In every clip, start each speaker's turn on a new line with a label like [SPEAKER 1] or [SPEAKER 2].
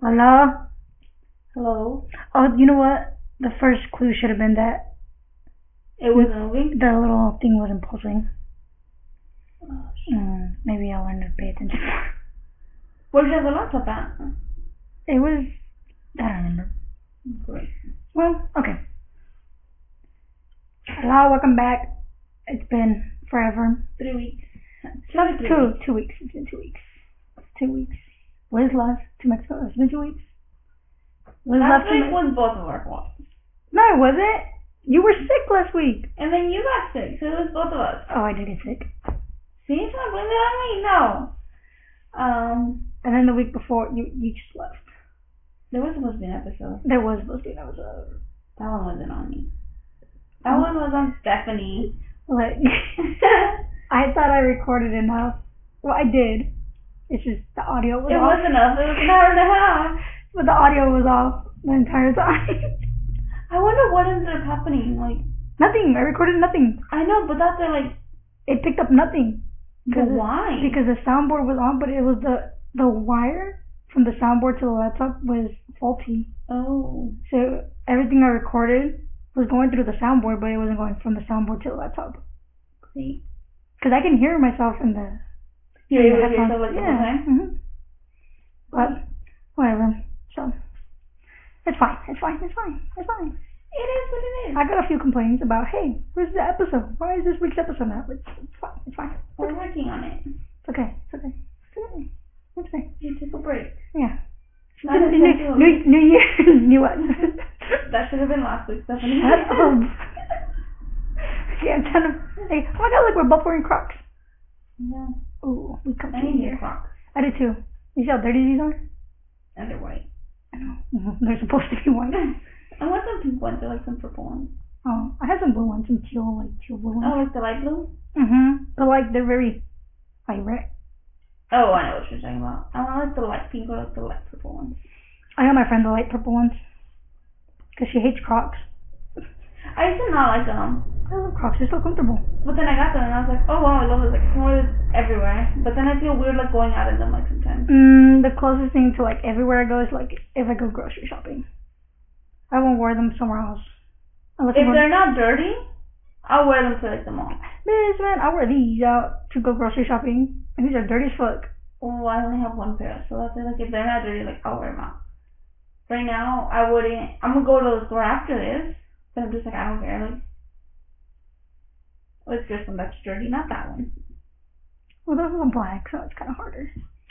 [SPEAKER 1] Hello?
[SPEAKER 2] Hello.
[SPEAKER 1] Oh, you know what? The first clue should have been that
[SPEAKER 2] It was moving.
[SPEAKER 1] the little thing wasn't pulsing.
[SPEAKER 2] Oh, shit.
[SPEAKER 1] Mm, maybe I'll learn to pay attention more.
[SPEAKER 2] Where's the laptop at?
[SPEAKER 1] It was. I don't remember.
[SPEAKER 2] Great.
[SPEAKER 1] Well, okay. Hello, welcome back. It's been forever.
[SPEAKER 2] Three weeks.
[SPEAKER 1] Not
[SPEAKER 2] Three
[SPEAKER 1] two, two weeks. It's been two weeks. It's two weeks. Liz left to Mexico. It's been two weeks. Liz left
[SPEAKER 2] Last
[SPEAKER 1] to
[SPEAKER 2] week
[SPEAKER 1] Mexico.
[SPEAKER 2] was both of our fault.
[SPEAKER 1] No, it wasn't. You were sick last week.
[SPEAKER 2] And then you got sick, so it was both of us.
[SPEAKER 1] Oh, I did get sick.
[SPEAKER 2] See, you trying to blame it on me? No. Um,
[SPEAKER 1] And then the week before, you you just left.
[SPEAKER 2] there was supposed to be an episode.
[SPEAKER 1] There was uh, supposed to be an episode.
[SPEAKER 2] That one wasn't on me. That one was on Stephanie.
[SPEAKER 1] Like, I thought I recorded enough. Well, I did. It's just the audio was
[SPEAKER 2] it
[SPEAKER 1] off.
[SPEAKER 2] was enough. It was an hour and a half.
[SPEAKER 1] But the audio was off the entire time.
[SPEAKER 2] I wonder what ended up happening. Like,
[SPEAKER 1] nothing. I recorded nothing.
[SPEAKER 2] I know, but that's like,
[SPEAKER 1] It picked up nothing.
[SPEAKER 2] but
[SPEAKER 1] it-
[SPEAKER 2] why?
[SPEAKER 1] Because the soundboard was on, but it was the the wire from the soundboard to the laptop was faulty.
[SPEAKER 2] oh,
[SPEAKER 1] So everything I recorded was going through the soundboard, but it wasn't going from the soundboard to the laptop.
[SPEAKER 2] see.
[SPEAKER 1] Because I can hear myself in the
[SPEAKER 2] You
[SPEAKER 1] in
[SPEAKER 2] were
[SPEAKER 1] the headphones.
[SPEAKER 2] able to hear yourself like the whole
[SPEAKER 1] yeah.
[SPEAKER 2] time?
[SPEAKER 1] hmm But whatever. So it's fine. It's fine. It's fine. It's fine.
[SPEAKER 2] It is what it is.
[SPEAKER 1] I got a few complaints about, hey, where's the episode? Why is this week's episode not? It's, it's fine. It's fine.
[SPEAKER 2] We're working on it.
[SPEAKER 1] It's okay. It's okay. It's okay. It's okay.
[SPEAKER 2] You took a break.
[SPEAKER 1] Yeah.
[SPEAKER 2] Not
[SPEAKER 1] new,
[SPEAKER 2] essential.
[SPEAKER 1] new, new year, new us.
[SPEAKER 2] That should have been last week, Stephanie.
[SPEAKER 1] Shut up. yeah, I'm trying to. Hey, oh my god, look, we're both wearing Crocs.
[SPEAKER 2] Yeah.
[SPEAKER 1] Ooh, we come
[SPEAKER 2] I
[SPEAKER 1] in
[SPEAKER 2] need new
[SPEAKER 1] here.
[SPEAKER 2] Crocs.
[SPEAKER 1] I do too. You see how dirty these are?
[SPEAKER 2] And they're white.
[SPEAKER 1] I know. They're supposed to be white.
[SPEAKER 2] I want some pink ones. I like some purple ones.
[SPEAKER 1] Oh, I have some blue ones, some teal, like teal blue ones.
[SPEAKER 2] Oh, like the light blue?
[SPEAKER 1] Mm-hmm. But like, they're very vibrant.
[SPEAKER 2] Oh, I know what you're talking about. I want like the light pink or like the light purple ones.
[SPEAKER 1] I got my friend the light purple ones. Because she hates Crocs.
[SPEAKER 2] I used to not like them.
[SPEAKER 1] I love Crocs, they're so comfortable.
[SPEAKER 2] But then I got them and I was like, oh wow, I love this. Like, I can wear this everywhere. But then I feel weird like going out in them like sometimes.
[SPEAKER 1] Mm, the closest thing to like everywhere I go is like if I go grocery shopping. I won't wear them somewhere else. Unless I'm
[SPEAKER 2] If
[SPEAKER 1] going,
[SPEAKER 2] they're not dirty, I'll wear them to like the mall.
[SPEAKER 1] Miss man, I'll wear these out to go grocery shopping. And these are dirty as fuck.
[SPEAKER 2] Oh, I only have one pair, so that's it. Like, if they're not dirty, like, I'll wear them out. Right now, I wouldn't. I'm gonna go to the store after this, but I'm just like, I don't care. Like, let's this one that's dirty, not that one.
[SPEAKER 1] Well, those are black, so it's kind of harder.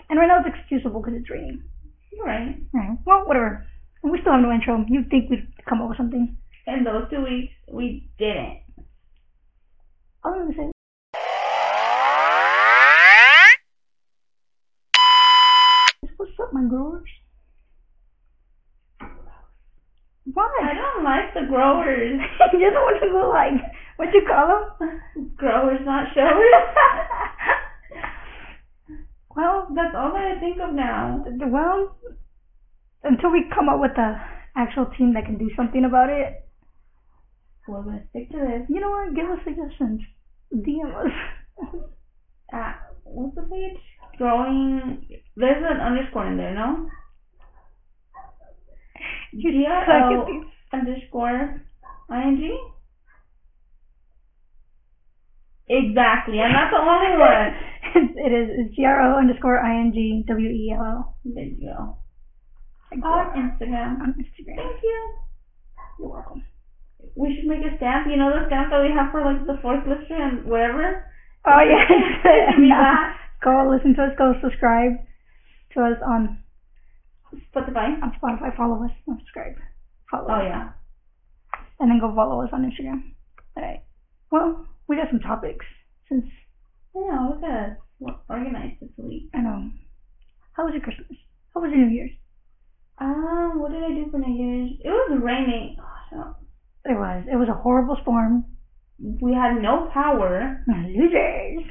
[SPEAKER 1] And right now it's excusable because it's raining.
[SPEAKER 2] You're right.
[SPEAKER 1] Alright, well, whatever. We still have no intro. You'd think we'd come up with something.
[SPEAKER 2] In those two weeks, we didn't.
[SPEAKER 1] I was gonna say, what's up, my growers?
[SPEAKER 2] I
[SPEAKER 1] Why?
[SPEAKER 2] don't like the growers.
[SPEAKER 1] You're the one who like, what you call them?
[SPEAKER 2] growers, not showers.
[SPEAKER 1] well,
[SPEAKER 2] that's all that I think of now.
[SPEAKER 1] th- well, until we come up with a actual team that can do something about it,
[SPEAKER 2] We're gonna stick to this.
[SPEAKER 1] you know what? Give us suggestions. DM us.
[SPEAKER 2] Uh, what's the page? Growing. There's an underscore in there, no?
[SPEAKER 1] You
[SPEAKER 2] Yeah,
[SPEAKER 1] suck at
[SPEAKER 2] oh.
[SPEAKER 1] these.
[SPEAKER 2] underscore ing? Exactly. I'm not the only one.
[SPEAKER 1] it is it's G-R-O underscore I-N-G W-E-L-L.
[SPEAKER 2] There you go.
[SPEAKER 1] E Thank you.
[SPEAKER 2] On Instagram.
[SPEAKER 1] On Instagram.
[SPEAKER 2] Thank you.
[SPEAKER 1] You're welcome.
[SPEAKER 2] We should make a stamp. You know the stamp that we have for like the fourth lister and whatever?
[SPEAKER 1] Oh, yeah.
[SPEAKER 2] We got
[SPEAKER 1] Go listen to us. Go subscribe to us on,
[SPEAKER 2] Spotify.
[SPEAKER 1] on Spotify. Follow us. Not subscribe. Follow
[SPEAKER 2] Oh,
[SPEAKER 1] us.
[SPEAKER 2] yeah.
[SPEAKER 1] And then go follow us on Instagram. All right. Well, we got some topics since,
[SPEAKER 2] Yeah, look at us. We're organized this week.
[SPEAKER 1] I know. How was your Christmas? How was your New Year's?
[SPEAKER 2] Um, what did I do for New Year's? It was raining. Oh, shut up.
[SPEAKER 1] It was. It was a horrible storm.
[SPEAKER 2] we had no power.
[SPEAKER 1] Losers.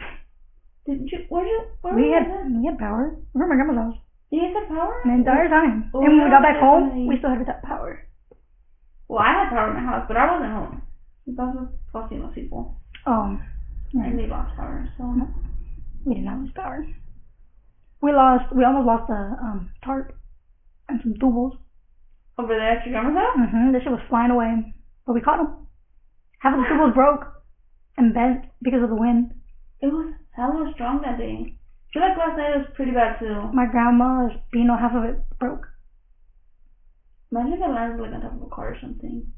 [SPEAKER 2] Did you? Where did? Where
[SPEAKER 1] We
[SPEAKER 2] were
[SPEAKER 1] had,
[SPEAKER 2] you at?
[SPEAKER 1] we had power. We were at my grandma's house.
[SPEAKER 2] Do you have power?
[SPEAKER 1] The entire time.
[SPEAKER 2] Oh,
[SPEAKER 1] and when we got back home,
[SPEAKER 2] definitely.
[SPEAKER 1] we still had that power.
[SPEAKER 2] Well, I had power in my house, but I wasn't home. That was fucking those people,
[SPEAKER 1] Um,
[SPEAKER 2] and they lost power. So
[SPEAKER 1] we did not lose power. We lost. We almost lost a um tarp and some tubos.
[SPEAKER 2] Over there at your grandma's house?
[SPEAKER 1] hmm This shit was flying away, but we caught them. Half of the tubos broke and bent because of the wind.
[SPEAKER 2] It was hella strong that day. I feel like last night it was pretty bad too.
[SPEAKER 1] My grandma's beano, half of it broke.
[SPEAKER 2] Imagine if it landed like on top of a car or something.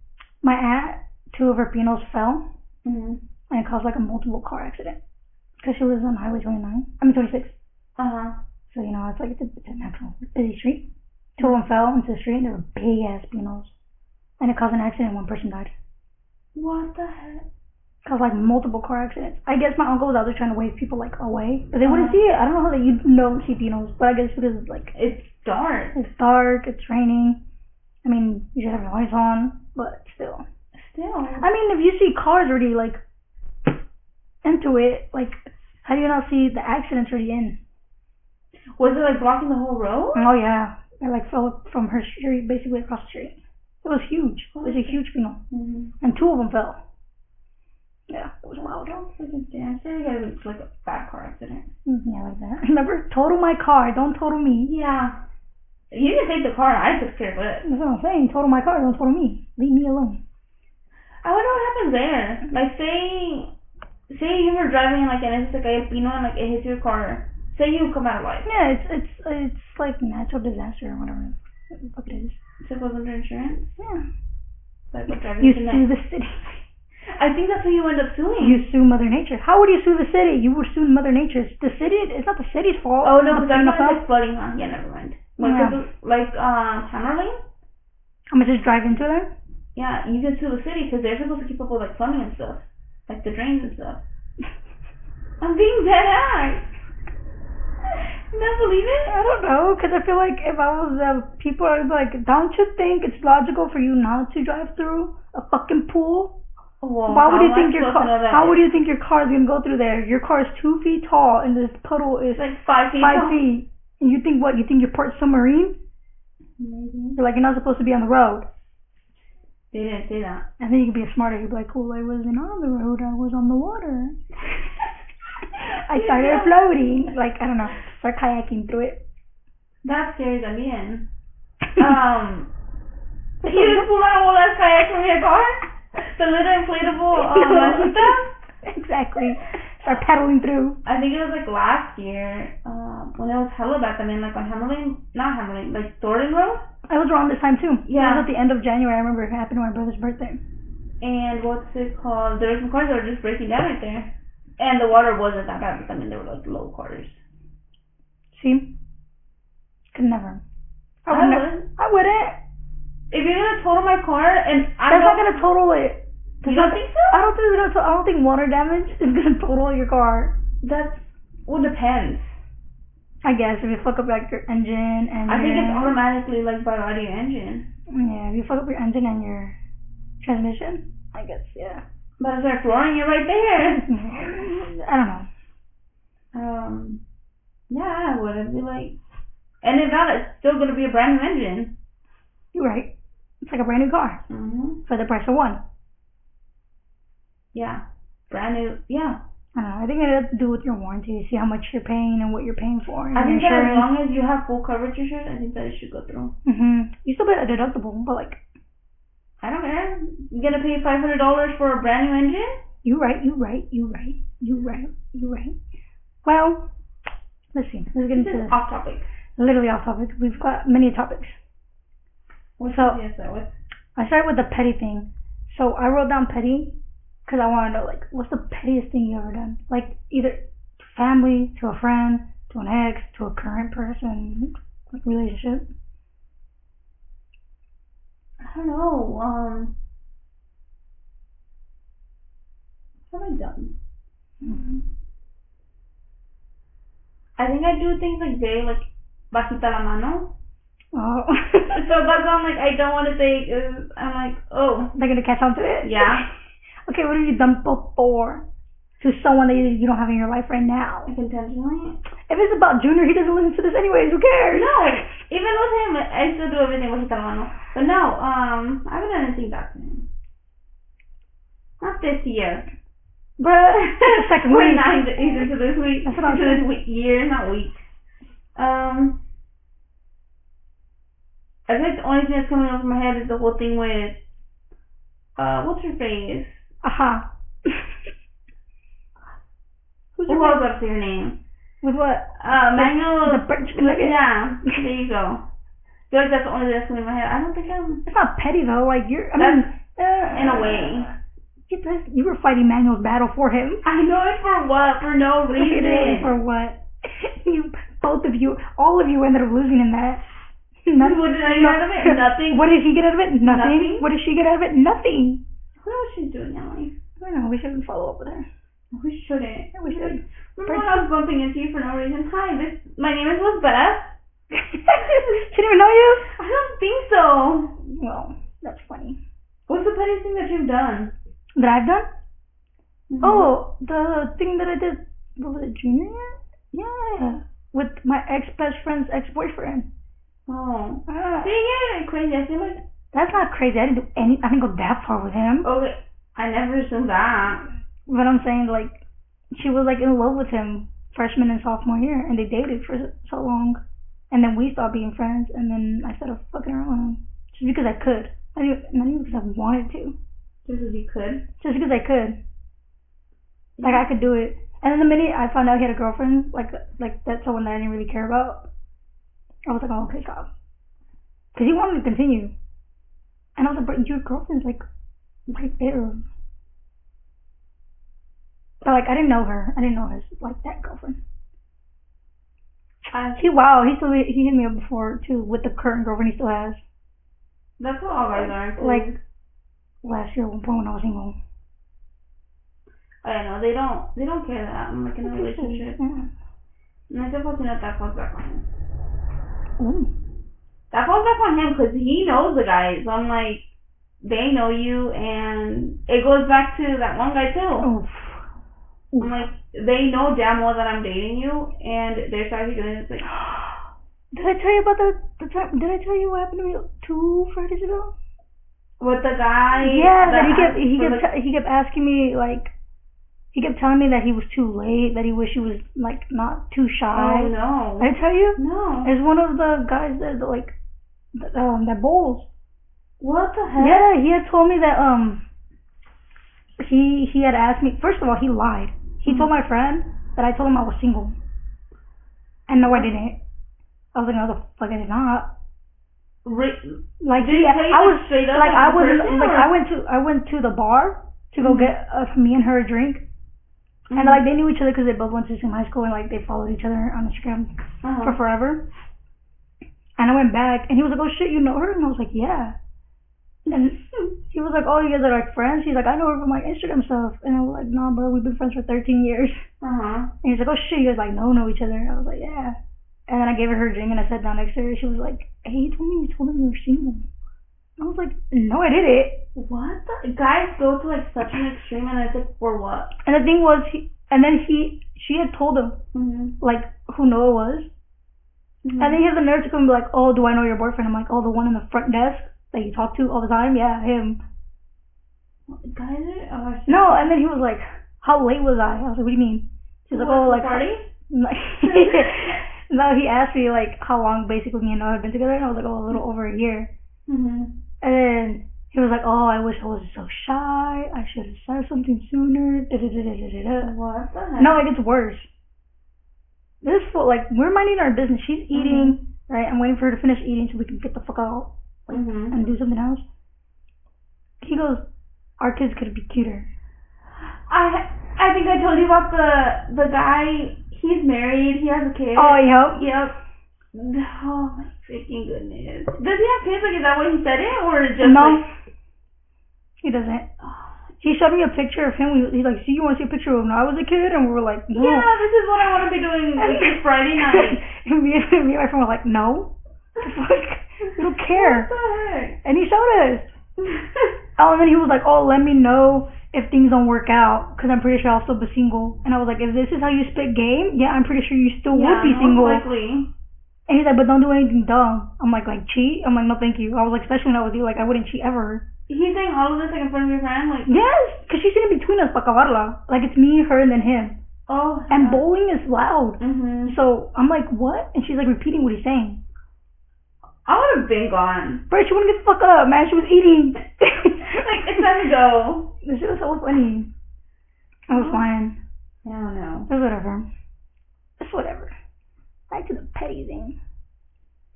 [SPEAKER 1] My aunt, two of her pinos fell
[SPEAKER 2] Mm-hmm.
[SPEAKER 1] and it caused like a multiple car accident because she lives on Highway 29. I mean 26.
[SPEAKER 2] Uh huh.
[SPEAKER 1] So you know it's like it's a, it's a natural busy street. Two of them fell into the street and they were big ass pinos, and it caused an accident. One person died.
[SPEAKER 2] What the heck?
[SPEAKER 1] Caused like multiple car accidents. I guess my uncle was out there trying to wave people like away, but they wouldn't
[SPEAKER 2] Uh-huh.
[SPEAKER 1] see it. I don't know how that you don't see pinos, but I guess because it's like
[SPEAKER 2] It's dark.
[SPEAKER 1] it's dark, it's raining. I mean, you just have your lights on, but still.
[SPEAKER 2] Still.
[SPEAKER 1] I mean, if you see cars already like into it, like how do you not see the accidents already in?
[SPEAKER 2] Was it like blocking the whole road?
[SPEAKER 1] Oh yeah, I like fell from her street basically across the street. It was huge. It was a huge funeral,
[SPEAKER 2] Mm-hmm.
[SPEAKER 1] and two of them fell. Yeah, it was wild.
[SPEAKER 2] don't freaking dare. I feel like it was like a bad car accident.
[SPEAKER 1] Mm, Yeah, like that. Remember, total my car, don't total me.
[SPEAKER 2] Yeah. You can take the car. I took care of it.
[SPEAKER 1] That's what I'm saying. Total my car, don't total me. Leave me alone.
[SPEAKER 2] I wonder what Oh, happens there. Like, say, say you were driving and like and it's like a pino and like it hits your car. Say you come out alive.
[SPEAKER 1] Yeah, it's it's it's like natural disaster or whatever the fuck it is.
[SPEAKER 2] So it goes under insurance.
[SPEAKER 1] Yeah,
[SPEAKER 2] Like what driving
[SPEAKER 1] you
[SPEAKER 2] to
[SPEAKER 1] sue the city.
[SPEAKER 2] I think that's who you end up suing.
[SPEAKER 1] You sue Mother Nature. How would you sue the city? You would sue Mother Nature. The city, it's not the city's fault.
[SPEAKER 2] oh no,
[SPEAKER 1] The
[SPEAKER 2] because I'm
[SPEAKER 1] funeral
[SPEAKER 2] not
[SPEAKER 1] fell.
[SPEAKER 2] like flooding on. Yeah, never mind. Like, 'cause
[SPEAKER 1] Yeah.
[SPEAKER 2] it- like um, Hammerling.
[SPEAKER 1] I'm gonna just drive into there.
[SPEAKER 2] Yeah, you can sue the city because they're supposed to keep up with like plumbing and stuff, like the drains and stuff. I'm being dead ass. You don't believe it?
[SPEAKER 1] I don't know, because I feel like if I was uh, people, I'd be like, don't you think it's logical for you not to drive through a fucking pool?
[SPEAKER 2] Well,
[SPEAKER 1] Why would
[SPEAKER 2] Oh, how
[SPEAKER 1] you
[SPEAKER 2] am I
[SPEAKER 1] think your
[SPEAKER 2] supposed to
[SPEAKER 1] car?
[SPEAKER 2] know that?
[SPEAKER 1] How would you think your car is gonna go through there? Your car is two feet tall, and this puddle is
[SPEAKER 2] It's like five feet.
[SPEAKER 1] five
[SPEAKER 2] tall.
[SPEAKER 1] feet. And you think what? You think you're part submarine?
[SPEAKER 2] Maybe.
[SPEAKER 1] You're like you're not supposed to be on the road.
[SPEAKER 2] They didn't say that.
[SPEAKER 1] And then you could be smarter. You'd be like, well, I wasn't on the road. I was on the water. I started floating. Like I don't know, start kayaking through it.
[SPEAKER 2] That scares me in. Um, you just pulled out a whole ass kayak from your car? The little inflatable um, lanchita?
[SPEAKER 1] exactly. Start paddling through.
[SPEAKER 2] I think it was like last year um, when it was hella back then, like on Hammerling, not Hammerling, like Thornton Road.
[SPEAKER 1] I was around this time too.
[SPEAKER 2] Yeah.
[SPEAKER 1] It was at the end of January. I remember it happened on my brother's birthday.
[SPEAKER 2] And what's it called? There were some cars that were just breaking down right there. And the water wasn't that bad, but I mean, they were like low cars.
[SPEAKER 1] See? Could never. I
[SPEAKER 2] I
[SPEAKER 1] would. ne-
[SPEAKER 2] would.
[SPEAKER 1] I wouldn't.
[SPEAKER 2] If you're gonna total my car, and I
[SPEAKER 1] That's Uh, not
[SPEAKER 2] don't,
[SPEAKER 1] gonna total it.
[SPEAKER 2] you don't think so?
[SPEAKER 1] I don't think it's gonna. To- I don't think water damage is gonna total your car.
[SPEAKER 2] That's well depends.
[SPEAKER 1] I guess if you fuck up like your engine and
[SPEAKER 2] I
[SPEAKER 1] your,
[SPEAKER 2] think it's automatically like by audio engine.
[SPEAKER 1] yeah, if you fuck up your engine and your transmission, I guess yeah.
[SPEAKER 2] But if they're flooring it right there.
[SPEAKER 1] I don't know.
[SPEAKER 2] Um yeah, I would I'd be like and if not, it's still gonna be a brand new engine.
[SPEAKER 1] You're right. It's like a brand new car
[SPEAKER 2] Mm-hmm.
[SPEAKER 1] for the price of one.
[SPEAKER 2] Yeah. Brand new yeah.
[SPEAKER 1] I don't know. Uh, I think it has to do with your warranty. See how much you're paying and what you're paying for. And
[SPEAKER 2] I think that as
[SPEAKER 1] insurance.
[SPEAKER 2] long as you have full coverage insurance, I think that it should go through.
[SPEAKER 1] hmm You still pay a deductible, but like,
[SPEAKER 2] I don't care. You gonna pay five hundred dollars for a brand new engine?
[SPEAKER 1] you right, you right, you right, you right, you right. Well, let's see. Let's get
[SPEAKER 2] This
[SPEAKER 1] into
[SPEAKER 2] is
[SPEAKER 1] this.
[SPEAKER 2] off topic.
[SPEAKER 1] Literally off topic. We've got many topics.
[SPEAKER 2] What's
[SPEAKER 1] So-
[SPEAKER 2] yes, that was
[SPEAKER 1] I started with the petty thing. So I wrote down petty because I want to know, like, what's the pettiest thing you ever done? Like, either to family, to a friend, to an ex, to a current person, like, relationship.
[SPEAKER 2] I don't know, um what have I done?
[SPEAKER 1] Mm-hmm.
[SPEAKER 2] I think I do things like very like bajita la mano.
[SPEAKER 1] Oh.
[SPEAKER 2] So that's why I'm like I don't want to say. Uh, I'm like oh
[SPEAKER 1] They're going to catch on to it?
[SPEAKER 2] yeah.
[SPEAKER 1] Okay, what have you done before to someone that you you don't have in your life right now?
[SPEAKER 2] Like intentionally.
[SPEAKER 1] If it's about Junior, he doesn't listen to this anyways. Who cares?
[SPEAKER 2] No, even with him, I still do everything bajita la mano. But no, um, I haven't done anything back to him. Not this year.
[SPEAKER 1] But the second
[SPEAKER 2] We're
[SPEAKER 1] week.
[SPEAKER 2] nine days into this week.
[SPEAKER 1] That's what I'm
[SPEAKER 2] into this week, year, not week. Um. I feel like the only thing that's coming up in my head is the whole thing with, uh, what's her face?
[SPEAKER 1] Aha. Who's
[SPEAKER 2] Who
[SPEAKER 1] your
[SPEAKER 2] was
[SPEAKER 1] favorite-
[SPEAKER 2] up to her name?
[SPEAKER 1] With what? The
[SPEAKER 2] Uh, Mango.
[SPEAKER 1] birch nugget?
[SPEAKER 2] Yeah, there you go. I feel like that's the only thing that's coming in my head. I don't think I'm.
[SPEAKER 1] It's not petty though. Like you're. I
[SPEAKER 2] That's-
[SPEAKER 1] mean, uh,
[SPEAKER 2] in a way.
[SPEAKER 1] You, pressed- you were fighting Manuel's battle for him.
[SPEAKER 2] I know it for what? For no
[SPEAKER 1] Literally
[SPEAKER 2] reason.
[SPEAKER 1] for what? You both of you, all of you ended up losing in that. Nothing.
[SPEAKER 2] What did I get out of it? Nothing.
[SPEAKER 1] What did he get out of it? Nothing.
[SPEAKER 2] Nothing.
[SPEAKER 1] What did she get out of it? Nothing.
[SPEAKER 2] What else she's doing, Emily?
[SPEAKER 1] I don't know. We shouldn't follow up with her.
[SPEAKER 2] We shouldn't.
[SPEAKER 1] We should.
[SPEAKER 2] Remember when I was bumping into you for no reason? Hi, this, my name is Lisbeth.
[SPEAKER 1] she didn't even know you.
[SPEAKER 2] I don't think so.
[SPEAKER 1] Well, that's funny.
[SPEAKER 2] What's the pettiest thing that you've done?
[SPEAKER 1] That I've done. Oh, the thing that I did. What was it? Junior year? Yeah. With my ex best friend's ex boyfriend.
[SPEAKER 2] Oh.
[SPEAKER 1] Ah.
[SPEAKER 2] See, yeah, crazy. I feel like,
[SPEAKER 1] That's not crazy. I didn't do any. I didn't go that far with him.
[SPEAKER 2] okay, oh, I never assumed that.
[SPEAKER 1] But I'm saying like, she was like in love with him freshman and sophomore year, and they dated for s- so long, and then we stopped being friends, and then I started fucking around with him just because I could. I didn't, not even because I wanted to.
[SPEAKER 2] Just as you could.
[SPEAKER 1] Just because I could. Like I could do it. And then the minute I found out he had a girlfriend, like like that's someone that I didn't really care about, I was like, oh, okay, stop. Because he wanted to continue. And I was like, but your girlfriend's like right there. But like I didn't know her. I didn't know his like that girlfriend.
[SPEAKER 2] I,
[SPEAKER 1] He wow, he still he hit me up before too with the current girlfriend he still has.
[SPEAKER 2] that's how all guys are. 'cause-
[SPEAKER 1] Like last year when I was single.
[SPEAKER 2] I don't know, they don't, they don't care that I'm like in a relationship.
[SPEAKER 1] Yeah.
[SPEAKER 2] And I definitely know that falls back on him.
[SPEAKER 1] Ooh.
[SPEAKER 2] that falls back on him because he knows the guy. So I'm like, they know you, and it goes back to that one guy too.
[SPEAKER 1] Oh.
[SPEAKER 2] I'm like, they know damn well that I'm dating you, and they're sorry doing this. Like,
[SPEAKER 1] Did I tell you about the, the time? Did I tell you what happened to me two Fridays ago?
[SPEAKER 2] with the guy.
[SPEAKER 1] yeah, that he kept
[SPEAKER 2] asked
[SPEAKER 1] he
[SPEAKER 2] for
[SPEAKER 1] kept
[SPEAKER 2] the-
[SPEAKER 1] he kept asking me like he kept telling me that he was too late, that he wished he was like not too
[SPEAKER 2] Oh
[SPEAKER 1] shy.
[SPEAKER 2] no,
[SPEAKER 1] Did I tell you?
[SPEAKER 2] no.
[SPEAKER 1] It's one of the guys that like th- um that bowls.
[SPEAKER 2] What the heck?
[SPEAKER 1] Yeah, he had told me that um he he had asked me first of all he lied. He told
[SPEAKER 2] Hmm.
[SPEAKER 1] my friend that I told him I was single. And no I didn't. I was like, no the fuck I did not.
[SPEAKER 2] Re-
[SPEAKER 1] Like
[SPEAKER 2] Did he
[SPEAKER 1] yeah,
[SPEAKER 2] tell you
[SPEAKER 1] I
[SPEAKER 2] that
[SPEAKER 1] was
[SPEAKER 2] straight up
[SPEAKER 1] like
[SPEAKER 2] as
[SPEAKER 1] I
[SPEAKER 2] a
[SPEAKER 1] was
[SPEAKER 2] person,
[SPEAKER 1] like
[SPEAKER 2] or-
[SPEAKER 1] I went to I went to the bar to go
[SPEAKER 2] Mhm.
[SPEAKER 1] get us me and her a drink,
[SPEAKER 2] Mm-hmm.
[SPEAKER 1] and like they knew each other because they both went to the same high school and like they followed each other on Instagram
[SPEAKER 2] uh-huh.
[SPEAKER 1] for forever. And I went back, and he was like, "Oh shit, you know her?" And I was like, "Yeah." And he was like, "Oh, you guys are like friends?" He's like, "I know her from like Instagram stuff," and I was like, "Nah, bro, we've been friends for 13 years."
[SPEAKER 2] uh-huh.
[SPEAKER 1] And he's like, oh shit, you guys like know know each other. I was like, yeah. And then I gave her her drink and I sat down next to her. She was like, hey, you told me you told him you were single. I was like, no, I didn't.
[SPEAKER 2] What the guys go to like such an extreme, and it's like for what?
[SPEAKER 1] And the thing was, he, and then he, she had told him
[SPEAKER 2] Mm-hmm.
[SPEAKER 1] like who Noah was, and then he had the nerve to come and be like, oh, do I know your boyfriend? I'm like, oh, the one in the front desk that you talk to all the time. Yeah, him.
[SPEAKER 2] guys are oh, I see.
[SPEAKER 1] No, and then he was like, how late was I? I was like, what do you mean? She's like,
[SPEAKER 2] What,
[SPEAKER 1] oh,
[SPEAKER 2] the
[SPEAKER 1] like
[SPEAKER 2] party.
[SPEAKER 1] Like, no, he asked me like how long basically me and Noah had been together, and I was like, oh, a little over a year.
[SPEAKER 2] Mm-hmm.
[SPEAKER 1] And then he was like, oh, I wish I wasn't so shy. I should have said something sooner. Da, da, da, da, da, da, da.
[SPEAKER 2] What the heck?
[SPEAKER 1] No, it gets worse. This fool, like, we're minding our business. She's
[SPEAKER 2] Mm-hmm.
[SPEAKER 1] eating, right? I'm waiting for her to finish eating so we can get the fuck out
[SPEAKER 2] Mm-hmm.
[SPEAKER 1] and do something else. He goes, our kids could be cuter.
[SPEAKER 2] I I think I told you about the the guy. He's married. He has a kid.
[SPEAKER 1] Oh, yeah.
[SPEAKER 2] yep. Oh my freaking goodness. Does he have kids? Like, is that what he said it, or just
[SPEAKER 1] No,
[SPEAKER 2] like?
[SPEAKER 1] he doesn't. He showed me a picture of him. He's like, "See, you want to see a picture of when I was a kid?" And we were like, "No."
[SPEAKER 2] Yeah, this is what I want to be doing like, this Friday night.
[SPEAKER 1] and me, and me and my friend were like, "No, fuck, we don't care."
[SPEAKER 2] What the heck?
[SPEAKER 1] And he showed us. Oh, and then he was like, "Oh, let me know if things don't work out, because I'm pretty sure I'll still be single." And I was like, "If this is how you spit game, yeah, I'm pretty sure you still would
[SPEAKER 2] yeah,
[SPEAKER 1] be
[SPEAKER 2] most
[SPEAKER 1] single."
[SPEAKER 2] likely.
[SPEAKER 1] and he's like, "But don't do anything dumb." I'm like, "Like cheat?" I'm like, "No, thank you." I was like, "Especially not with you. Like, I wouldn't cheat ever."
[SPEAKER 2] He's saying all of this like in front of your friend, like,
[SPEAKER 1] Yes, because she's sitting between us, para acabarla. Like it's me, her, and then him.
[SPEAKER 2] oh.
[SPEAKER 1] And bowling is loud.
[SPEAKER 2] hmm
[SPEAKER 1] So I'm like, what? And she's like repeating what he's saying.
[SPEAKER 2] I would have been gone.
[SPEAKER 1] Bro, she wouldn't get the fuck up, man. She was eating.
[SPEAKER 2] Like, it's time to go.
[SPEAKER 1] She was so funny. I was lying.
[SPEAKER 2] I don't know.
[SPEAKER 1] It's whatever. It's whatever. Back to the petty thing.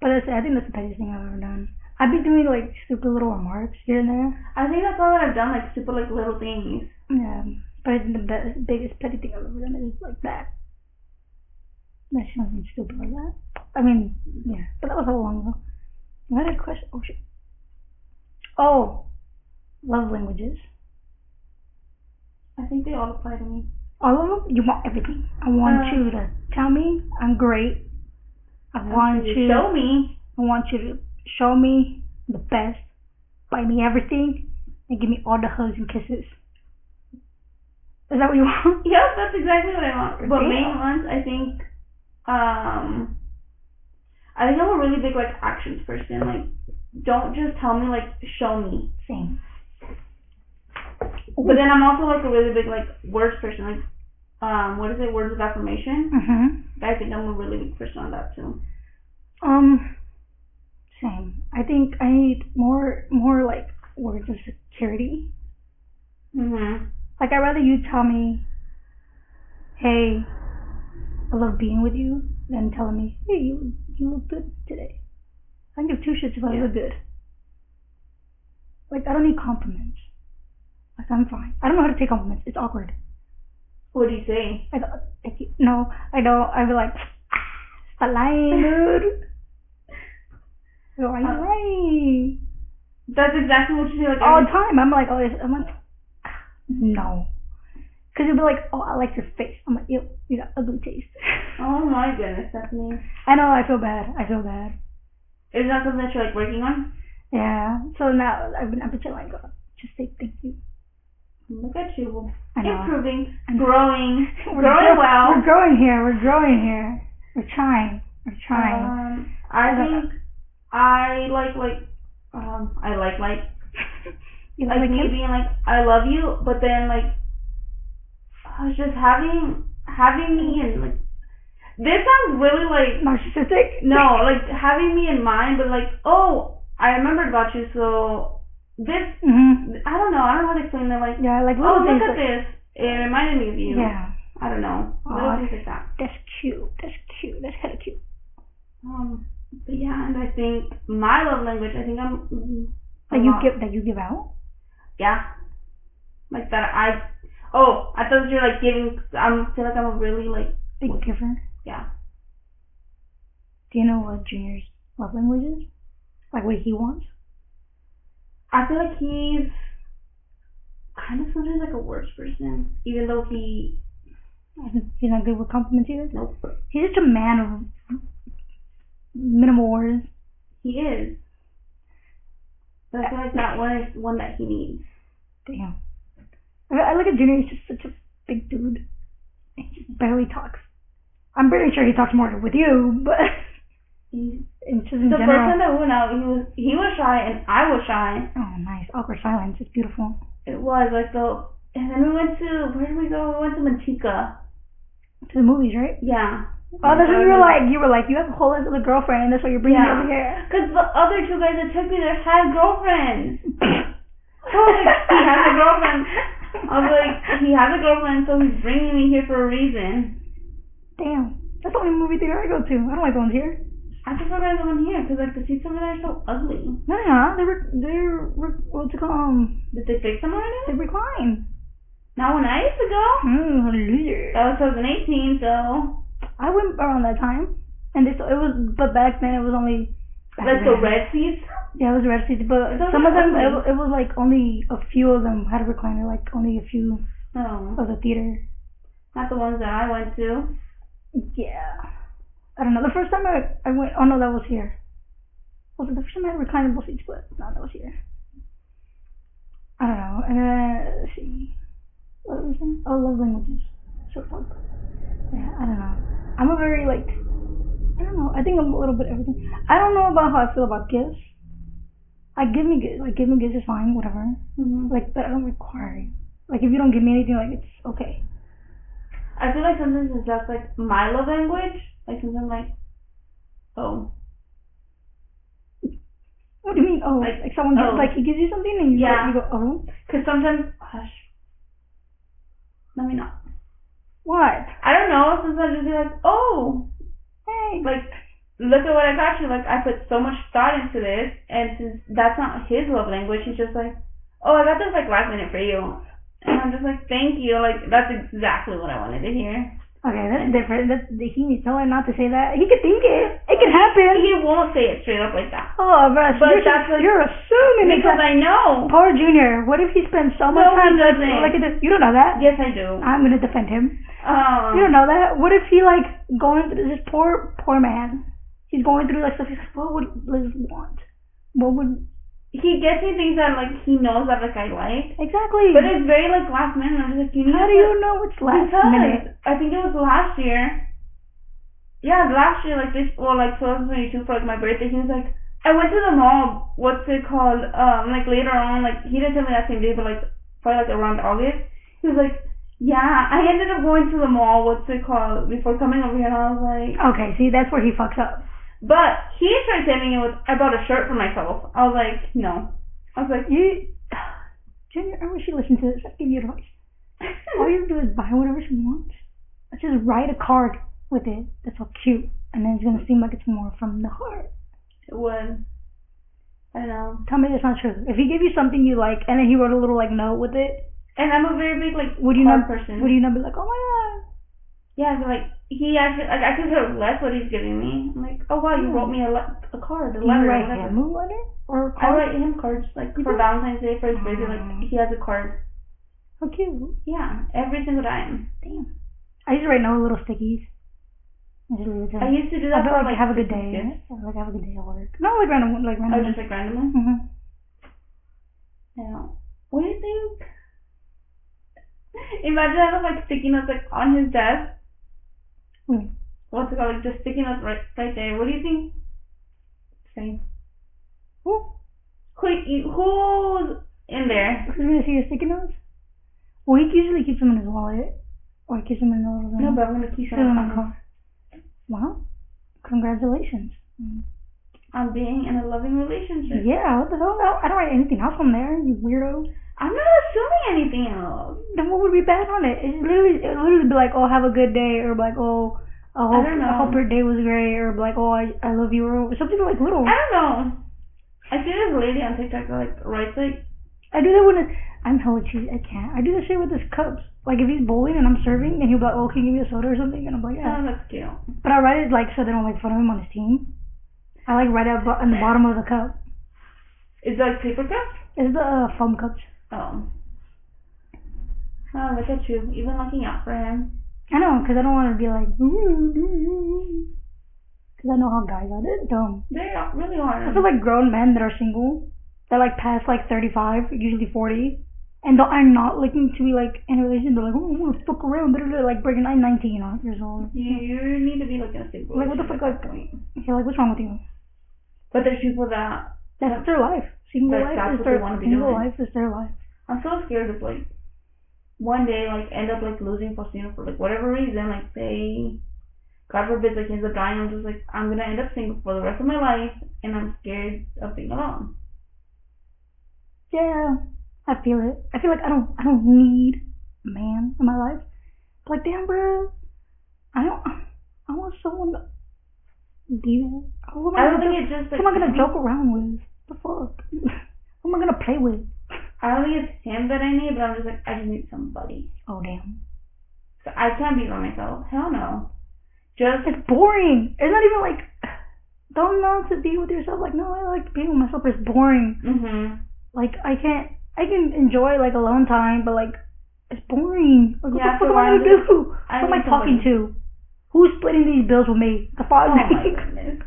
[SPEAKER 1] But that's, I think that's the pettiest thing I've ever done. I've been doing like stupid little remarks here and there.
[SPEAKER 2] I think that's all that I've done, like stupid, like little things.
[SPEAKER 1] Yeah. Um, But I think the best, biggest petty thing I've ever done is like that. That she wasn't stupid like that. I mean, yeah. But that was how long ago. What a question. Oh, shit. Oh, love languages.
[SPEAKER 2] I think they all apply to me.
[SPEAKER 1] All of them? You want everything. I want
[SPEAKER 2] Uh,
[SPEAKER 1] you to tell me I'm great. I want
[SPEAKER 2] Just
[SPEAKER 1] you.
[SPEAKER 2] show me.
[SPEAKER 1] I want you to show me the best, buy me everything, and give me all the hugs and kisses. Is that what you want?
[SPEAKER 2] Yep, that's exactly what I want. But
[SPEAKER 1] Damn.
[SPEAKER 2] main ones, I think, um, I think I'm a really big like actions person. Like, don't just tell me, like, show me.
[SPEAKER 1] Same.
[SPEAKER 2] But then I'm also like a really big like words person. Like, um, what is it? Words of affirmation.
[SPEAKER 1] Mhm.
[SPEAKER 2] I think I'm a really big person on that too.
[SPEAKER 1] Um. Same. I think I need more, more like words of security.
[SPEAKER 2] Mhm.
[SPEAKER 1] Like, I'd rather you tell me, hey, I love being with you, than telling me, hey, you, you look good today. I don't give two shits if I
[SPEAKER 2] Yeah.
[SPEAKER 1] look good. Like, I don't need compliments. Like, I'm fine. I don't know how to take compliments. It's awkward.
[SPEAKER 2] What do you say?
[SPEAKER 1] I go, thank you. No, I don't. I'd be like, stop lying, dude. I go, are you
[SPEAKER 2] Uh,
[SPEAKER 1] lying?
[SPEAKER 2] That's exactly what you say. Like,
[SPEAKER 1] all
[SPEAKER 2] every-
[SPEAKER 1] the time. I'm like, oh, this- I'm like, no. Because you'll be like, oh, I like your face. I'm like, ew, you got ugly taste.
[SPEAKER 2] oh my goodness, Stephanie.
[SPEAKER 1] I know, I feel bad. I feel bad.
[SPEAKER 2] Is that something that you're like working on?
[SPEAKER 1] Yeah. So now I've been, I've been telling like, just say thank you.
[SPEAKER 2] Look at you,
[SPEAKER 1] I know.
[SPEAKER 2] improving,
[SPEAKER 1] I know.
[SPEAKER 2] growing,
[SPEAKER 1] We're
[SPEAKER 2] growing
[SPEAKER 1] grow-
[SPEAKER 2] well.
[SPEAKER 1] We're growing here. We're growing here. We're trying. We're trying.
[SPEAKER 2] Um, I
[SPEAKER 1] Uh,
[SPEAKER 2] think I like like um I like like
[SPEAKER 1] you
[SPEAKER 2] Uh-huh. like me
[SPEAKER 1] him?
[SPEAKER 2] being like I love you, but then like I was just having having me and like this sounds really like
[SPEAKER 1] narcissistic?
[SPEAKER 2] no like having me in mind, but like oh I remembered about you, so this
[SPEAKER 1] hmm
[SPEAKER 2] I don't know I don't know how to explain that like
[SPEAKER 1] Yeah, like
[SPEAKER 2] oh
[SPEAKER 1] little
[SPEAKER 2] look
[SPEAKER 1] things.
[SPEAKER 2] at
[SPEAKER 1] like,
[SPEAKER 2] this it reminded me of you
[SPEAKER 1] Yeah.
[SPEAKER 2] I don't know
[SPEAKER 1] Aw.
[SPEAKER 2] little things like that.
[SPEAKER 1] That's cute. That's cute. That's kind of cute.
[SPEAKER 2] Um, but yeah, and I think my love language, I think I'm. mm, a
[SPEAKER 1] That you
[SPEAKER 2] lot-
[SPEAKER 1] give. That you give out.
[SPEAKER 2] Yeah. Like that I. Oh, I thought you're like giving. I feel like I'm a really like.
[SPEAKER 1] Big
[SPEAKER 2] What?
[SPEAKER 1] giver.
[SPEAKER 2] Yeah.
[SPEAKER 1] Do you know what Junior's love language is? Like what he wants?
[SPEAKER 2] I feel like he's kind of sometimes like a worse person, even though he.
[SPEAKER 1] He's not good with compliments either.
[SPEAKER 2] Nope.
[SPEAKER 1] He's such a man of minimal words.
[SPEAKER 2] He is. But I feel like that one is one that he needs.
[SPEAKER 1] Damn. I, I look at Junior, he's just such a big dude. He just barely talks. I'm pretty sure he talks more with you, but
[SPEAKER 2] He,
[SPEAKER 1] in just in
[SPEAKER 2] the first
[SPEAKER 1] general.
[SPEAKER 2] time that we went out, he was he was shy and I was shy.
[SPEAKER 1] Oh, nice. Awkward silence. It's beautiful.
[SPEAKER 2] It was like the. And then we went to where did we go? We went to Manteca.
[SPEAKER 1] To the movies, right?
[SPEAKER 2] Yeah.
[SPEAKER 1] Oh, that's what you were like. You were like, you have a whole ass other girlfriend, and that's why you're bringing me
[SPEAKER 2] Yeah.
[SPEAKER 1] over here.
[SPEAKER 2] Because the other two guys that took me there had girlfriends. So I was like, Oh, he has a girlfriend. I was like, he has a girlfriend, so he's bringing me here for a reason.
[SPEAKER 1] Damn. That's the only movie theater I go to. I don't like going here.
[SPEAKER 2] I prefer guys over here because like the seats over there are so ugly.
[SPEAKER 1] No, no, no. They were, they were, what's it called? Um,
[SPEAKER 2] Did they fix them
[SPEAKER 1] They
[SPEAKER 2] already?
[SPEAKER 1] recline.
[SPEAKER 2] Not when I used to go.
[SPEAKER 1] Mm, loser.
[SPEAKER 2] That was 2018, so
[SPEAKER 1] I went around that time, and they still, it was, but back then it was only. back
[SPEAKER 2] like the
[SPEAKER 1] then.
[SPEAKER 2] red seats.
[SPEAKER 1] Yeah, it was red seats, but
[SPEAKER 2] Those
[SPEAKER 1] some
[SPEAKER 2] are
[SPEAKER 1] of them, it,
[SPEAKER 2] ugly.
[SPEAKER 1] it was like only a few of them had a recliner, like only a few
[SPEAKER 2] No,
[SPEAKER 1] of the theater.
[SPEAKER 2] not the ones that I went to.
[SPEAKER 1] Yeah. I don't know. The first time I, I went, oh no, that was here. Was it the first time I had reclinable seats? But no, that was here. I don't know. And then let's see, what was it? Oh, love languages. So fuck. Yeah, I don't know. I'm a very like, I don't know. I think I'm a little bit everything. I don't know about how I feel about gifts. Like give me gifts, like give me gifts is fine, whatever.
[SPEAKER 2] Mm-hmm.
[SPEAKER 1] Like, but I don't require it. Like if you don't give me anything, like it's okay.
[SPEAKER 2] I feel like sometimes it's just like my love language. Like sometimes I'm like, oh,
[SPEAKER 1] mean oh?
[SPEAKER 2] Like,
[SPEAKER 1] Like, someone gives,
[SPEAKER 2] oh.
[SPEAKER 1] like he gives you something and you, go-
[SPEAKER 2] Yeah.
[SPEAKER 1] you go oh
[SPEAKER 2] Because sometimes, hush. Let me know.
[SPEAKER 1] what?
[SPEAKER 2] I don't know. Sometimes I'll just be like, oh,
[SPEAKER 1] Hey.
[SPEAKER 2] like, look at what I got you. Like, I put so much thought into this, and since that's not his love language, he's just like, oh, I got this like last minute for you. And I'm just like, thank you. Like, that's exactly what I wanted to hear.
[SPEAKER 1] okay, that's different. That's he needs to learn not to say that. He could think it. It can happen.
[SPEAKER 2] He won't say it straight up like that.
[SPEAKER 1] Oh, bro,
[SPEAKER 2] But
[SPEAKER 1] you're,
[SPEAKER 2] that's like-
[SPEAKER 1] you're assuming
[SPEAKER 2] Because
[SPEAKER 1] because
[SPEAKER 2] I know.
[SPEAKER 1] Poor Junior. What if he spends so much
[SPEAKER 2] No, he
[SPEAKER 1] time like,
[SPEAKER 2] doesn't.
[SPEAKER 1] like this? You don't know that.
[SPEAKER 2] Yes, I do.
[SPEAKER 1] I'm gonna defend him.
[SPEAKER 2] Um,
[SPEAKER 1] You don't know that. What if he like going through this poor poor man? He's going through like stuff. He's like, what would Liz want? What would
[SPEAKER 2] he gets me things that like he knows that like I like,
[SPEAKER 1] exactly?
[SPEAKER 2] but it's very like last minute. I'm just like, you need
[SPEAKER 1] How do
[SPEAKER 2] to-
[SPEAKER 1] you know it's last
[SPEAKER 2] because
[SPEAKER 1] minute?
[SPEAKER 2] I think it was last year. Yeah, last year, like this, well, like 2022 for like my birthday, he was like, I went to the mall. What's it called? Um, like later on, like he didn't tell me that same day, but like probably like around August, he was like, Yeah, I ended up going to the mall. What's it called? Before coming over here, and I was like,
[SPEAKER 1] Okay, see that's where he fucks up.
[SPEAKER 2] But he tried sending it with, I bought a shirt for myself. I was like, No. I was like,
[SPEAKER 1] You, Junior, I wish you listened to this. I'd give you advice. All you do is buy whatever she wants. Let's just write a card with it that's all cute, and then it's gonna seem like it's more from the heart.
[SPEAKER 2] It would. I know.
[SPEAKER 1] Tell me that's not true. If he gave you something you like, and then he wrote a little like note with it,
[SPEAKER 2] And I'm a very big like
[SPEAKER 1] would you
[SPEAKER 2] card
[SPEAKER 1] not?
[SPEAKER 2] person.
[SPEAKER 1] Would you not be like, oh my god?
[SPEAKER 2] yeah, but like he actually like I could have left what he's giving me. I'm like, oh wow, you wrote me a, le- a card, a
[SPEAKER 1] Do Hmm. you
[SPEAKER 2] letter,
[SPEAKER 1] write
[SPEAKER 2] whatever.
[SPEAKER 1] him a letter or a
[SPEAKER 2] I
[SPEAKER 1] card?
[SPEAKER 2] write him cards like
[SPEAKER 1] You
[SPEAKER 2] for
[SPEAKER 1] do?
[SPEAKER 2] Valentine's Day, for his birthday.
[SPEAKER 1] Hmm.
[SPEAKER 2] Like he has a card.
[SPEAKER 1] How cute.
[SPEAKER 2] Yeah, every single time.
[SPEAKER 1] Damn. I used to write no little stickies. I just leave it to
[SPEAKER 2] I
[SPEAKER 1] him.
[SPEAKER 2] used to do
[SPEAKER 1] Hmm. I
[SPEAKER 2] that
[SPEAKER 1] feel
[SPEAKER 2] for
[SPEAKER 1] like, have a good
[SPEAKER 2] Christmas
[SPEAKER 1] day.
[SPEAKER 2] gifts.
[SPEAKER 1] Or, like have a good day at work. No, like random, like
[SPEAKER 2] Oh,
[SPEAKER 1] random.
[SPEAKER 2] just like randomly.
[SPEAKER 1] hmm
[SPEAKER 2] Yeah. What do you think? Imagine having like sticky notes like on his desk.
[SPEAKER 1] Mm.
[SPEAKER 2] What's it called? Like just sticky notes right right there. What do you think? Same.
[SPEAKER 1] Ooh,
[SPEAKER 2] Who you- who's in there?
[SPEAKER 1] who's gonna see your sticky notes? Well, he usually keeps them in his wallet, or he keeps them in a little thing.
[SPEAKER 2] No, but I'm gonna keep
[SPEAKER 1] Keeps
[SPEAKER 2] it
[SPEAKER 1] them in the
[SPEAKER 2] on,
[SPEAKER 1] car. Wow, congratulations.
[SPEAKER 2] Mm-hmm. on being in a loving relationship.
[SPEAKER 1] Yeah, what the hell? I don't- I don't write anything else on there, you weirdo.
[SPEAKER 2] I'm not assuming anything else.
[SPEAKER 1] Then what would be bad on it? It literally, it would literally be like, oh, have a good day, or be like, oh, I hope,
[SPEAKER 2] don't know.
[SPEAKER 1] I hope your day was great, or be like, oh, I, I love you, or something like little.
[SPEAKER 2] I don't know. I see this lady on TikTok that like writes like
[SPEAKER 1] I do that when it, I'm hella cheesy. I can't. I do this shit with his cups. Like if he's bowling and I'm serving, and he'll be like, "Oh, can you give me a soda or something?" And I'm like, ah, "Yeah."
[SPEAKER 2] oh that's cute.
[SPEAKER 1] But I write it like so they don't make fun of him on his team. I like write it abo- on the bottom of the cup.
[SPEAKER 2] Is that like paper cup?
[SPEAKER 1] It's the uh, foam cups.
[SPEAKER 2] Oh. Oh, look at you. Even looking out for him.
[SPEAKER 1] I know, cause I don't want to be like, cause I know how guys are. They're dumb.
[SPEAKER 2] They are- really
[SPEAKER 1] I
[SPEAKER 2] are.
[SPEAKER 1] feel like grown men that are single, they're like past like 35, usually 40, and they are not looking to be like in a relationship. They're like, oh, I want to fuck around. They're like breaking. I'm 19 on- years old.
[SPEAKER 2] you, you need to be like in a stable
[SPEAKER 1] Like, what the fuck,
[SPEAKER 2] relationship at
[SPEAKER 1] like-
[SPEAKER 2] that point.
[SPEAKER 1] You're like, what's wrong with you?
[SPEAKER 2] But there's people that
[SPEAKER 1] That's their life. Single
[SPEAKER 2] Like,
[SPEAKER 1] life
[SPEAKER 2] that's
[SPEAKER 1] is
[SPEAKER 2] what
[SPEAKER 1] their
[SPEAKER 2] they wanna be
[SPEAKER 1] single
[SPEAKER 2] doing.
[SPEAKER 1] life is their life.
[SPEAKER 2] I'm so scared of like one day like end up like losing Faustino for like whatever reason. Like say, God forbid, like he ends up dying. I'm just like I'm gonna end up single for the rest of my life, and I'm scared of being alone.
[SPEAKER 1] Yeah, I feel it. I feel like I don't I don't need a man in my life. But like damn, bro, I don't. I want someone to be there. Who am
[SPEAKER 2] I don't
[SPEAKER 1] gonna
[SPEAKER 2] think it's just
[SPEAKER 1] joke-
[SPEAKER 2] like
[SPEAKER 1] who am I gonna joke around with? The fuck? who am I gonna play with?
[SPEAKER 2] I don't think it's him that I need, but I'm just like I just need somebody.
[SPEAKER 1] Oh damn,
[SPEAKER 2] So I can't be by myself. Hell no. Just
[SPEAKER 1] it's boring. It's not even like don't know to be with yourself. Like no, I like being with myself. It's boring.
[SPEAKER 2] mhm.
[SPEAKER 1] Like I can't. I can enjoy like alone time, but like it's boring. Like what the
[SPEAKER 2] Yeah,
[SPEAKER 1] fuck
[SPEAKER 2] so
[SPEAKER 1] am I
[SPEAKER 2] why
[SPEAKER 1] gonna
[SPEAKER 2] do-
[SPEAKER 1] do?
[SPEAKER 2] I
[SPEAKER 1] Who am I
[SPEAKER 2] need
[SPEAKER 1] talking to? Who's splitting these bills with me? The fuck?
[SPEAKER 2] Oh my goodness.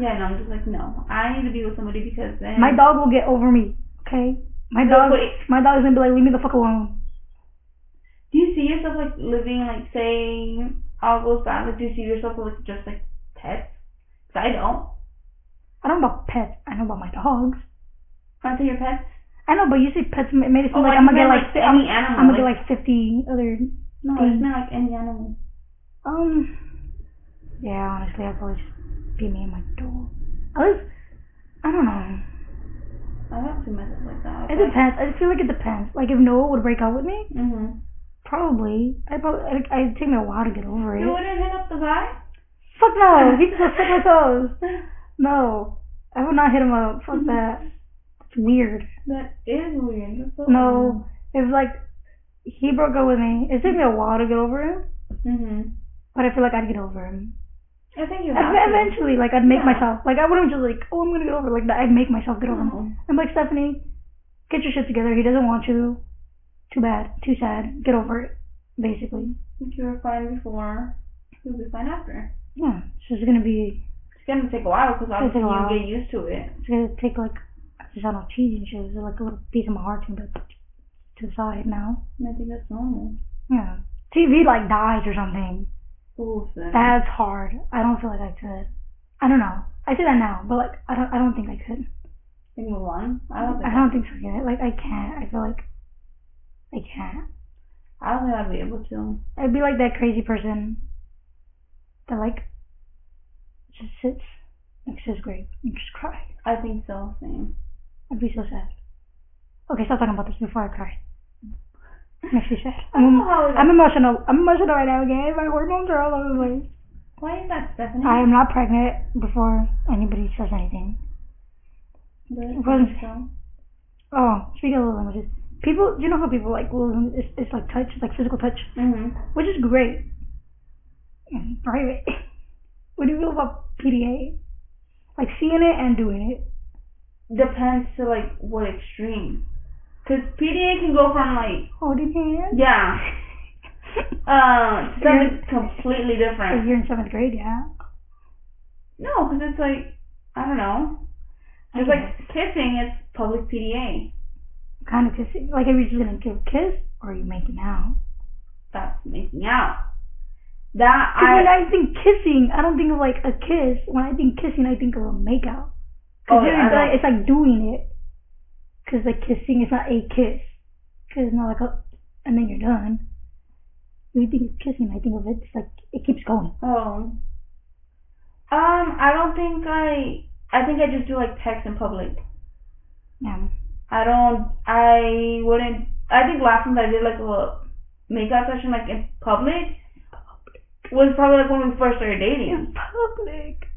[SPEAKER 2] Yeah, no, I'm just like no. I need to be with somebody because then
[SPEAKER 1] My dog will get over me. Okay. My
[SPEAKER 2] Real
[SPEAKER 1] dog.
[SPEAKER 2] quick.
[SPEAKER 1] My dog's gonna be like, leave me the fuck alone.
[SPEAKER 2] Do you see yourself like living like say all goes bad? Like do you see yourself with just like pets? 'Cause I don't.
[SPEAKER 1] I don't know about pets. I know about my dogs.
[SPEAKER 2] Aren't they your pets?
[SPEAKER 1] I know, but you say pets it made it seem
[SPEAKER 2] Oh,
[SPEAKER 1] like
[SPEAKER 2] I
[SPEAKER 1] I'm gonna
[SPEAKER 2] meant,
[SPEAKER 1] get
[SPEAKER 2] like,
[SPEAKER 1] like, fi-
[SPEAKER 2] any
[SPEAKER 1] I'm,
[SPEAKER 2] animal,
[SPEAKER 1] I'm gonna
[SPEAKER 2] like-
[SPEAKER 1] get like 50 other.
[SPEAKER 2] No, I just meant like any animal.
[SPEAKER 1] Um. Yeah, honestly, I'd probably just be me and my dog. At least, I don't know.
[SPEAKER 2] commitment like that.
[SPEAKER 1] It depends. I feel like it depends. Like if Noah would break up with me,
[SPEAKER 2] Mm-hmm.
[SPEAKER 1] probably. I probably. I'd, I'd take me a while to get over it.
[SPEAKER 2] You wouldn't hit up the guy?
[SPEAKER 1] Fuck no. He can go suck my toes. No, I would not hit him up. Fuck that. It's weird.
[SPEAKER 2] That is weird. That's so
[SPEAKER 1] No, if like he broke up with me, it took me a while to get over him,
[SPEAKER 2] Mm-hmm.
[SPEAKER 1] but I feel like I'd get over him.
[SPEAKER 2] I think you have
[SPEAKER 1] Ev- Eventually, like I'd make
[SPEAKER 2] Yeah.
[SPEAKER 1] myself. Like I wouldn't just like, oh, I'm gonna get over. it. Like that, I'd make myself get
[SPEAKER 2] to.
[SPEAKER 1] over him.
[SPEAKER 2] No.
[SPEAKER 1] I'm like Stephanie, get your shit together. He doesn't want you. Too bad. Too sad. Get over it. Basically,
[SPEAKER 2] If you were fine before, you'll be fine after.
[SPEAKER 1] yeah. It's just gonna be.
[SPEAKER 2] It's gonna take a while because
[SPEAKER 1] gonna take a
[SPEAKER 2] obviously you
[SPEAKER 1] while.
[SPEAKER 2] get used to it.
[SPEAKER 1] It's gonna take like. I just don't know cheese and shit. It's like a little piece of my heart to go to the side now.
[SPEAKER 2] And I think that's normal.
[SPEAKER 1] Yeah. TV like dies or something.
[SPEAKER 2] Ooh, then.
[SPEAKER 1] That's hard. I don't feel like I could. I don't know. I say that now, but like I don't. I don't think I could.
[SPEAKER 2] Think move on. I don't think.
[SPEAKER 1] I don't think so yet. Like I can't. I feel like I can't.
[SPEAKER 2] I don't think I'd be able to.
[SPEAKER 1] I'd be like that crazy person that like just sits next to his grave and just cry.
[SPEAKER 2] I think so. Same.
[SPEAKER 1] I'd be so sad. Okay, stop talking about this before I cry. Makes me sad. I'm,
[SPEAKER 2] how
[SPEAKER 1] Um,
[SPEAKER 2] it-
[SPEAKER 1] I'm emotional. I'm emotional right now, okay? My hormones are all over the place.
[SPEAKER 2] Why is that, Stephanie?
[SPEAKER 1] I am not pregnant before anybody says anything.
[SPEAKER 2] Really?
[SPEAKER 1] Well-
[SPEAKER 2] So,
[SPEAKER 1] Oh, speaking of love languages, people, you know how people like love languages- it's, it's like touch, it's like physical touch,
[SPEAKER 2] Mhm.
[SPEAKER 1] which is great. And private. what do you feel about PDA? Like seeing it and doing it.
[SPEAKER 2] Depends to like what extreme. Cause PDA can go from like
[SPEAKER 1] Holding hands.
[SPEAKER 2] yeah, uh, to something completely
[SPEAKER 1] If
[SPEAKER 2] different.
[SPEAKER 1] you're in seventh grade, yeah.
[SPEAKER 2] No, cause it's like I don't know. It's like kissing. It's public PDA.
[SPEAKER 1] kind of kissing. Like, are you just gonna give a kiss or are you making out?
[SPEAKER 2] That's making out. That
[SPEAKER 1] 'Cause when
[SPEAKER 2] I
[SPEAKER 1] I think kissing, I don't think of like a kiss. When I think kissing, I think of a makeout.
[SPEAKER 2] Oh,
[SPEAKER 1] Cause
[SPEAKER 2] yeah, I
[SPEAKER 1] it's, like,
[SPEAKER 2] know.
[SPEAKER 1] it's like doing it. Cause like kissing is not a kiss. Cause it's not like a, and then you're done. When you think of kissing, I think of it. It's like it keeps going.
[SPEAKER 2] oh. Um, I don't think I. I think I just do like text in public.
[SPEAKER 1] Yeah.
[SPEAKER 2] I don't. I wouldn't. I think last time I did like a makeup session like in public was probably like when we first started dating.
[SPEAKER 1] In public.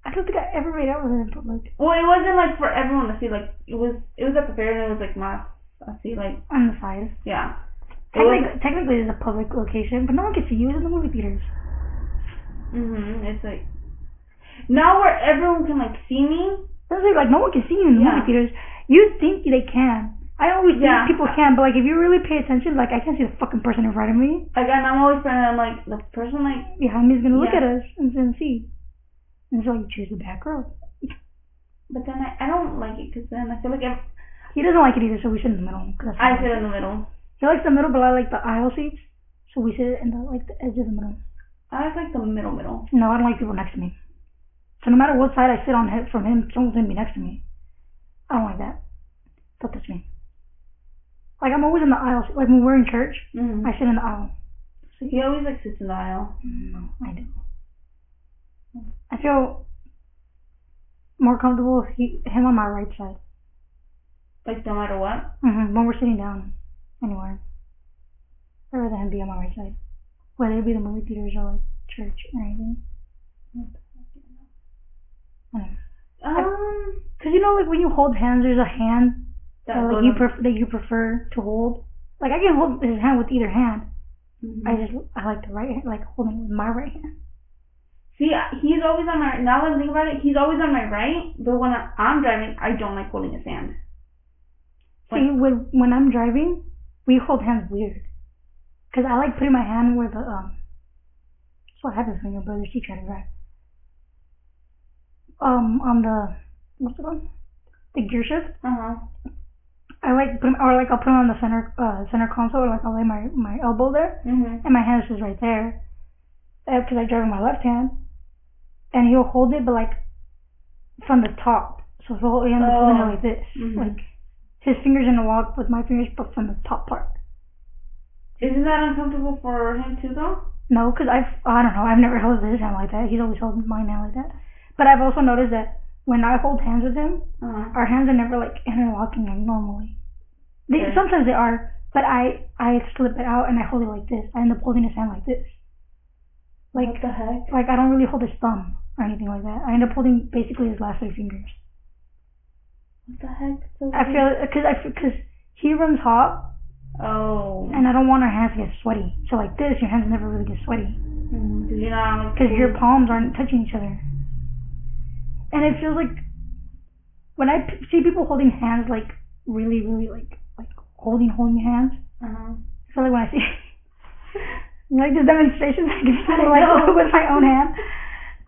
[SPEAKER 1] I don't think I ever made out with her in public.
[SPEAKER 2] Well, it wasn't like for everyone to see. Like it was. It was at the fair and it was like mass. I see. Like
[SPEAKER 1] On the side.
[SPEAKER 2] yeah. It was.
[SPEAKER 1] Technically, technically, it's a public location, but no one can see you. It's in the movie theaters.
[SPEAKER 2] Mhm. It's like now where everyone can like see me.
[SPEAKER 1] That's like, like no one can see you in the
[SPEAKER 2] Yeah.
[SPEAKER 1] movie theaters. You think they can. I always think
[SPEAKER 2] Yeah.
[SPEAKER 1] people can, but like if you really pay attention, like I can't see the fucking person in front of me.
[SPEAKER 2] Like and I'm always praying. I'm like the person like
[SPEAKER 1] Behind me is gonna look
[SPEAKER 2] Yeah.
[SPEAKER 1] at us and then see. And so you choose the back row.
[SPEAKER 2] but then I, I don't like it because then I feel like ev-
[SPEAKER 1] He doesn't like it either, so we sit in the middle. 'cause that's
[SPEAKER 2] I
[SPEAKER 1] what
[SPEAKER 2] sit in the middle.
[SPEAKER 1] He likes the middle, but I like the aisle seats, so we sit in the like the edge of the middle.
[SPEAKER 2] I like like the middle middle.
[SPEAKER 1] No, I don't like people next to me. So no matter what side I sit on him, from him, someone's gonna be next to me. I don't like that. Don't touch me. Like I'm always in the aisle. seat. Like when we're in church,
[SPEAKER 2] Mm-hmm.
[SPEAKER 1] I sit in the aisle.
[SPEAKER 2] He always like sits in the aisle.
[SPEAKER 1] No, I do. I feel more comfortable with he, him on my right side
[SPEAKER 2] Like no matter what.
[SPEAKER 1] hmm when we're sitting down anywhere. I'd rather him be on my right side, whether it be the movie theaters or like church or anything.
[SPEAKER 2] Um,
[SPEAKER 1] Cause you know, like when you hold hands, there's a hand
[SPEAKER 2] that
[SPEAKER 1] that like
[SPEAKER 2] goes
[SPEAKER 1] you
[SPEAKER 2] on-
[SPEAKER 1] pref- that you prefer to hold. Like I can hold his hand with either hand.
[SPEAKER 2] Mhm.
[SPEAKER 1] I just I like the right hand, like holding it with my right hand.
[SPEAKER 2] see. He's always on my. Now that I think about it, he's always on my right. But when I, I'm driving, I don't like holding his hand. Like-
[SPEAKER 1] See, when when I'm driving, we hold hands weird. Cause I like putting my hand where the um. That's what happens when your brother she try to drive. Um, on the what's it called? The gear shift.
[SPEAKER 2] Uh huh.
[SPEAKER 1] I like put 'em- or like I'll put 'em on the center uh center console. Or like I'll lay my my elbow there,
[SPEAKER 2] Mhm.
[SPEAKER 1] and my hand is just right there. Because I drive with my left hand, and he'll hold it, but like from the top. So he'll end up holding it
[SPEAKER 2] Oh.
[SPEAKER 1] like this,
[SPEAKER 2] Mhm.
[SPEAKER 1] like his fingers in the walk with my fingers, but from the top part.
[SPEAKER 2] Isn't that uncomfortable for him too, though?
[SPEAKER 1] No, because I've I don't know I've never held his hand like that. He's always held mine hand like that. But I've also noticed that when I hold hands with him,
[SPEAKER 2] Uh-huh.
[SPEAKER 1] our hands are never like interlocking like normally. They,
[SPEAKER 2] Okay.
[SPEAKER 1] Sometimes they are, but I I slip it out and I hold it like this. I end up holding his hand like this. Like
[SPEAKER 2] what the heck?
[SPEAKER 1] like I don't really hold his thumb or anything like that. I end up holding basically his last three fingers.
[SPEAKER 2] What the heck? So
[SPEAKER 1] I feel because I because he runs hot
[SPEAKER 2] Oh.
[SPEAKER 1] and I don't want our hands to get sweaty. So like this, your hands never really get sweaty
[SPEAKER 2] Because Mm-hmm. you're not like.
[SPEAKER 1] because your
[SPEAKER 2] cool.
[SPEAKER 1] palms aren't touching each other. And it feels like when I p- see people holding hands like really really like like holding holding hands.
[SPEAKER 2] Uh-huh.
[SPEAKER 1] I feel like when I see like the demonstrations I give
[SPEAKER 2] I
[SPEAKER 1] people like
[SPEAKER 2] know.
[SPEAKER 1] with my own hand.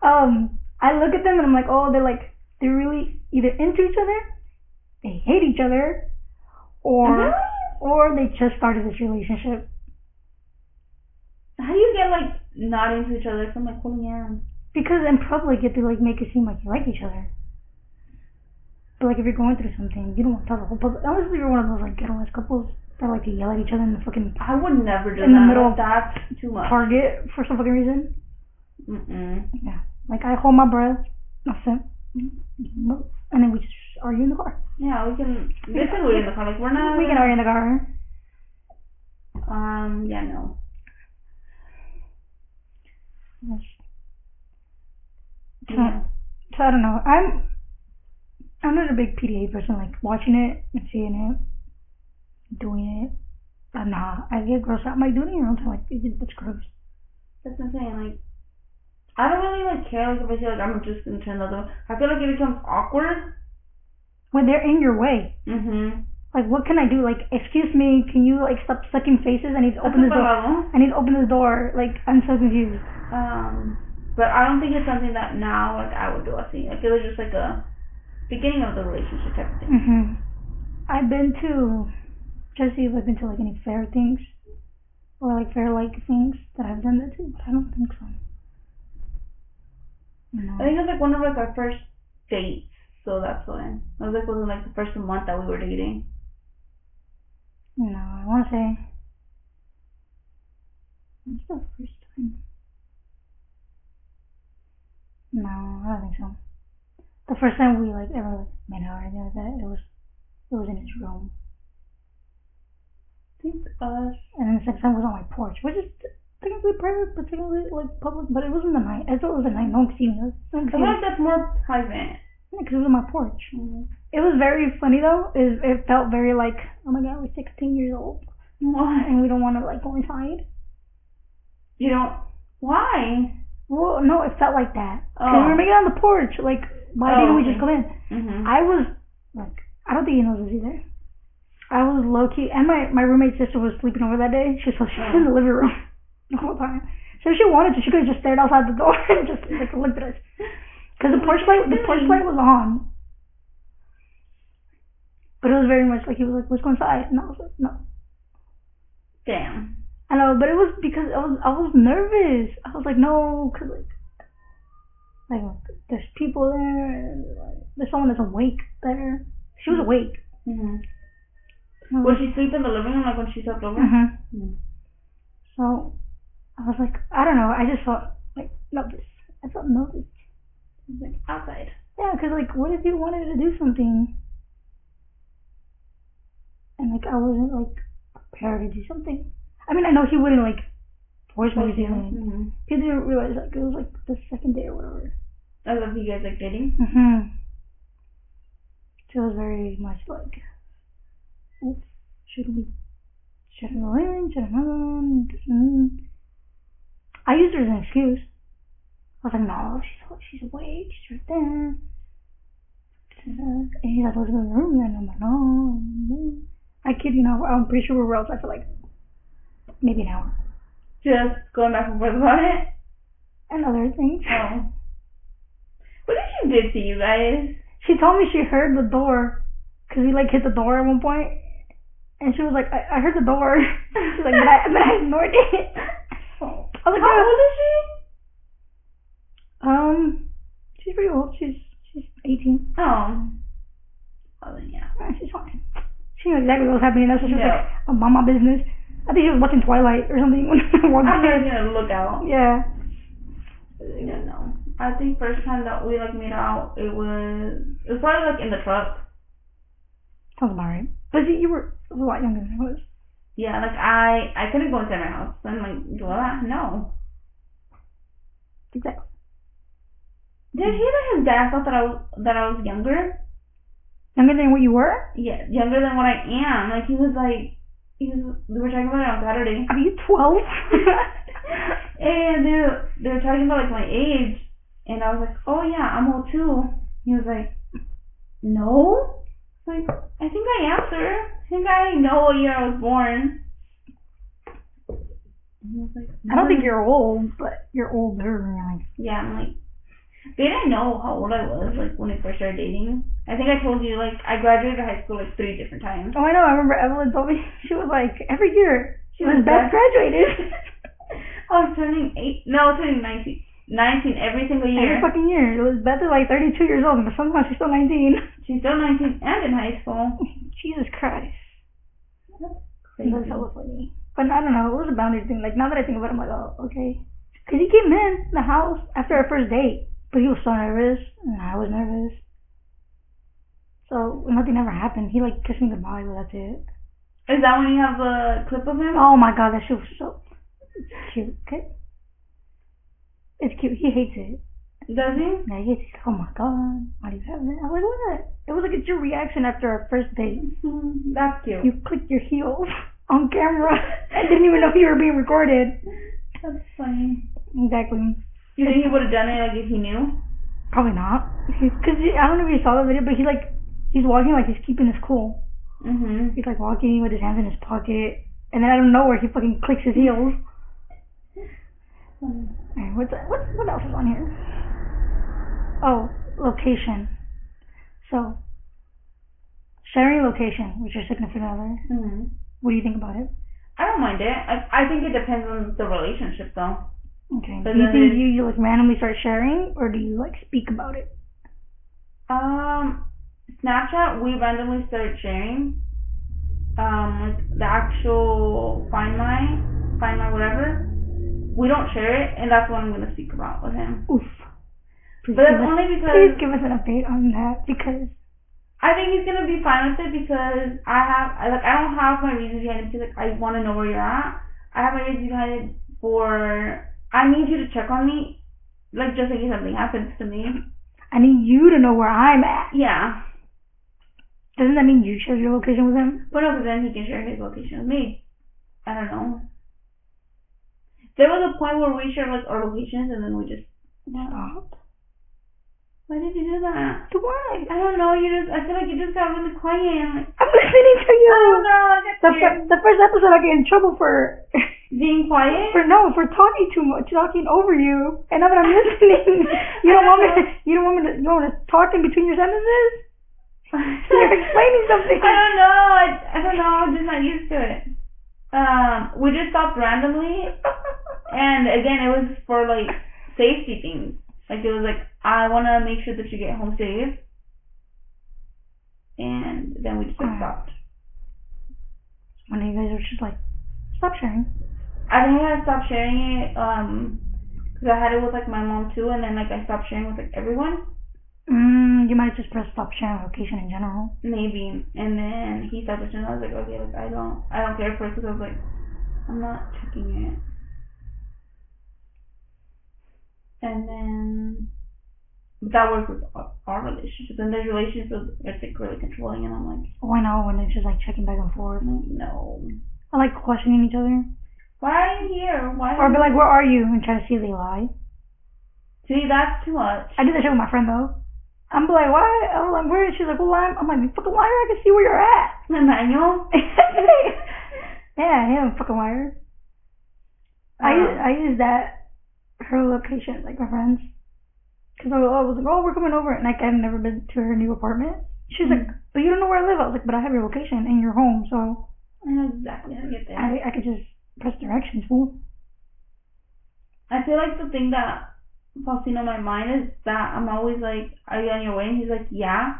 [SPEAKER 1] Um, I look at them and I'm like, oh, they're like they're really either into each other, they hate each other, or
[SPEAKER 2] Really?
[SPEAKER 1] or they just started this relationship.
[SPEAKER 2] How do you get like not into each other from like holding hands?
[SPEAKER 1] Because in public you have to like make it seem like you like each other. But like if you're going through something, you don't want to tell the whole public. Unless you're one of those like ghetto ass couples that like to yell at each other in the fucking
[SPEAKER 2] I would never do
[SPEAKER 1] In the
[SPEAKER 2] that.
[SPEAKER 1] middle of-
[SPEAKER 2] that's too much.
[SPEAKER 1] Target for some fucking reason.
[SPEAKER 2] Mm-mm.
[SPEAKER 1] Yeah. Like I hold my breath. That's it. And then we just argue in the car.
[SPEAKER 2] Yeah, we can. They can wait in the car. Like we're not.
[SPEAKER 1] We can argue in the car.
[SPEAKER 2] Um. Yeah. No.
[SPEAKER 1] Yes. So,
[SPEAKER 2] Yeah.
[SPEAKER 1] so I don't know. I'm I'm not a big PDA person. Like watching it and seeing it, doing it. But nah, I get grossed out. I'm like doing it in your own time. Like it just, that's gross.
[SPEAKER 2] That's what I'm saying. Like, I don't really like care. Like if I feel like I'm just gonna turn the other. way. I feel like it becomes awkward.
[SPEAKER 1] When they're in your way.
[SPEAKER 2] Mm-hmm.
[SPEAKER 1] Like what can I do? Like excuse me, can you like stop sucking faces? I need to open this door. I need to open this door. Like I'm so confused.
[SPEAKER 2] Um. But I don't think it's something that now like I would do. I think like it was just like a beginning of the relationship type of thing.
[SPEAKER 1] hmm I've been to, just see if I've been to like any fair things or like fair like things that I've done that to, but I don't think so. No.
[SPEAKER 2] I think it was like one of like our first dates, so that's why. I was like within like the first month that we were dating.
[SPEAKER 1] No, I want to say. It's the first time. No, I don't think so. The first time we like ever like met out or anything like that, it was it was in his room,
[SPEAKER 2] I think us.
[SPEAKER 1] and then the second time was on my porch, which is technically private, but technically like public. But it wasn't the night. I thought it was the night. No one could see me. No one
[SPEAKER 2] I
[SPEAKER 1] could
[SPEAKER 2] feel
[SPEAKER 1] see me.
[SPEAKER 2] like that's more private.
[SPEAKER 1] because it was on my porch. It was very funny though. It, it felt very like, oh my god, we're 16 years old
[SPEAKER 2] Why?
[SPEAKER 1] and we don't want to like go inside.
[SPEAKER 2] You don't. Why?
[SPEAKER 1] Well, no, it felt like that. 'Cause
[SPEAKER 2] Oh.
[SPEAKER 1] we were making out on the porch. Like, why
[SPEAKER 2] Oh,
[SPEAKER 1] didn't we
[SPEAKER 2] okay.
[SPEAKER 1] just come in?
[SPEAKER 2] Mm-hmm.
[SPEAKER 1] I was like, I don't think he knows this either. I was low key, and my my roommate's sister was sleeping over that day. She so she was in the living room the whole time. So if she wanted to, she could have just stared outside the door and just like looked at us. Because the porch light, the porch light was on. But it was very much like he was like, "Let's go inside," and I was like, "No."
[SPEAKER 2] Damn.
[SPEAKER 1] I know, but it was because I was I was nervous. I was like, "No," because like, like there's people there, and like, there's someone that's awake there. She was awake.
[SPEAKER 2] Mm-hmm.
[SPEAKER 1] And I was
[SPEAKER 2] Would she sleep in the living room like when she slept over?
[SPEAKER 1] Mhm.
[SPEAKER 2] Mm.
[SPEAKER 1] So I was like, I don't know. I just felt like nervous. I felt nervous.
[SPEAKER 2] She's, Like outside.
[SPEAKER 1] Yeah, 'cause like, what if you wanted to do something? And like, I wasn't like prepared to do something. I mean, I know he wouldn't like force me to do anything.
[SPEAKER 2] Mm-hmm.
[SPEAKER 1] He didn't realize like it was like the second day or whatever.
[SPEAKER 2] I love you guys like dating.
[SPEAKER 1] Mhm. So it was very much like, oops, should we, should I go in? Should I not go in? Mm. I used her as an excuse. I was like, no, she's she's awake, she's right there. And he's like, let's go in the room. And I'm like, no, no. I kid you know, I'm pretty sure we were outside for like maybe an hour
[SPEAKER 2] Just going back and forth about it.
[SPEAKER 1] and other things.
[SPEAKER 2] Oh. What did she do to you guys?
[SPEAKER 1] She told me she heard the door because we like hit the door at one point, and she was like, "I, I heard the door." She's like, "But I, but I ignored it."
[SPEAKER 2] Oh.
[SPEAKER 1] I was like,
[SPEAKER 2] How
[SPEAKER 1] "Yeah."
[SPEAKER 2] old is she?
[SPEAKER 1] Um, she's pretty old. She's she's 18.
[SPEAKER 2] Oh. Oh, then yeah.
[SPEAKER 1] Uh, she's fine. She knew exactly what was happening. That's why she was
[SPEAKER 2] Yeah.
[SPEAKER 1] like, "Oh, mind my business." I think she was watching Twilight or something when I walked
[SPEAKER 2] I'm
[SPEAKER 1] in.
[SPEAKER 2] not gonna look out.
[SPEAKER 1] Yeah.
[SPEAKER 2] No, no. I I think first time that we like made out, it was it was probably like in the truck.
[SPEAKER 1] Sounds about right. But see, you were a lot younger than I was.
[SPEAKER 2] Yeah, like I I couldn't go inside my house. I'm like, do I? No.
[SPEAKER 1] Exactly.
[SPEAKER 2] Did he that his dad thought that I was that I was younger?
[SPEAKER 1] Younger than what you were?
[SPEAKER 2] Yeah, younger than what I am. Like he was like he was, we were talking about it on Saturday.
[SPEAKER 1] Are you 12?
[SPEAKER 2] and they were, they were talking about like my age, and I was like, oh yeah, I'm old too. He was like, no. I was Like I think I am, sir. I think I know what year I was born. And he was like,
[SPEAKER 1] I don't
[SPEAKER 2] "No."
[SPEAKER 1] think you're old, but you're older. Like,
[SPEAKER 2] Yeah, I'm like, they didn't know how old I was like when I first started dating. I think I told you like I graduated high school like three different times.
[SPEAKER 1] oh, I know. I remember Evelyn told me she was like every year she was
[SPEAKER 2] was
[SPEAKER 1] best
[SPEAKER 2] best-
[SPEAKER 1] graduated.
[SPEAKER 2] I was turning eight, no, I was turning 19, 19 every single year.
[SPEAKER 1] Every fucking year. Elizabeth is like 32 years old, but somehow she's still 19.
[SPEAKER 2] She's still 19 and in high school.
[SPEAKER 1] Jesus Christ. Mm.
[SPEAKER 2] Crazy.
[SPEAKER 1] That's so funny. But I don't know. It was a boundary thing. Like now that I think about it, I'm like, oh, okay. Because he came in the house after our first date, but he was so nervous, and I was nervous. So nothing ever happened. He like kissed me goodbye, but that's it.
[SPEAKER 2] Is that when you have the clip of him?
[SPEAKER 1] Oh my god, that shit was so cute. Okay. It's cute. He hates it.
[SPEAKER 2] Does he?
[SPEAKER 1] Yeah, he hates it. He's like, Oh my god, why do you have it? I was like, what? It was like it's your reaction after our first date.
[SPEAKER 2] That's cute.
[SPEAKER 1] Mm-hmm. You clicked your heels on camera. I didn't even know you were being recorded.
[SPEAKER 2] That's funny.
[SPEAKER 1] Exactly.
[SPEAKER 2] You think he would have done it like if he knew?
[SPEAKER 1] Probably not. Because I don't know if you saw the video, but he like he's walking like he's keeping his cool.
[SPEAKER 2] Mhm.
[SPEAKER 1] He's like walking with his hands in his pocket, and then out of nowhere he fucking clicks his heels. Alright, what's what's what else is on here? Oh, location. So sharing location with your significant other.
[SPEAKER 2] Mhm.
[SPEAKER 1] What do you think about it?
[SPEAKER 2] I don't mind it. I, I think it depends on the relationship though.
[SPEAKER 1] Okay.
[SPEAKER 2] But
[SPEAKER 1] Do you
[SPEAKER 2] then
[SPEAKER 1] think
[SPEAKER 2] it-
[SPEAKER 1] you, you like randomly start sharing, or do you like speak about it?
[SPEAKER 2] Um, Snapchat, we randomly started sharing. Um, like the actual find my, find my whatever. We don't share it, and that's what I'm gonna speak about with him.
[SPEAKER 1] Oof. Please
[SPEAKER 2] But
[SPEAKER 1] give
[SPEAKER 2] that's
[SPEAKER 1] us-
[SPEAKER 2] only
[SPEAKER 1] Please
[SPEAKER 2] because
[SPEAKER 1] give us an update on that because
[SPEAKER 2] I think he's gonna be fine with it because I have, I like, I don't have my reasons behind it because like, I want to know where you're at. I have my reasons behind it for I need you to check on me, like just in case something happens to me.
[SPEAKER 1] I need you to know where I'm at.
[SPEAKER 2] Yeah,
[SPEAKER 1] Doesn't that mean you share your location with him?
[SPEAKER 2] But no, because then he can share his location with me. I don't know. There was a point where we shared like our locations and then we just
[SPEAKER 1] Stop.
[SPEAKER 2] why did you do that?
[SPEAKER 1] Why?
[SPEAKER 2] I don't know, you just I feel like you just got really quiet and like
[SPEAKER 1] I'm listening to you.
[SPEAKER 2] I don't know, I
[SPEAKER 1] The,
[SPEAKER 2] got scared.
[SPEAKER 1] fir- the first episode, I get in trouble for
[SPEAKER 2] being quiet.
[SPEAKER 1] for no for talking too much, talking over you, and now that I'm listening, you don't want me to you don't want me to you don't want to talk in between your sentences. You're explaining something.
[SPEAKER 2] I don't know. I, I don't know, I'm just not used to it. Um we just stopped randomly and again it was for like safety things. Like it was like I wanna make sure that you get home safe and then we just like, stopped.
[SPEAKER 1] One of you guys was just like, stop sharing.
[SPEAKER 2] I think I stopped sharing it, um 'cause I had it with like my mom too, and then like I stopped sharing with like everyone,
[SPEAKER 1] Mm, you might just press stop sharing location in general.
[SPEAKER 2] maybe. And then he stopped sharing. I was like, okay, like I don't, I don't care for it 'cause I was like, I'm not checking it. And then that works with our, our relationship. And there's relationships where it's like really controlling, and I'm like,
[SPEAKER 1] Oh, I know when it's just like checking back and forth.
[SPEAKER 2] I'm like, no.
[SPEAKER 1] I like questioning each other,
[SPEAKER 2] Why are you here? Why?
[SPEAKER 1] or
[SPEAKER 2] Are
[SPEAKER 1] be
[SPEAKER 2] you...
[SPEAKER 1] like, where are you, and try to see if they lie.
[SPEAKER 2] See, that's too much.
[SPEAKER 1] I do that shit with my friend though. I'm like, why? I'm like, where? She's like, well, I'm. I'm like, you fucking liar! I can see where you're at.
[SPEAKER 2] Emmanuel.
[SPEAKER 1] yeah, him, fucking liar. I
[SPEAKER 2] Uh.
[SPEAKER 1] use, I use that her location like my friends, because I was I was like, oh, we're coming over, and like I've never been to her new apartment. She's like,
[SPEAKER 2] Mhm.
[SPEAKER 1] but you don't know where I live. I was like, but I have your location and your home, so
[SPEAKER 2] I know exactly how to get there. I,
[SPEAKER 1] I I could just press directions, fool.
[SPEAKER 2] feel like the thing that pops in on my mind is that I'm always like, Are you on your way? And he's like, Yeah.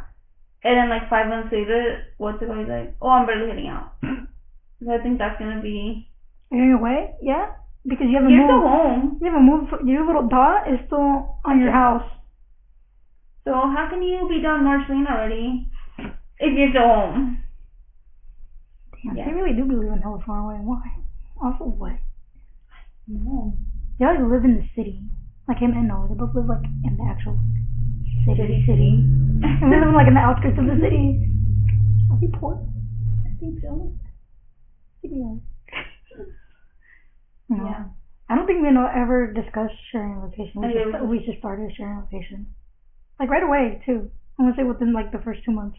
[SPEAKER 2] And then like five months later, what's it called? He's like, Oh, I'm barely heading out. so I think that's gonna be
[SPEAKER 1] Are you on your way? Yeah. because you haven't
[SPEAKER 2] You're still
[SPEAKER 1] moved.
[SPEAKER 2] home.
[SPEAKER 1] You haven't moved. Your little dot is still on your
[SPEAKER 2] Yeah.
[SPEAKER 1] house.
[SPEAKER 2] So how can you be done March Lane already if you're still home?
[SPEAKER 1] Damn,
[SPEAKER 2] Yeah.
[SPEAKER 1] they really do believe in hell is far away. Why? Also, what?
[SPEAKER 2] No.
[SPEAKER 1] They all live in the city. Like him and Noah, they both live like in the actual city,
[SPEAKER 2] City.
[SPEAKER 1] city. And we live like in the outskirts of the city. Are we poor?
[SPEAKER 2] I think so.
[SPEAKER 1] Yeah.
[SPEAKER 2] Yeah.
[SPEAKER 1] I don't think we know ever discussed sharing location. We
[SPEAKER 2] I
[SPEAKER 1] just,
[SPEAKER 2] know.
[SPEAKER 1] we just started sharing location. Like right away too. I want to say within like the first two months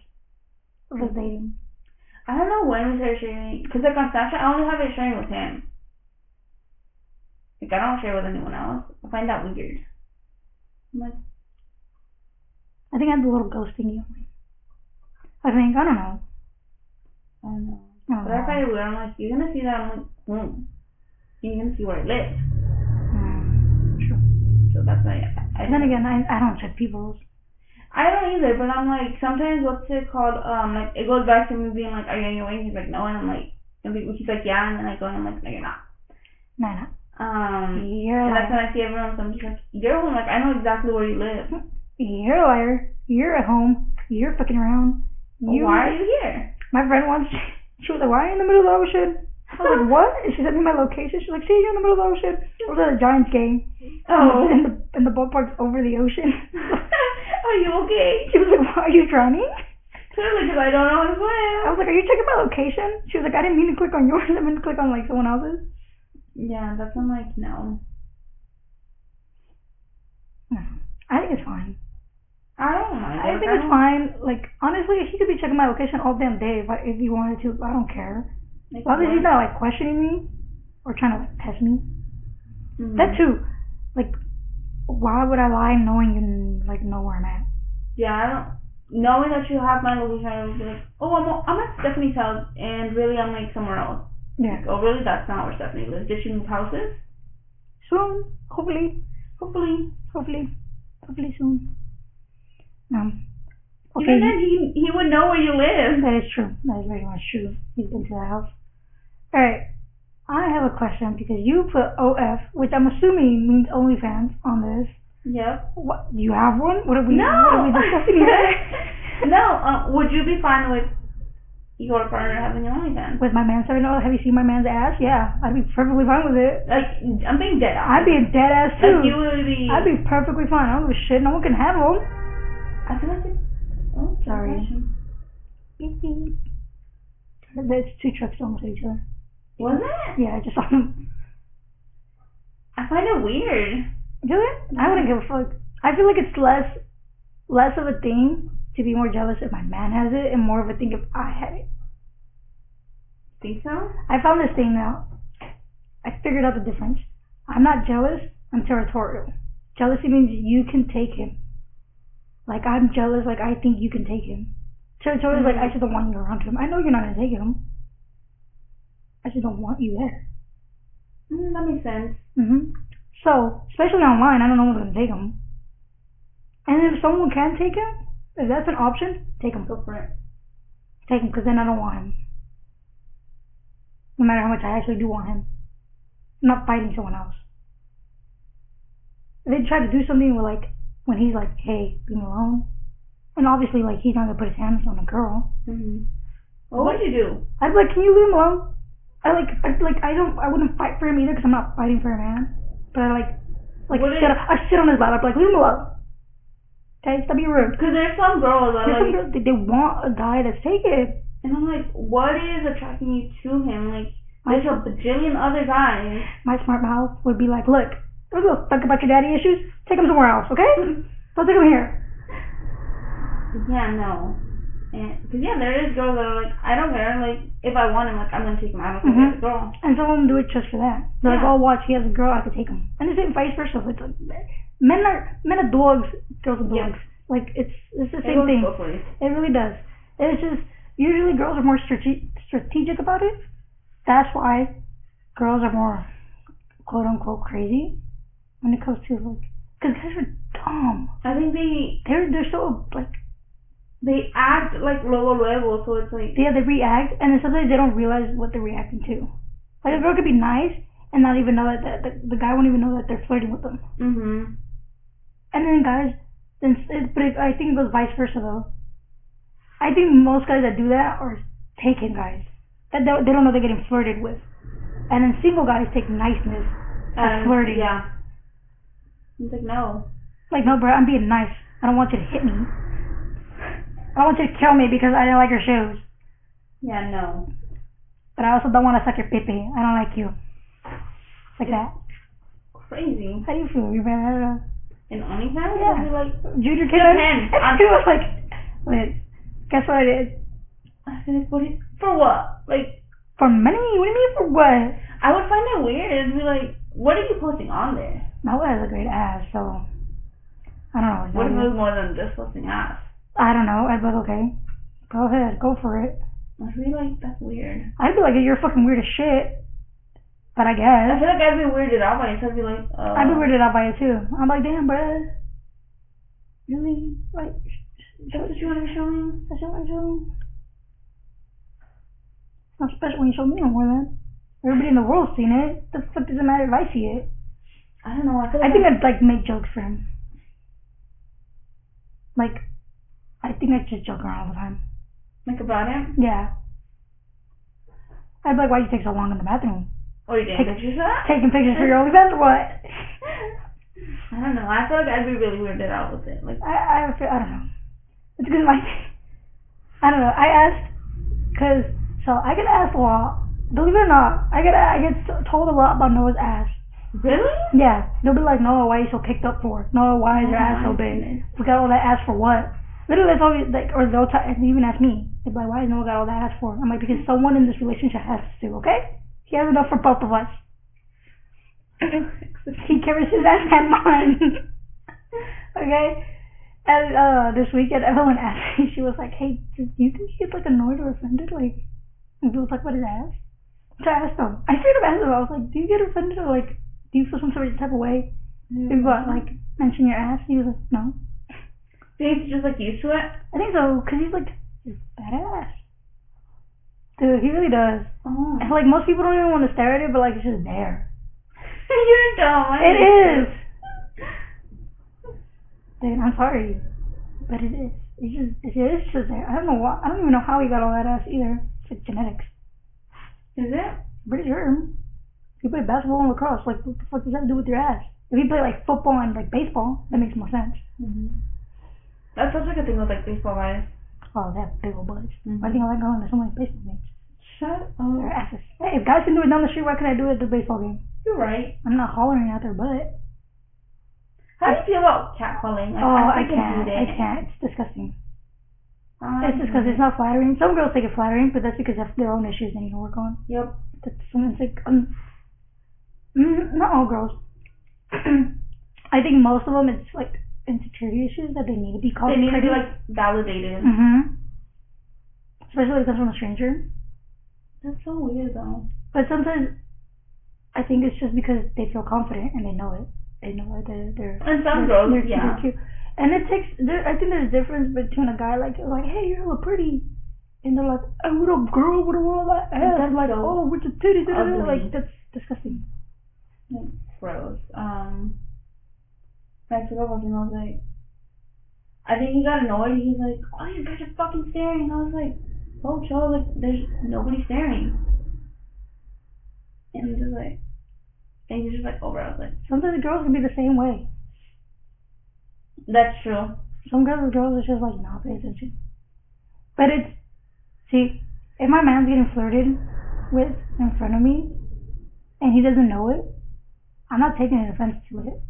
[SPEAKER 1] of
[SPEAKER 2] Mm-hmm.
[SPEAKER 1] us dating.
[SPEAKER 2] I don't know when we started sharing because like on Snapchat I only have it sharing with him. Like I don't share with anyone else. I find that weird. I'm like,
[SPEAKER 1] I think I had the little ghosting you. I think I don't know.
[SPEAKER 2] I don't know.
[SPEAKER 1] I don't
[SPEAKER 2] But I
[SPEAKER 1] know.
[SPEAKER 2] find it weird. I'm like, you're gonna see that I'm like home. You're gonna see where I live.
[SPEAKER 1] Mm, true.
[SPEAKER 2] So that's why I, I
[SPEAKER 1] And then again, I I don't check people's.
[SPEAKER 2] I don't either, but I'm like sometimes what's it called? Um, like it goes back to me being like, "Are you on your way?" He's like, "No," and I'm like, and we- he's like, "Yeah," and then I go and I'm like, "No, you're not."
[SPEAKER 1] Nah, nah.
[SPEAKER 2] Um,
[SPEAKER 1] You're a
[SPEAKER 2] and that's
[SPEAKER 1] liar.
[SPEAKER 2] when I see everyone, so I'm just like, "You're home." Like I know exactly where you live.
[SPEAKER 1] You're a liar. You're at home. You're fucking around.
[SPEAKER 2] But
[SPEAKER 1] You.
[SPEAKER 2] Why are you here?
[SPEAKER 1] My friend once, she was like, "Why are you in the middle of the ocean?" I was like, "What?" And she sent me my location. She's like, "See you in the middle of the ocean." I was at a Giants game.
[SPEAKER 2] Oh,
[SPEAKER 1] And the and the ballpark's over the ocean.
[SPEAKER 2] are you okay?
[SPEAKER 1] She was like, "Why are you drowning?"
[SPEAKER 2] Clearly, because I don't know how
[SPEAKER 1] I
[SPEAKER 2] to
[SPEAKER 1] was
[SPEAKER 2] swim.
[SPEAKER 1] like, "Are you checking my location?" She was like, "I didn't mean to click on yours. I meant to click on like someone else's."
[SPEAKER 2] Yeah, that's when I'm like, no.
[SPEAKER 1] I think it's fine.
[SPEAKER 2] I don't mind.
[SPEAKER 1] I
[SPEAKER 2] Like,
[SPEAKER 1] think it's
[SPEAKER 2] don't-
[SPEAKER 1] fine. Like honestly, he could be checking my location all damn day if I, if he wanted to. I don't care.
[SPEAKER 2] Like,
[SPEAKER 1] As long as he's
[SPEAKER 2] what?
[SPEAKER 1] not like questioning me or trying to like test me.
[SPEAKER 2] Mhm.
[SPEAKER 1] That too. Like, why would I lie knowing you like know where I'm at?
[SPEAKER 2] Yeah, I don't. Knowing that you have my location, I would be like, oh, I'm, I'm at Stephanie's house, and really I'm like somewhere else.
[SPEAKER 1] Yeah.
[SPEAKER 2] Like, oh, really? That's not where Stephanie lives. Did she move houses?
[SPEAKER 1] soon, hopefully,
[SPEAKER 2] Hopefully.
[SPEAKER 1] hopefully, hopefully soon. Um, okay,
[SPEAKER 2] Even then, he, he would know where you live.
[SPEAKER 1] that is true. That is very much true. He's been to the house. All right, I have a question because you put OF, which I'm assuming means OnlyFans, on this.
[SPEAKER 2] Yep.
[SPEAKER 1] What? You have one? What are we?
[SPEAKER 2] no.
[SPEAKER 1] What are we discussing here?
[SPEAKER 2] no. Uh, would you be fine with your partner having an OnlyFans?
[SPEAKER 1] With my man's seven. Oh, have you seen my man's ass? Yeah, I'd be perfectly fine with it.
[SPEAKER 2] Like, I'm being dead. ass.
[SPEAKER 1] I'd be a dead ass too.
[SPEAKER 2] Like, you would be.
[SPEAKER 1] I'd be perfectly fine. I don't give a shit. No one can have them.
[SPEAKER 2] I feel like. It, oh,
[SPEAKER 1] Sorry.
[SPEAKER 2] question.
[SPEAKER 1] Beep beep. There's two trucks almost at each other.
[SPEAKER 2] Was it?
[SPEAKER 1] Yeah, I just saw them.
[SPEAKER 2] I find it weird.
[SPEAKER 1] Do it? I wouldn't give a fuck. I feel like it's less less of a thing to be more jealous if my man has it and more of a thing if I had it.
[SPEAKER 2] Think so?
[SPEAKER 1] I found this thing now. I figured out the difference. I'm not jealous, I'm territorial. Jealousy means you can take him. Like I'm jealous, like I think you can take him. Territorial is like I just don't want you around him. I know you're not gonna take him. I just don't want you there.
[SPEAKER 2] Mm, that makes sense.
[SPEAKER 1] hmm So, especially online, I don't know who's going to take them. And if someone can take him, if that's an option, take him.
[SPEAKER 2] Go for it.
[SPEAKER 1] Take him, because then I don't want him. No matter how much I actually do want him. I'm not fighting someone else. If They try to do something with, like, when he's like, hey, leave me alone. And obviously, like, he's not going to put his hands on a girl.
[SPEAKER 2] Mm-hmm. What would you do?
[SPEAKER 1] I'd be like, can you leave him alone? I like, I like, I don't, I wouldn't fight for him either because I'm not fighting for a man. But I like, like,
[SPEAKER 2] Wouldn't-
[SPEAKER 1] sit, I sit on his lap. I'd be like, leave him alone. Okay, stop being rude.
[SPEAKER 2] Because there's some girls that
[SPEAKER 1] There's some
[SPEAKER 2] like,
[SPEAKER 1] girls, they, they want a guy that's taken.
[SPEAKER 2] and I'm like, what is attracting you to him? Like,
[SPEAKER 1] My,
[SPEAKER 2] there's a bajillion other guys.
[SPEAKER 1] my smart mouth would be like, look, I don't give a fuck about your daddy issues. Take him somewhere else, okay?
[SPEAKER 2] Mm-hmm.
[SPEAKER 1] Don't take him here.
[SPEAKER 2] Yeah, no. Because yeah, there is girls that are like, I don't care. Like, if I want him, like, I'm gonna take him. I don't care
[SPEAKER 1] Mhm.
[SPEAKER 2] mm girl.
[SPEAKER 1] And some of them do it just for that. They're like,
[SPEAKER 2] Yeah.
[SPEAKER 1] oh, watch, he has a girl, I could take him. And the same vice versa. It's like, men are, men are dogs, girls are
[SPEAKER 2] Yeah.
[SPEAKER 1] dogs. Like, it's, it's the
[SPEAKER 2] It
[SPEAKER 1] same
[SPEAKER 2] goes
[SPEAKER 1] thing.
[SPEAKER 2] both ways.
[SPEAKER 1] It really does. It's just usually girls are more strate- strategic about it. That's why girls are more quote unquote crazy when it comes to like because guys are dumb.
[SPEAKER 2] I think they
[SPEAKER 1] They're they're so like
[SPEAKER 2] they act like luego luego, so it's like
[SPEAKER 1] yeah they react and then sometimes they don't realize what they're reacting to. Like a girl could be nice and not even know that the, the, the guy won't even know that they're flirting with them.
[SPEAKER 2] Mhm.
[SPEAKER 1] And then guys, then s- it, but it, I think it goes vice versa though. I think most guys that do that are taken guys that they, they don't know they're getting flirted with, and then single guys take niceness.
[SPEAKER 2] And
[SPEAKER 1] flirting.
[SPEAKER 2] Yeah. It's like no.
[SPEAKER 1] Like no, bro, I'm being nice. I don't want you to hit me. I don't want you to kill me because I didn't like your shoes.
[SPEAKER 2] Yeah, no.
[SPEAKER 1] But I also don't want to suck your pipi. I don't like you. Like that.
[SPEAKER 2] Crazy.
[SPEAKER 1] How do you feel? You better.
[SPEAKER 2] In OnlyFans,
[SPEAKER 1] Yeah.
[SPEAKER 2] I'd be like,
[SPEAKER 1] Junior kid.
[SPEAKER 2] Depends.
[SPEAKER 1] And he was like, wait, guess what I did?
[SPEAKER 2] I feel like, what is, for what? Like,
[SPEAKER 1] For money? What do you mean for what?
[SPEAKER 2] I would find it weird. It'd be like, what are you posting on there?
[SPEAKER 1] My wife has a great ass, so I don't know.
[SPEAKER 2] What if it was more than just posting ass?
[SPEAKER 1] I don't know. I'd be like, okay, go ahead, go for it.
[SPEAKER 2] I'd be like, that's weird.
[SPEAKER 1] I'd be like, you're fucking weird as shit. But I guess.
[SPEAKER 2] I feel like I'd be weirded out by it. So I'd be like, uh,
[SPEAKER 1] I've been weirded out by it too. I'm like, damn, bruh. Really? Like,
[SPEAKER 2] That's what you want to be showing?
[SPEAKER 1] that's what I show. It's not special when you show me no more than. Everybody in the world's seen it. The fuck does it matter if I see it?
[SPEAKER 2] I don't know. I feel
[SPEAKER 1] I
[SPEAKER 2] like
[SPEAKER 1] think
[SPEAKER 2] I'm-
[SPEAKER 1] I'd like make jokes for him. Like, I think I just joke around all the time.
[SPEAKER 2] like about it.
[SPEAKER 1] Yeah. I'd be like, why you take so long in the bathroom?
[SPEAKER 2] What are you doing?
[SPEAKER 1] Take-
[SPEAKER 2] Did you that?
[SPEAKER 1] Taking pictures for your OnlyFans or what?
[SPEAKER 2] I don't know. I feel like I'd be really weirded out with it. Like,
[SPEAKER 1] I, I, feel, I don't know. It's because like I don't know. I asked because so I get asked a lot. Believe it or not, I get I get told a lot about Noah's ass.
[SPEAKER 2] really? Oh
[SPEAKER 1] Yeah, they'll be like, Noah, why are you so picked up for? Noah, why is your ass so big? We got all that ass for what? Literally, that's always like, or they'll t- and they even ask me. They'll be like, why is Noah got all that ass for? I'm like, because someone in this relationship has to, okay? He has enough for both of us. He carries his ass and mine. okay? And uh, this weekend, Evelyn asked me, she was like, hey, do you think he's like annoyed or offended? Like, when people talk about his ass? So I asked him. I straight up asked him, I was like, do you get offended or like, do you feel some sort of type of way? If what, like, mention your ass? He was like, no.
[SPEAKER 2] So he's just like used to it.
[SPEAKER 1] I think so, because he's like, he's badass. Dude, he really does.
[SPEAKER 2] Oh,
[SPEAKER 1] And, like, most people don't even want to stare at it, but like, it's just there.
[SPEAKER 2] you're dumb. I
[SPEAKER 1] It
[SPEAKER 2] hate
[SPEAKER 1] is! Dude, I'm sorry. But it is. It's just, it is just there. I don't know why. I don't even know how he got all that ass either. It's like genetics.
[SPEAKER 2] you. Is it?
[SPEAKER 1] I'm pretty sure. He played basketball and lacrosse. Like, what the fuck does that have to do with your ass? If he played like football and like baseball, that makes more sense.
[SPEAKER 2] Mm-hmm. That's such like a thing with like baseball guys.
[SPEAKER 1] Oh, that big old butts.
[SPEAKER 2] Mhm.
[SPEAKER 1] Why do you think I like going to so many baseball games?
[SPEAKER 2] Shut
[SPEAKER 1] Their
[SPEAKER 2] up.
[SPEAKER 1] asses. Hey, if guys can do it down the street, why can't I do it at the baseball game?
[SPEAKER 2] You're right.
[SPEAKER 1] I'm not hollering at their butt.
[SPEAKER 2] How do you feel about catcalling? Like,
[SPEAKER 1] oh, I
[SPEAKER 2] freaking
[SPEAKER 1] can't.
[SPEAKER 2] hate
[SPEAKER 1] I
[SPEAKER 2] it.
[SPEAKER 1] can't. It's disgusting.
[SPEAKER 2] I
[SPEAKER 1] It's just because it's not flattering. Some girls think it's flattering, but that's because they have their own issues they need to work on.
[SPEAKER 2] Yep.
[SPEAKER 1] That's someone's like, um, mm, not all girls. I think most of them, it's like insecurity issues that they need to be called
[SPEAKER 2] They need to
[SPEAKER 1] pretty.
[SPEAKER 2] be like validated.
[SPEAKER 1] hmm Especially if it comes from a stranger.
[SPEAKER 2] That's so weird though.
[SPEAKER 1] But sometimes I think it's just because they feel confident and they know it. They know that they're they're
[SPEAKER 2] And some
[SPEAKER 1] they're,
[SPEAKER 2] girls,
[SPEAKER 1] they're,
[SPEAKER 2] yeah.
[SPEAKER 1] they're cute. And it takes there I think there's a difference between a guy like like, hey, you're hella pretty and they're like, Oh what up girl, what up all that ass
[SPEAKER 2] That's
[SPEAKER 1] I'm like,
[SPEAKER 2] so
[SPEAKER 1] Oh, with the titties da, da, da,"
[SPEAKER 2] ugly.
[SPEAKER 1] like that's disgusting.
[SPEAKER 2] Like, gross. Um, I forgot what I was like. I think he got annoyed. He's like, "Oh, you guys are fucking staring." I was like, "Oh, chill. Like, there's nobody staring." And just like, and he's just like, "Over." I was like,
[SPEAKER 1] Sometimes girls can be the same way.
[SPEAKER 2] "That's true."
[SPEAKER 1] Some girls girls are just like not pay attention. But it's see, if my man's getting flirted with in front of me and he doesn't know it, I'm not taking an offense to it.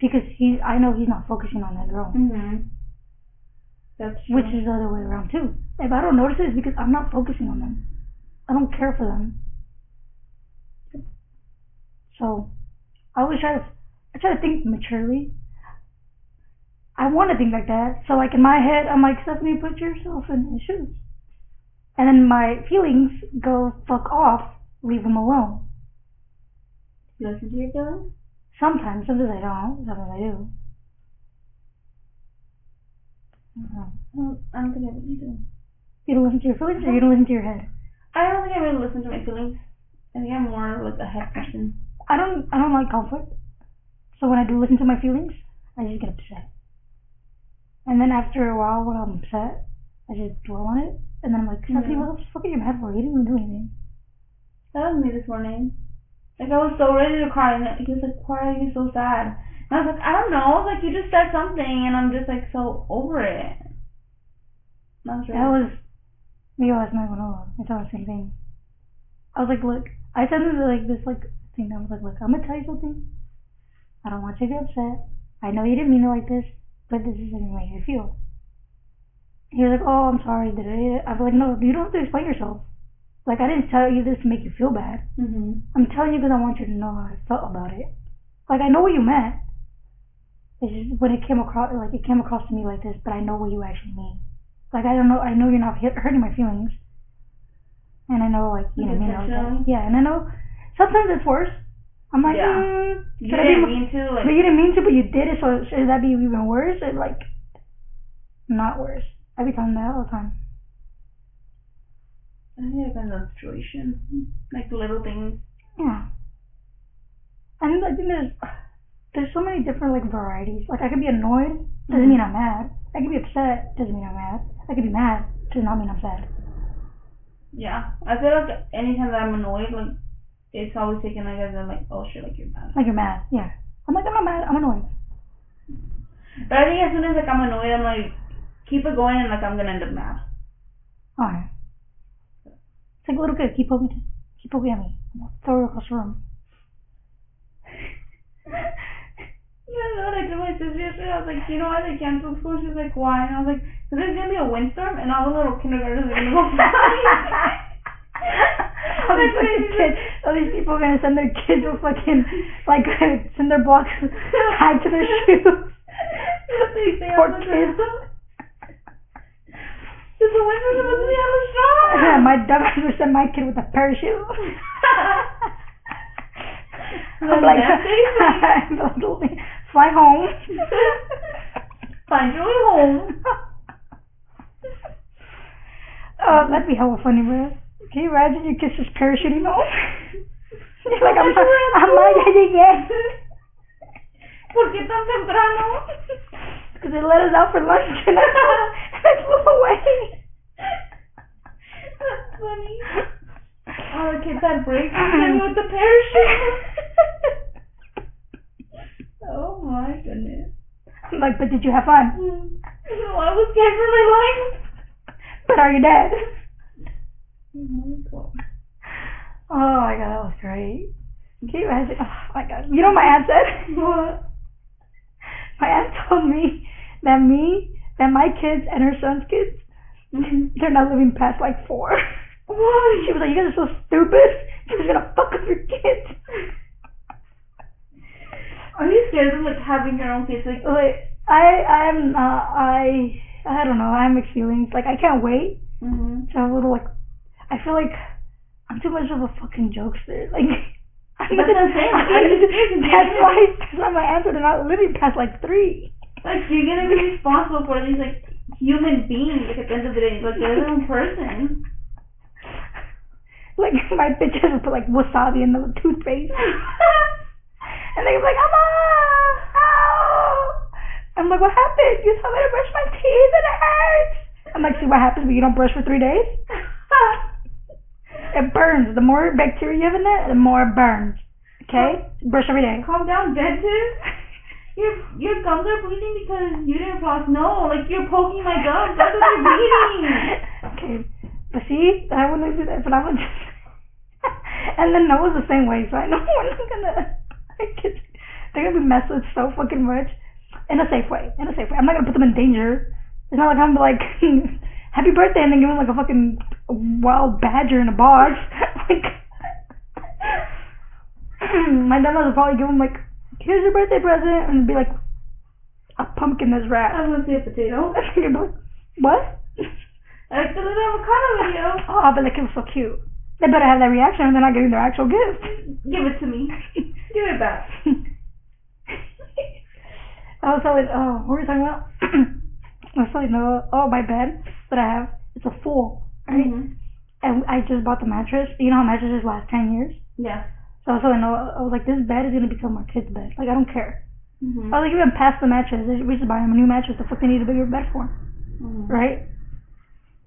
[SPEAKER 1] Because he I know he's not focusing on that girl.
[SPEAKER 2] Mhm. That's true.
[SPEAKER 1] Which is the other way around too. If I don't notice it, it's because I'm not focusing on them. I don't care for them. So I always try to I try to think maturely. I want to think like that. So like in my head, I'm like, Stephanie, put yourself in his shoes. And then my feelings go fuck off, leave him alone.
[SPEAKER 2] you listen to your feelings.
[SPEAKER 1] Sometimes, sometimes I don't, sometimes I do. I don't know.
[SPEAKER 2] I don't, I don't think I really do.
[SPEAKER 1] You don't listen to your feelings or you don't listen to your head?
[SPEAKER 2] I don't think I really listen to my feelings. I think I'm more like a head person.
[SPEAKER 1] I don't I don't like conflict. So when I do listen to my feelings, I just get upset. And then after a while when I'm upset, I just dwell on it and then I'm like, Sassy,
[SPEAKER 2] Yeah.
[SPEAKER 1] what the fuck is your head for? You didn't even do anything.
[SPEAKER 2] That was me this morning. Like I was so ready to cry, and he was like, "Why are you so sad?" And I was like, "I don't know. Like you just said something, and I'm just like so over it." And I was
[SPEAKER 1] That
[SPEAKER 2] really-
[SPEAKER 1] was me last night when I was I thought the same thing. I was like, look, I sent him like this like thing. I was like, look, I'm gonna tell you something. I don't want you to be upset. I know you didn't mean it like this, but this is the way you feel. He was like, oh, I'm sorry. Did I? I was like, no, you don't have to explain yourself. Like, I didn't tell you this to make you feel bad.
[SPEAKER 2] Mhm.
[SPEAKER 1] I'm telling you because I want you to know how I felt about it. Like, I know what you meant. It's just when it came across, like, it came across to me like this, but I know what you actually mean. Like, I don't know, I know you're not hit, hurting my feelings. And I know, like, you know, you know,
[SPEAKER 2] Intentionally?
[SPEAKER 1] that- yeah, and I know sometimes it's worse. I'm like,
[SPEAKER 2] Yeah.
[SPEAKER 1] mm,
[SPEAKER 2] You
[SPEAKER 1] should I
[SPEAKER 2] didn't
[SPEAKER 1] be,
[SPEAKER 2] mean to.
[SPEAKER 1] but
[SPEAKER 2] Like
[SPEAKER 1] you didn't mean to, but you did it, so should that be even worse? Or, like, not worse. I be telling them that all the time.
[SPEAKER 2] I think it depends on the situation. Like little things.
[SPEAKER 1] Yeah. And I think there's there's so many different like varieties. Like I could be annoyed, doesn't mean I'm mad. I could be upset, doesn't mean I'm mad. I could be mad, does not mean I'm sad.
[SPEAKER 2] Yeah. I feel like anytime that I'm annoyed, like it's always taken like as a like, oh shit, like you're mad.
[SPEAKER 1] Like you're mad, yeah. I'm like I'm not mad, I'm annoyed.
[SPEAKER 2] But I think as soon as like I'm annoyed, I'm like, keep it going, and like I'm gonna end up mad.
[SPEAKER 1] Oh yeah. It's like a little kid, keep poking t- keep poking at me. I'm gonna throw you across the room.
[SPEAKER 2] Yeah, no, like to my sister yesterday, I was like, you know what? They canceled school. She's like, why? And I was like, because there's gonna be a windstorm and all the little kindergartners are gonna go flying.
[SPEAKER 1] all these fucking kids, all these people are gonna send their kids to fucking like send their blocks tied to their shoes.
[SPEAKER 2] They say
[SPEAKER 1] Poor
[SPEAKER 2] on the
[SPEAKER 1] kids.
[SPEAKER 2] ground. Is the windstorm supposed to be out of strong?
[SPEAKER 1] Yeah, my dumbass would send my kid with a parachute. I'm like, I'm like, fly home.
[SPEAKER 2] Find your way home.
[SPEAKER 1] Oh, that'd be hella funny, bro. Can you imagine your kids just parachuting home? You're like, I'm not, I'm not, ya llegué.
[SPEAKER 2] ¿Por qué tan temprano?
[SPEAKER 1] Because they let us out for lunch and I, and I flew away.
[SPEAKER 2] That's funny. Oh, the kids had breaks and with the parachute. oh my goodness.
[SPEAKER 1] I'm like, but did you have fun?
[SPEAKER 2] No, Mm. I was scared for my life.
[SPEAKER 1] But are you dead?
[SPEAKER 2] Oh my god.
[SPEAKER 1] Oh my god, that was great. Can you imagine? Oh my god. You know what my aunt said?
[SPEAKER 2] What?
[SPEAKER 1] My aunt told me that me, that my kids and her son's kids,
[SPEAKER 2] Mm-hmm.
[SPEAKER 1] they're not living past like four.
[SPEAKER 2] Why?
[SPEAKER 1] She was like, you guys are so stupid. She was gonna fuck up your kids.
[SPEAKER 2] Are you scared of like having your own kids? Like,
[SPEAKER 1] Like, I, I'm not, I, I don't know, I have mixed feelings. Like, I can't wait
[SPEAKER 2] mm-hmm.
[SPEAKER 1] to have a little, like, I feel like I'm too much of a fucking jokester. Like, I'm
[SPEAKER 2] That's what I'm saying, like, are you serious?
[SPEAKER 1] that's why, that's why my answer, they're not living past like three.
[SPEAKER 2] like you're gonna be responsible for these like human beings. Like at the end of the day, like they're their own person.
[SPEAKER 1] Like, my bitches would put like wasabi in the toothpaste. And they were like, Mama, ow! I'm like, what happened? You told me to brush my teeth and it hurts. I'm like, see what happens when you don't brush for three days? It burns. The more bacteria you have in there, the more it burns. Okay? Brush every day.
[SPEAKER 2] Calm down, dentist. Your your gums are bleeding because you didn't floss. No, like you're poking my gums. That's what you're bleeding.
[SPEAKER 1] okay. But see, I wouldn't do that, but I would just. and the nose the same way, so I know we're not gonna. my kids- They're gonna be messed with so fucking much. In a safe way. In a safe way. I'm not gonna put them in danger. It's not like I'm like, happy birthday, and then give them like a fucking wild badger in a box. like. my dumbass would probably give them like, here's your birthday present, and be like, a pumpkin that's wrapped.
[SPEAKER 2] I'm gonna say a potato.
[SPEAKER 1] And you're like, what?
[SPEAKER 2] I like the little avocado video.
[SPEAKER 1] Oh, but like it was so cute. They better have that reaction or they're not getting their actual gift.
[SPEAKER 2] Give it to me. Give it back.
[SPEAKER 1] I was telling, oh, what were we talking about? I was telling Noah, oh, my bed that I have, it's a full, right? Mm-hmm.
[SPEAKER 2] Mhm.
[SPEAKER 1] And I just bought the mattress. You know how mattresses last 10 years?
[SPEAKER 2] Yeah.
[SPEAKER 1] So, so I know I was like, this bed is gonna become our kid's bed. Like I don't care.
[SPEAKER 2] Mm-hmm.
[SPEAKER 1] I was like, even past the mattress, they should- we should buy him a new mattress. The fuck they need a bigger bed for, right?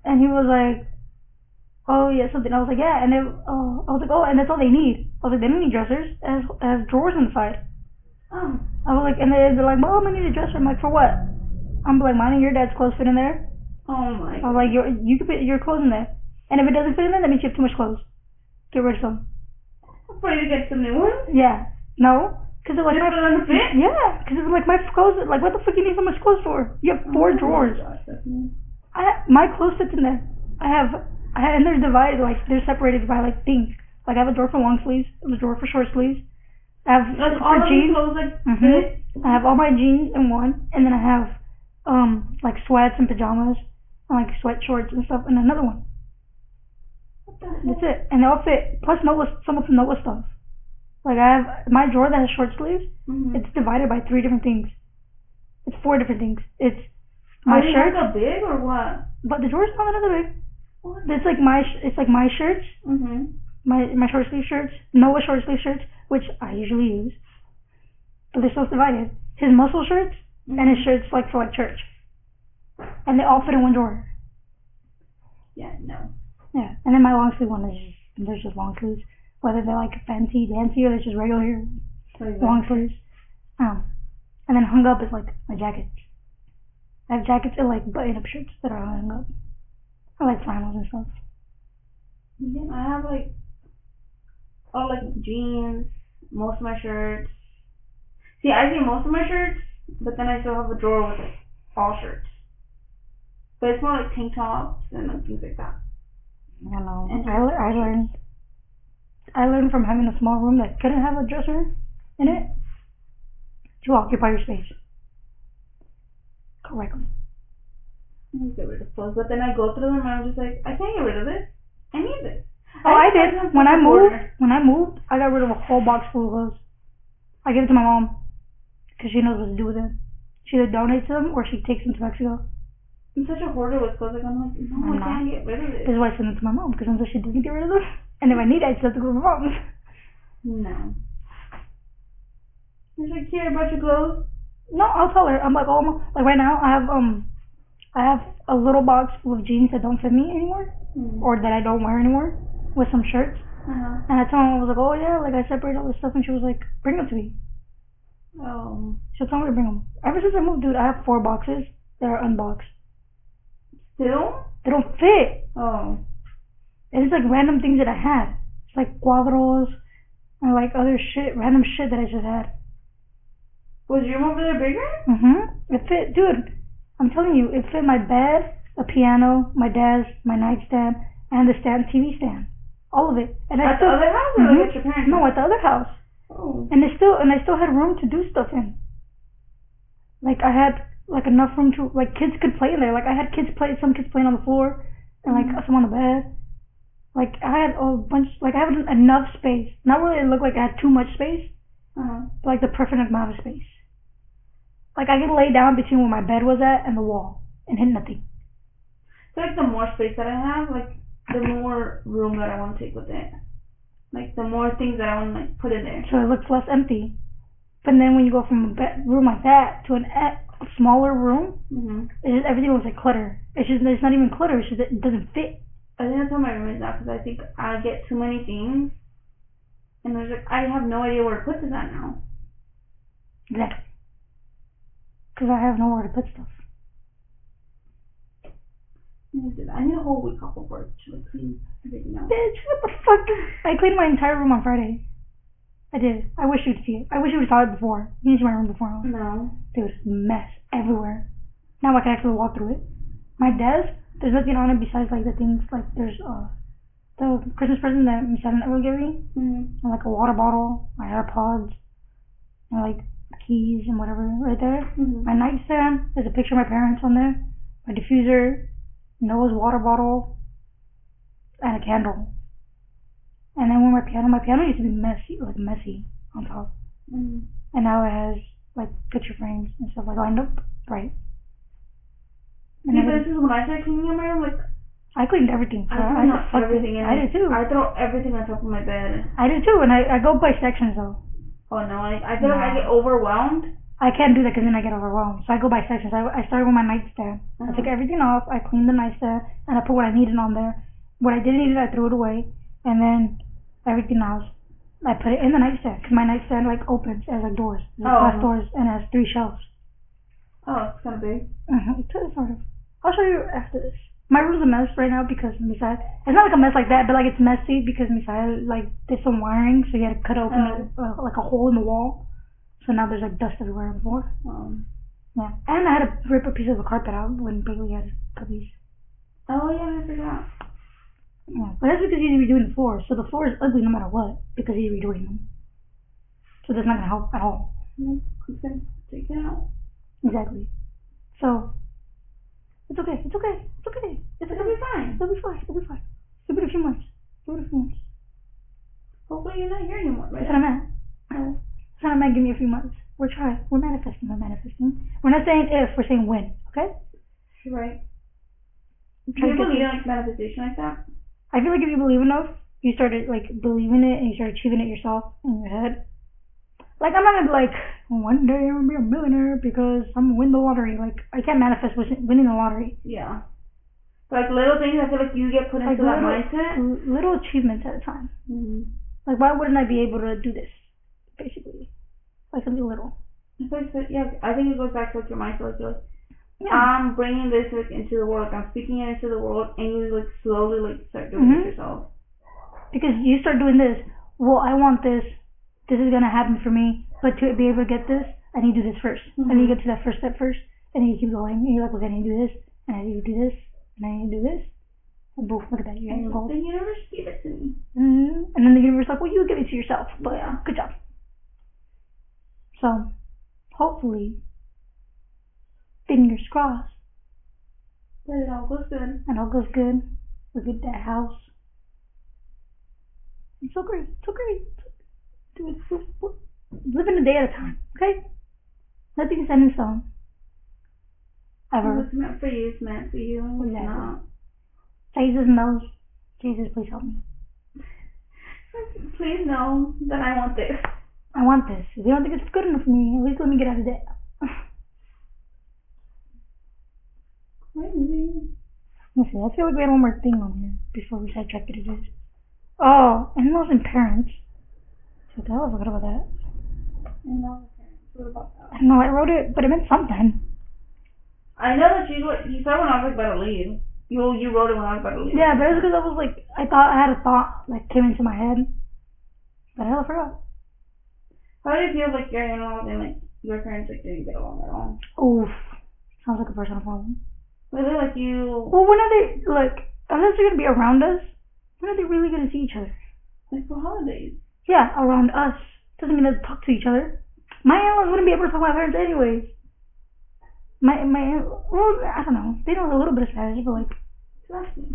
[SPEAKER 1] And he was like, oh yeah, something. I was like, yeah, and it, oh, I was like, oh, and that's all they need. I was like, they don't need dressers. It has, it has drawers inside.
[SPEAKER 2] Oh.
[SPEAKER 1] I was like, and they, they're like, mom, I need a dresser. I'm like, for what? I'm like, mine and your dad's clothes fit in there.
[SPEAKER 2] Oh my.
[SPEAKER 1] I was like, your, you could put your clothes in there. And if it doesn't fit in there, that means you have too much clothes. Get rid of some.
[SPEAKER 2] I'm afraid to get some new ones.
[SPEAKER 1] Yeah. No? Because like,
[SPEAKER 2] Just
[SPEAKER 1] my,
[SPEAKER 2] for them to
[SPEAKER 1] Oh,
[SPEAKER 2] fit.
[SPEAKER 1] yeah, because like my clothes, like what the fuck you need so much clothes for? You have four
[SPEAKER 2] Oh my
[SPEAKER 1] drawers.
[SPEAKER 2] gosh, that's nice.
[SPEAKER 1] I my clothes fits in there. I have, I have, and they're divided like they're separated by like things. Like I have a drawer for long sleeves, I have a drawer for short sleeves. I have
[SPEAKER 2] Like all
[SPEAKER 1] for
[SPEAKER 2] of these
[SPEAKER 1] jeans.
[SPEAKER 2] clothes like
[SPEAKER 1] Mhm.
[SPEAKER 2] fit.
[SPEAKER 1] I have all my jeans in one, and then I have um like sweats and pajamas, and like sweat shorts and stuff, and another one.
[SPEAKER 2] What the heck?
[SPEAKER 1] That's it, and they all fit. Plus Noah, some of the Noah stuff. Like I have my drawer that has short sleeves.
[SPEAKER 2] Mhm.
[SPEAKER 1] It's divided by three different things. It's four different things. It's my
[SPEAKER 2] Are they
[SPEAKER 1] shirt,
[SPEAKER 2] like a big or what?
[SPEAKER 1] but the drawer's not another big.
[SPEAKER 2] What?
[SPEAKER 1] It's like my sh- it's like my shirts,
[SPEAKER 2] Mhm.
[SPEAKER 1] my my short sleeve shirts, Noah short sleeve shirts, which I usually use, but they're still divided. His muscle shirts and his shirts like for like church, and they all fit in one drawer.
[SPEAKER 2] Yeah, no.
[SPEAKER 1] Yeah, and then my long sleeve one is just, there's just long sleeves, whether they're like fancy, dancy, or they're just regular long sleeves. Um, and then hung up is like my jackets. I have jackets and like button up shirts that are hung up. I like flannels and stuff.
[SPEAKER 2] Yeah, I have like all like jeans, most of my shirts. See, I say most of my shirts, but then I still have a drawer with like all shirts. But it's more like tank tops and like things like that.
[SPEAKER 1] I don't know.
[SPEAKER 2] And
[SPEAKER 1] I, le- I learned. I learned from having a small room that couldn't have a dresser in it to occupy your space correctly.
[SPEAKER 2] I need to get rid of clothes, but then I go through them and I'm just like, I can't get rid of this. I need this.
[SPEAKER 1] Oh, I
[SPEAKER 2] just
[SPEAKER 1] did.
[SPEAKER 2] like them
[SPEAKER 1] When
[SPEAKER 2] from
[SPEAKER 1] I
[SPEAKER 2] the
[SPEAKER 1] moved,
[SPEAKER 2] corner.
[SPEAKER 1] when I moved, I got rid of a whole box full of clothes. I gave it to my mom because she knows what to do with them. She either donates them or she takes them to Mexico.
[SPEAKER 2] I'm such a hoarder with clothes. Like I'm like, no,
[SPEAKER 1] I'm
[SPEAKER 2] I
[SPEAKER 1] not.
[SPEAKER 2] can't get rid of this.
[SPEAKER 1] This is why I send them to my mom because until she doesn't get rid of them, and if I need it, I just have to go to my mom's.
[SPEAKER 2] No. It's like here about your clothes.
[SPEAKER 1] No, I'll tell her. I'm like, oh, Mom," like right now, I have um, I have a little box full of jeans that don't fit me anymore,
[SPEAKER 2] Mm.
[SPEAKER 1] or that I don't wear anymore, with some shirts.
[SPEAKER 2] Uh-huh.
[SPEAKER 1] And I told her I was like, oh yeah, like I separated all this stuff, and she was like, bring them to me.
[SPEAKER 2] Oh.
[SPEAKER 1] She'll tell me to bring them. Ever since I moved, dude, I have four boxes that are unboxed.
[SPEAKER 2] Still?
[SPEAKER 1] They don't fit.
[SPEAKER 2] Oh.
[SPEAKER 1] And it's like random things that I had. It's like cuadros and like other shit, random shit that I just had.
[SPEAKER 2] Was your room over there bigger?
[SPEAKER 1] Mm-hmm. It fit, dude. I'm telling you, it fit my bed, a piano, my desk, my nightstand, and the stand TV stand. All of it. And I
[SPEAKER 2] At the
[SPEAKER 1] still
[SPEAKER 2] other house or
[SPEAKER 1] Mhm.
[SPEAKER 2] like at your parents'
[SPEAKER 1] no
[SPEAKER 2] house?
[SPEAKER 1] at the other house.
[SPEAKER 2] Oh.
[SPEAKER 1] And I still and I still had room to do stuff in. Like I had like enough room to like kids could play in there. Like I had kids play some kids playing on the floor and like
[SPEAKER 2] Mhm.
[SPEAKER 1] some on the bed. Like I had a bunch like I had enough space. Not really it looked like I had too much space
[SPEAKER 2] Uh-huh.
[SPEAKER 1] like the perfect amount of space. Like I could lay down between where my bed was at and the wall and hit nothing.
[SPEAKER 2] So like the more space that I have, like the more room that I want to take with it. Like the more things that I want to like put in there.
[SPEAKER 1] So it looks less empty. But then when you go from a bed, room like that to an e- smaller room,
[SPEAKER 2] Mm-hmm.
[SPEAKER 1] it's just everything looks like clutter. It's just it's not even clutter. It's just that it doesn't fit.
[SPEAKER 2] I think that's how my room is now because I think I get too many things, and there's like I have no idea where to put this at now.
[SPEAKER 1] Exactly. Because I have nowhere to put stuff.
[SPEAKER 2] I need to do that. I need a whole week off of work to like clean everything out.
[SPEAKER 1] Bitch, what the fuck? I cleaned my entire room on Friday. I did. I wish you'd see it. I wish you would saw it before. You need to see my room before.
[SPEAKER 2] No.
[SPEAKER 1] There was mess everywhere. Now I can actually walk through it. My desk, there's nothing on it besides like the things like there's uh the Christmas present that my son will give me,
[SPEAKER 2] Mm-hmm.
[SPEAKER 1] and like a water bottle, my AirPods, and like keys and whatever right there.
[SPEAKER 2] Mm-hmm.
[SPEAKER 1] My nightstand, there's a picture of my parents on there. My diffuser, Noah's water bottle, and a candle. And then when my piano, my piano used to be messy, like messy on top
[SPEAKER 2] Mm-hmm.
[SPEAKER 1] and now it has like picture frames and stuff like lined up right. And
[SPEAKER 2] See,
[SPEAKER 1] then
[SPEAKER 2] this is when I start cleaning in my room. Like
[SPEAKER 1] I cleaned everything. bro.
[SPEAKER 2] I throw
[SPEAKER 1] I,
[SPEAKER 2] not
[SPEAKER 1] just fucked
[SPEAKER 2] everything
[SPEAKER 1] it.
[SPEAKER 2] in
[SPEAKER 1] I did too. I,
[SPEAKER 2] I throw everything on top of my bed.
[SPEAKER 1] did too, and I, I go by sections though.
[SPEAKER 2] Oh no, I, I feel like I
[SPEAKER 1] Nah.
[SPEAKER 2] get overwhelmed.
[SPEAKER 1] I can't do that because then I get overwhelmed. So I go by sections. I, I started with my nightstand. I
[SPEAKER 2] Uh-huh.
[SPEAKER 1] took everything off. I cleaned the nightstand and I put what I needed on there. What I didn't need, I threw it away. And then everything else, I put it in the nightstand because my nightstand like opens as like doors, like
[SPEAKER 2] Oh.
[SPEAKER 1] glass doors, and has three shelves.
[SPEAKER 2] Oh, it's kind of big.
[SPEAKER 1] Mhm, it's sort of. I'll show you after this. My room's a mess right now because Misael. It's not like a mess like that, but like it's messy because Misael like did some wiring, so he had to cut open a, a, like a hole in the wall. So now there's like dust everywhere on the floor.
[SPEAKER 2] Um,
[SPEAKER 1] Yeah, and I had to rip a piece of the carpet out when Bailey had puppies.
[SPEAKER 2] oh yeah, I forgot.
[SPEAKER 1] Yeah, but that's because he's redoing the floor, so the floor is ugly no matter what because he's redoing them. So that's not gonna help at all.
[SPEAKER 2] Mm-hmm. I'm just gonna take it out.
[SPEAKER 1] Exactly. So it's okay. It's okay. It's okay. It's
[SPEAKER 2] It'll
[SPEAKER 1] okay.
[SPEAKER 2] be fine.
[SPEAKER 1] It'll be fine. It'll be fine. Give it a few months. Give it a few months.
[SPEAKER 2] Hopefully you're not here anymore.
[SPEAKER 1] That's
[SPEAKER 2] Right?
[SPEAKER 1] what I'm at. That's what I'm at. Give me a few months. We're trying. We're manifesting. We're manifesting. We're not saying if. We're saying when. Okay.
[SPEAKER 2] Right.
[SPEAKER 1] I'm
[SPEAKER 2] Do you
[SPEAKER 1] trying to get-
[SPEAKER 2] believe in like manifestation like that?
[SPEAKER 1] I feel like if you believe enough, you started like believing it and you start achieving it yourself in your head. Like I'm not gonna be like one day I'm gonna be a millionaire because I'm gonna win the lottery. Like I can't manifest wishing- winning the lottery.
[SPEAKER 2] Yeah. Like little things, I feel like you get put
[SPEAKER 1] Like
[SPEAKER 2] into that mindset.
[SPEAKER 1] little, little achievements at a time.
[SPEAKER 2] Mm-hmm.
[SPEAKER 1] Like why wouldn't I be able to do this? Basically, like something little.
[SPEAKER 2] It's like, so- yeah, I think it goes back to like your mindset. Like, you're like
[SPEAKER 1] Yeah.
[SPEAKER 2] I'm bringing this like into the world. Like, I'm speaking it into the world, and you like slowly like start doing
[SPEAKER 1] Mhm.
[SPEAKER 2] it yourself.
[SPEAKER 1] because you start doing this. Well, I want this. This is gonna happen for me. But to be able to get this, I need to do this 1st And then you
[SPEAKER 2] Mhm.
[SPEAKER 1] get to that first step first, and then you keep going. And you're like, okay, I need to do this, and I need to do this, and I need to do this. And boom, look at that, you
[SPEAKER 2] And
[SPEAKER 1] hit your goal.
[SPEAKER 2] the universe gave it to me.
[SPEAKER 1] Mhm. And then the universe is like, well, you give it to yourself. But
[SPEAKER 2] Yeah.
[SPEAKER 1] good job. So, hopefully, fingers crossed,
[SPEAKER 2] But it all goes good.
[SPEAKER 1] and all goes good. We get that house. It's so great. It's so great. Do it. Living a day at a time, okay? Nothing is set in stone. Ever.
[SPEAKER 2] What's meant for you is meant for you. What's
[SPEAKER 1] Exactly.
[SPEAKER 2] not.
[SPEAKER 1] Jesus knows. Jesus, please help me.
[SPEAKER 2] Please know that I want this.
[SPEAKER 1] I want this. If you don't think it's good enough for me, at least let me get out of debt.
[SPEAKER 2] Crazy.
[SPEAKER 1] Listen, I feel like we had one more thing on here before we sidetracked it again. Oh, animals and parents. So the hell I forgot about that.
[SPEAKER 2] And all the parents. What about that?
[SPEAKER 1] I don't know, I wrote it, but it meant something.
[SPEAKER 2] I know that you you said when I was like about to leave. You you wrote it when I was about to leave.
[SPEAKER 1] Yeah, but it was because I was like, I thought I had a thought that came into my head, but I forgot.
[SPEAKER 2] How do you feel like your in-laws and like your parents like didn't get along at all?
[SPEAKER 1] Oof, sounds like a personal problem.
[SPEAKER 2] Were they like you?
[SPEAKER 1] Well, when are they like? Unless they're gonna be around us, when are they really gonna see each other?
[SPEAKER 2] Like for holidays?
[SPEAKER 1] Yeah, around us doesn't mean they talk to each other. My in-laws wouldn't be able to talk to my parents anyways. My my in- well, I don't know. They know a little bit of Spanish, but like,
[SPEAKER 2] Exactly.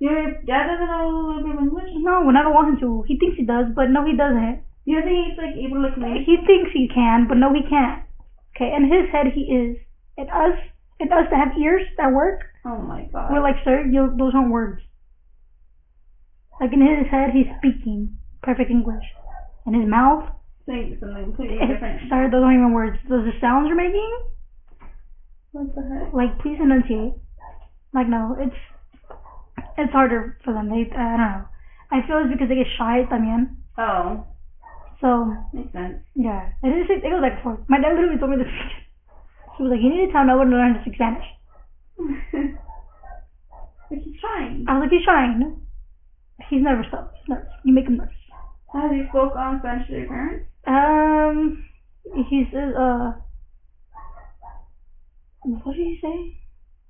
[SPEAKER 2] Your dad doesn't know a little bit of English.
[SPEAKER 1] no, when I don't want him to. He thinks he does, but no, he doesn't.
[SPEAKER 2] Do you think he's like able to like communicate?
[SPEAKER 1] He thinks he can, but no, he can't. Okay, in his head he is. And us, and us to have ears that work,
[SPEAKER 2] Oh my
[SPEAKER 1] We're
[SPEAKER 2] god.
[SPEAKER 1] like, sir, you, those aren't words. Like in his head, he's speaking perfect English. In his mouth,
[SPEAKER 2] Saying something completely different.
[SPEAKER 1] sir, those aren't even words. Those are sounds you're making.
[SPEAKER 2] What the heck?
[SPEAKER 1] Like, please enunciate. Like, no, it's it's harder for them. They, I don't know. I feel it's because they get shy at them, man.
[SPEAKER 2] Oh,
[SPEAKER 1] So
[SPEAKER 2] makes sense.
[SPEAKER 1] yeah, it is. It goes back and forth. My dad literally told me this. weekend. He was like, "You need to tell no one to learn to speak Spanish."
[SPEAKER 2] but he's trying.
[SPEAKER 1] I was like, "He's trying. He's nervous though. He's nervous. You make him nervous."
[SPEAKER 2] Have you spoke on Spanish to your parents?
[SPEAKER 1] Um, he says, uh, what did he say?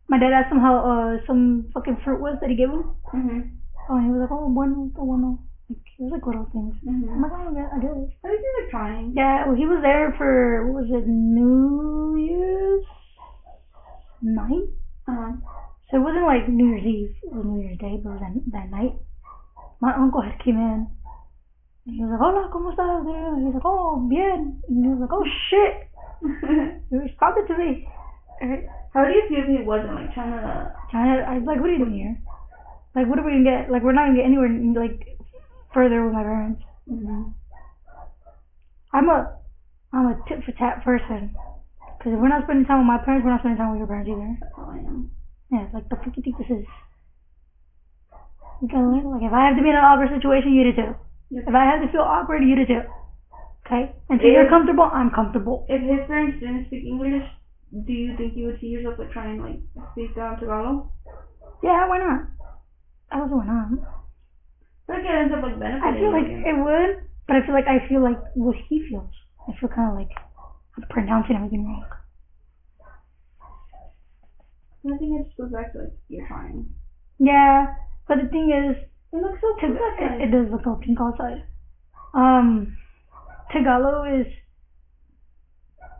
[SPEAKER 1] My dad asked him how, uh, some fucking fruit was that he gave him.
[SPEAKER 2] Mhm.
[SPEAKER 1] Oh, and he was like, oh, bueno, oh, bueno. Like, it was like little things. I'm
[SPEAKER 2] Mhm.
[SPEAKER 1] like, oh, yeah, I guess.
[SPEAKER 2] At least he's like trying.
[SPEAKER 1] Yeah, well, he was there for, what was it, New Year's night?
[SPEAKER 2] Uh-huh.
[SPEAKER 1] So it wasn't like New Year's Eve, it was New Year's Day, but it was that, that night. My uncle had came in. And he was like, hola, ¿cómo estás? dude?" He was like, oh, bien. And he was like, oh, shit. You responded to me.
[SPEAKER 2] How do you feel if he wasn't like trying to?
[SPEAKER 1] China, I was like, what are you doing here? Like, what are we gonna get? Like, we're not gonna get anywhere like further with my parents.
[SPEAKER 2] No.
[SPEAKER 1] I'm a I'm a tit for tat person. Because if we're not spending time with my parents, we're not spending time with your parents either.
[SPEAKER 2] That's how I am.
[SPEAKER 1] Yeah, like the fuck you think this is? You gotta learn. Like, if I have to be in an awkward situation, you do too.
[SPEAKER 2] Yep.
[SPEAKER 1] If I have to feel awkward, you do too. Okay? Until
[SPEAKER 2] Yeah.
[SPEAKER 1] you're comfortable, I'm comfortable.
[SPEAKER 2] If his parents didn't speak English, do you think you would see yourself like trying like speak um, Tagalog?
[SPEAKER 1] Yeah, why not? I also why not?
[SPEAKER 2] Like it ends up like benefiting.
[SPEAKER 1] I feel like
[SPEAKER 2] you.
[SPEAKER 1] it would, but I feel like I feel like what he feels. I feel kind of like I'm pronouncing everything wrong.
[SPEAKER 2] I think it just goes back to like you're trying.
[SPEAKER 1] Yeah, but the thing is,
[SPEAKER 2] It looks so
[SPEAKER 1] Tag-
[SPEAKER 2] cute.
[SPEAKER 1] it, it does look all pink outside. Um, Tagalog is.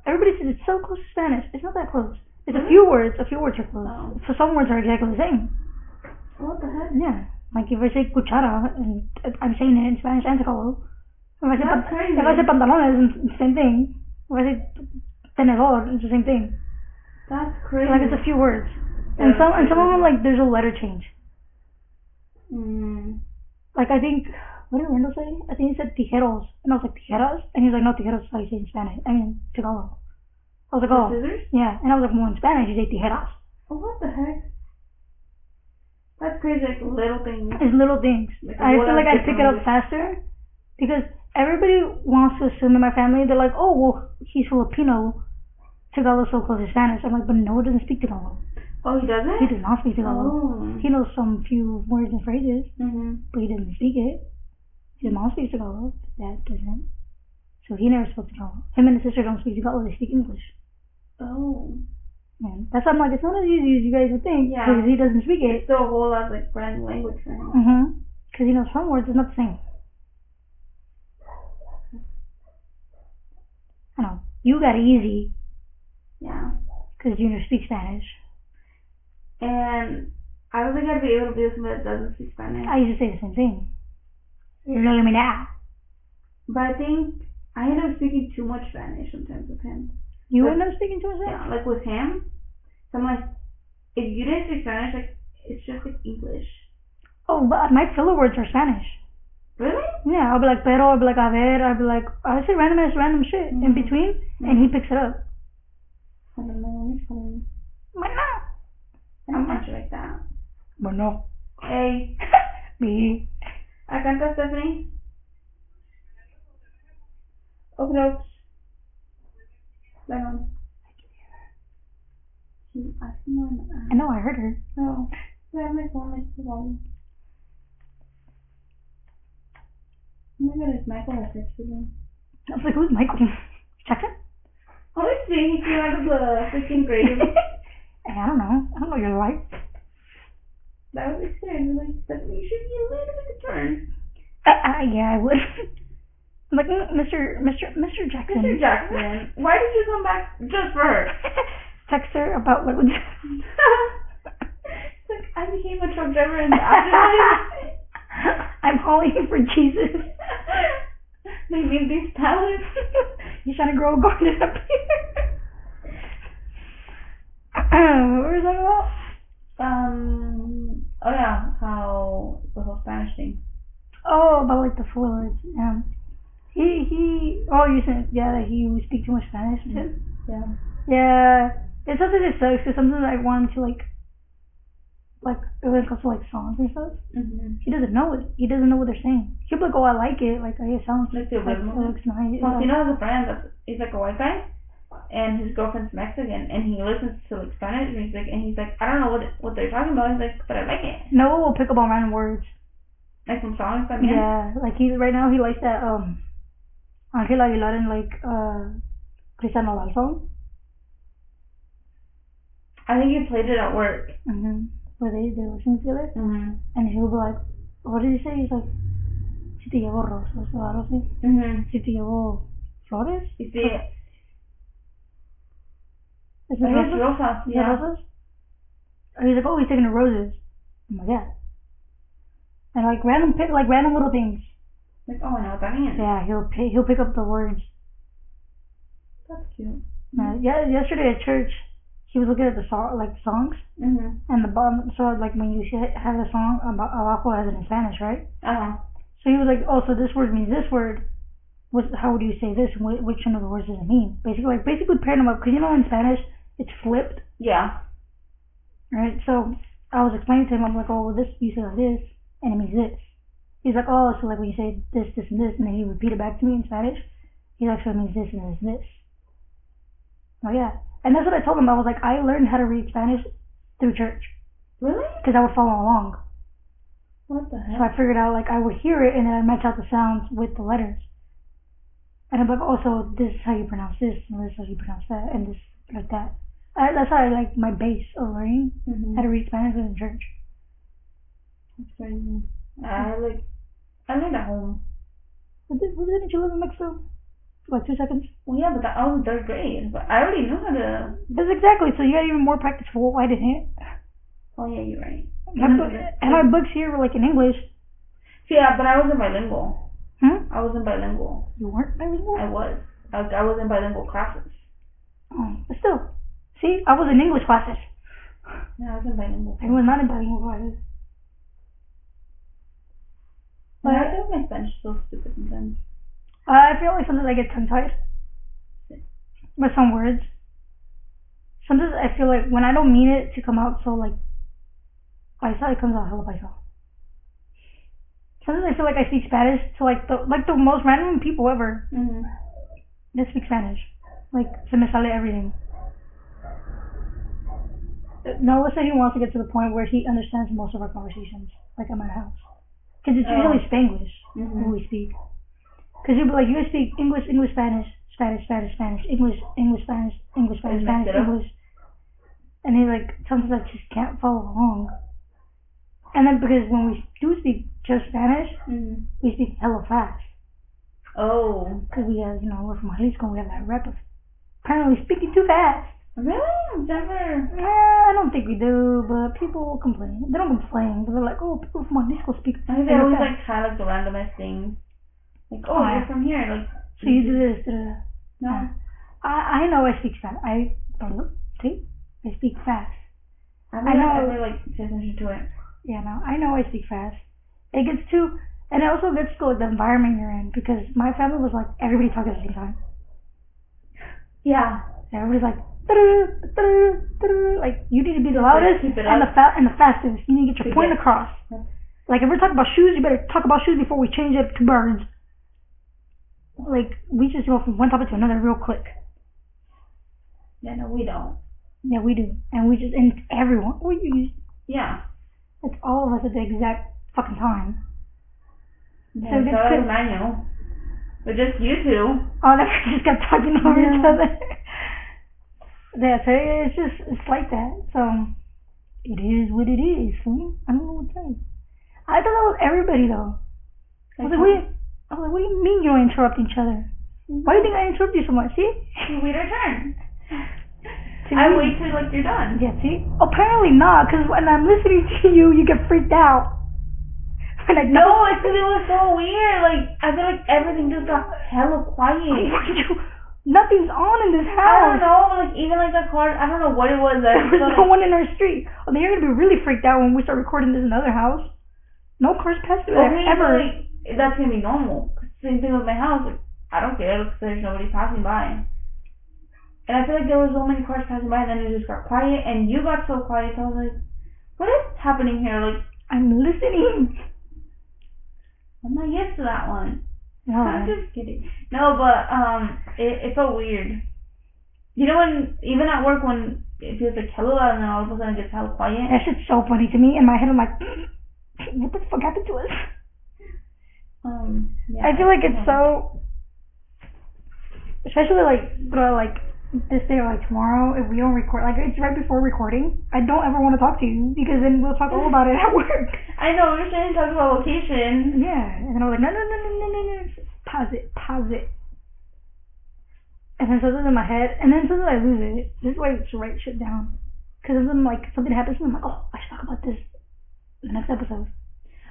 [SPEAKER 1] Everybody says it's so close to Spanish. It's not that close. It's a
[SPEAKER 2] Really?
[SPEAKER 1] few words. A few words are close.
[SPEAKER 2] Oh.
[SPEAKER 1] So some words are exactly the same.
[SPEAKER 2] What the heck?
[SPEAKER 1] Yeah. Like if I say cuchara, and I'm saying it in Spanish and Tagalog. If I say, pan-
[SPEAKER 2] That's crazy.
[SPEAKER 1] if I say pantalones, it's the same thing. If I say tenedor, it's the same thing.
[SPEAKER 2] That's crazy.
[SPEAKER 1] Like it's a few words. And
[SPEAKER 2] Yeah.
[SPEAKER 1] some and some of them like there's a letter change.
[SPEAKER 2] Mm.
[SPEAKER 1] Like I think what did Randall say? I think he said tijeros, and I was like tijeras, and he was like no tijeras is how you say it in Spanish. I mean Tagalog. I was like oh
[SPEAKER 2] Scissors?
[SPEAKER 1] yeah, and I was like well in Spanish you say tijeras.
[SPEAKER 2] Oh, what the heck? That's crazy. Like little things.
[SPEAKER 1] It's little things.
[SPEAKER 2] Like,
[SPEAKER 1] I
[SPEAKER 2] what
[SPEAKER 1] feel like
[SPEAKER 2] else
[SPEAKER 1] I'd
[SPEAKER 2] is
[SPEAKER 1] pick it up
[SPEAKER 2] wrong?
[SPEAKER 1] faster because everybody wants to assume in my family they're like oh well he's Filipino. Tagalog's so close to Spanish. I'm like but no it doesn't speak Tagalog.
[SPEAKER 2] Oh, he doesn't.
[SPEAKER 1] He does not speak Tagalog.
[SPEAKER 2] Oh.
[SPEAKER 1] He knows some few words and phrases.
[SPEAKER 2] hmm
[SPEAKER 1] but he doesn't speak it. His mom speaks Tagalog, his dad doesn't. So he never spoke Tagalog. Him and his sister don't speak Tagalog, they speak English.
[SPEAKER 2] Oh.
[SPEAKER 1] And that's why I'm like, it's not as easy as you guys would think,
[SPEAKER 2] Yeah.
[SPEAKER 1] because he doesn't speak
[SPEAKER 2] It's
[SPEAKER 1] it.
[SPEAKER 2] still a whole lot of like brand new language for him.
[SPEAKER 1] Mm-hmm. Because you know, some words is not the same. I know. You got it easy,
[SPEAKER 2] Yeah.
[SPEAKER 1] because Junior speaks Spanish.
[SPEAKER 2] And I don't think I'd be able to be with somebody that doesn't speak Spanish.
[SPEAKER 1] I used to say the same thing. Look at me now.
[SPEAKER 2] But I think I end up speaking too much Spanish sometimes with him.
[SPEAKER 1] You
[SPEAKER 2] But-
[SPEAKER 1] end up speaking to us
[SPEAKER 2] Yeah, like with him, so I'm like, if you didn't speak Spanish, like it's just like English.
[SPEAKER 1] Oh, but my filler words are Spanish.
[SPEAKER 2] Really?
[SPEAKER 1] Yeah, I'll be like pero, I'll be like a ver, I'll be like I say random ass random shit in
[SPEAKER 2] Mhm.
[SPEAKER 1] between, and he picks it up.
[SPEAKER 2] I don't know. it's funny.
[SPEAKER 1] But no,
[SPEAKER 2] I'm not sure like that.
[SPEAKER 1] but no,
[SPEAKER 2] Hey,
[SPEAKER 1] me.
[SPEAKER 2] I canta Stephanie. Okay, dokes. Bye, mom. She asked me on the
[SPEAKER 1] I know I heard her.
[SPEAKER 2] No, I have my phone next to mom. Oh my god, it's Michael that texted me.
[SPEAKER 1] I was like, who's Michael? Jackson?
[SPEAKER 2] Honestly, he came out of the freaking grave.
[SPEAKER 1] Hey, I don't know. I don't know your life.
[SPEAKER 2] that was exciting. Like, Stephanie, you should be a little bit concerned.
[SPEAKER 1] Uh, uh, yeah, I would. I'm like "Mm, Mr. Mr. Mr. Jackson.
[SPEAKER 2] Mr. Jackson, why did you come back just for her?
[SPEAKER 1] Text her about what would.
[SPEAKER 2] It's like, I became a truck driver in the afternoon.
[SPEAKER 1] I'm calling for Jesus.
[SPEAKER 2] they made these pallets.
[SPEAKER 1] He's trying to grow a garden up here. what was I talking about?
[SPEAKER 2] Um, oh yeah, how the whole Spanish thing.
[SPEAKER 1] Oh, about like the four words. Um, he he. Oh, you said yeah that he would speak too much Spanish. you said?
[SPEAKER 2] Yeah.
[SPEAKER 1] Yeah, it's something that sucks because sometimes I want him to like, like when it comes to like songs and stuff,
[SPEAKER 2] Mm-hmm.
[SPEAKER 1] he doesn't know it. He doesn't know what they're saying. He'll be like, oh, I like it. Like oh, it sounds
[SPEAKER 2] Like the
[SPEAKER 1] like it
[SPEAKER 2] rhythm.
[SPEAKER 1] looks nice.
[SPEAKER 2] Well,
[SPEAKER 1] Like,
[SPEAKER 2] you know, has a friend that's he's like a white guy, and his girlfriend's Mexican, and he listens to like Spanish music, and he's like, I don't know what what they're talking about. He's like, but I like it,
[SPEAKER 1] Noah will pick up on random words.
[SPEAKER 2] like some songs. I mean,
[SPEAKER 1] Yeah, like he right now he likes that um, Angel Aguilar and like uh, Cristian Nodal song.
[SPEAKER 2] I think he played it at work.
[SPEAKER 1] Mm-hmm. Where they they listen to it.
[SPEAKER 2] Mhm.
[SPEAKER 1] And he'll be like, what did he say? He's like, si te llevo rosas o algo así.
[SPEAKER 2] Mhm.
[SPEAKER 1] Si te llevo flores.
[SPEAKER 2] You see,
[SPEAKER 1] Is it
[SPEAKER 2] like it's
[SPEAKER 1] rosas?
[SPEAKER 2] real fast.
[SPEAKER 1] Is it rosas? And he's like, oh, he's taking the roses. Oh my god. And like random, pick, like random little things.
[SPEAKER 2] Like, oh, I know what that means.
[SPEAKER 1] Yeah, he'll pick, he'll pick up the words.
[SPEAKER 2] That's cute. Mm-hmm.
[SPEAKER 1] Uh, yeah, yesterday at church, he was looking at the song, like songs,
[SPEAKER 2] Mhm.
[SPEAKER 1] and the bottom. So like when you sh- have a song about abajo as in Spanish, right?
[SPEAKER 2] Uh huh.
[SPEAKER 1] So he was like, oh, so this word means this word. What, how would you say this? and Wh- which one of the words does it mean? Basically, like basically paired them up because you know in Spanish it's flipped,
[SPEAKER 2] Yeah.
[SPEAKER 1] right? So I was explaining to him, I'm like, oh, well, this you say like this, and it means this. He's like, oh, so like when you say this, this, and this, and then he repeated back to me in Spanish, he's like, so it means this and this and this. Oh yeah, and that's what I told him. I was like, I learned how to read Spanish through church
[SPEAKER 2] Really?
[SPEAKER 1] because I would follow along.
[SPEAKER 2] What the
[SPEAKER 1] So
[SPEAKER 2] heck?
[SPEAKER 1] I figured out like I would hear it and then I'd match out the sounds with the letters. And I'm like, oh, so this is how you pronounce this, and this is how you pronounce that, and this like that. I, that's how I like my base of learning
[SPEAKER 2] Mhm.
[SPEAKER 1] how to read Spanish was in church.
[SPEAKER 2] That's crazy. I like. I learned at home.
[SPEAKER 1] But did- but Didn't you live in Mexico? Like two seconds.
[SPEAKER 2] Well, yeah, but that, I was in third grade, but I already knew how to.
[SPEAKER 1] That's exactly. So you got even more practice for what I didn't.
[SPEAKER 2] Oh yeah, you're right.
[SPEAKER 1] My
[SPEAKER 2] Mhm.
[SPEAKER 1] book, and my books here were like in English.
[SPEAKER 2] See, yeah, but I wasn't bilingual.
[SPEAKER 1] Hmm?
[SPEAKER 2] I wasn't bilingual.
[SPEAKER 1] You weren't bilingual.
[SPEAKER 2] I was. Like I was in bilingual classes.
[SPEAKER 1] Oh, but still, see, I was in English classes.
[SPEAKER 2] Yeah, I was in bilingual.
[SPEAKER 1] I was not in bilingual classes.
[SPEAKER 2] But I think my Spanish is so stupid sometimes.
[SPEAKER 1] Uh, I feel like sometimes I get tongue tied with some words. Sometimes I feel like when I don't mean it to come out so like paisa, it comes out hella paisa. Sometimes I feel like I speak Spanish to like the like the most random people ever
[SPEAKER 2] Mhm.
[SPEAKER 1] that speak Spanish. Like se me sale everything. No, let's say he wants to get to the point where he understands most of our conversations, like at my house, because it's
[SPEAKER 2] Oh.
[SPEAKER 1] usually Spanglish
[SPEAKER 2] Mhm.
[SPEAKER 1] when we speak. Because you'll be like, you speak English, English, Spanish, Spanish, Spanish, Spanish, English, English, Spanish, English, Spanish,
[SPEAKER 2] And
[SPEAKER 1] Spanish,
[SPEAKER 2] mix it up.
[SPEAKER 1] English. And he like, sometimes I just can't follow along. And then because when we do speak just Spanish,
[SPEAKER 2] Mhm.
[SPEAKER 1] we speak hella fast.
[SPEAKER 2] Oh.
[SPEAKER 1] Because we have, you know, we're from Jalisco and we have that rep of apparently speaking too fast.
[SPEAKER 2] Really? I've never.
[SPEAKER 1] Eh, I don't think we do, but people complain. They don't complain, but they're like, oh, people from Jalisco speak
[SPEAKER 2] I think they always
[SPEAKER 1] fast.
[SPEAKER 2] like kind of like the randomest things. Like,
[SPEAKER 1] Oh,
[SPEAKER 2] oh,
[SPEAKER 1] yeah.
[SPEAKER 2] you're from here. Like,
[SPEAKER 1] so you do this, da, da, da.
[SPEAKER 2] no.
[SPEAKER 1] I, I know I speak fast. I pardon, see, I speak fast.
[SPEAKER 2] I've
[SPEAKER 1] I
[SPEAKER 2] never
[SPEAKER 1] know.
[SPEAKER 2] ever like paid attention to it.
[SPEAKER 1] Yeah, no, I know I speak fast. It gets to, and it also gets to like, the environment you're in because my family was like everybody talks at the same time.
[SPEAKER 2] Yeah.
[SPEAKER 1] Everybody's like, "Doo-doo-doo, doo-doo-doo, doo-doo-doo." like you need to be the
[SPEAKER 2] Just, like,
[SPEAKER 1] loudest
[SPEAKER 2] keep it
[SPEAKER 1] and the fa- and the fastest. You need to get your
[SPEAKER 2] Keep
[SPEAKER 1] point
[SPEAKER 2] it-
[SPEAKER 1] across. Like if we're talking about shoes, you better talk about shoes before we change it to birds. Like we just go from one topic to another real quick.
[SPEAKER 2] Yeah. No, we don't.
[SPEAKER 1] Yeah, we do, and we just and everyone. We you
[SPEAKER 2] Yeah.
[SPEAKER 1] It's all of us at the exact fucking time.
[SPEAKER 2] Yeah,
[SPEAKER 1] So
[SPEAKER 2] so
[SPEAKER 1] this
[SPEAKER 2] that
[SPEAKER 1] could-
[SPEAKER 2] was my new. But just you two.
[SPEAKER 1] Oh, they just kept talking over each
[SPEAKER 2] Yeah.
[SPEAKER 1] other. yeah, so it's just it's like that. So it is what it is. fool. I don't know what to say. I thought that was everybody though. I was like, what do you, I was like, what do you mean you don't interrupt each other? Why do you think I interrupt you so much? See?
[SPEAKER 2] You wait our turn.
[SPEAKER 1] To
[SPEAKER 2] I
[SPEAKER 1] me-
[SPEAKER 2] wait till like you're done.
[SPEAKER 1] Yeah, see? Apparently not, because when I'm listening to you, you get freaked out. When I
[SPEAKER 2] No, it's because it was so weird. Like I feel like everything just got hella quiet.
[SPEAKER 1] Nothing's on in this
[SPEAKER 2] I
[SPEAKER 1] house.
[SPEAKER 2] don't know, like even like the car. I don't know what it was. That
[SPEAKER 1] There
[SPEAKER 2] I
[SPEAKER 1] was
[SPEAKER 2] felt
[SPEAKER 1] no
[SPEAKER 2] like,
[SPEAKER 1] one in our street. I mean, you're gonna be really freaked out when we start recording this in another house. No cars pass through there
[SPEAKER 2] okay,
[SPEAKER 1] ever.
[SPEAKER 2] Like, that's gonna be normal. 'Cause Same thing with my house. Like I don't care because there's nobody passing by. And I feel like there was so many cars passing by, and then it just got quiet, and you got so quiet. So I was like, what is happening here? Like
[SPEAKER 1] I'm listening.
[SPEAKER 2] I'm not used to that one.
[SPEAKER 1] No,
[SPEAKER 2] I'm
[SPEAKER 1] man.
[SPEAKER 2] just kidding. No, but um, it, it felt weird. You know when even at work when it feels like hello loud and then all of a sudden it gets hella quiet.
[SPEAKER 1] that shit's so funny to me. In my head, I'm like, what the fuck happened to us?
[SPEAKER 2] Um, yeah,
[SPEAKER 1] I feel like it's
[SPEAKER 2] don't know.
[SPEAKER 1] so, especially like throughout like this day or like tomorrow. If we don't record, like it's right before recording, I don't ever want to talk to you because then we'll talk all about it at work.
[SPEAKER 2] I know we were trying to talk about location.
[SPEAKER 1] Yeah, and then I was like, no, no, no, no, no, no, no, pause it, pause it. And then something's in my head, and then sometimes I lose it. This is why I just write shit down. Because then, like, something happens to me, I'm like, oh, I should talk about this in the next episode.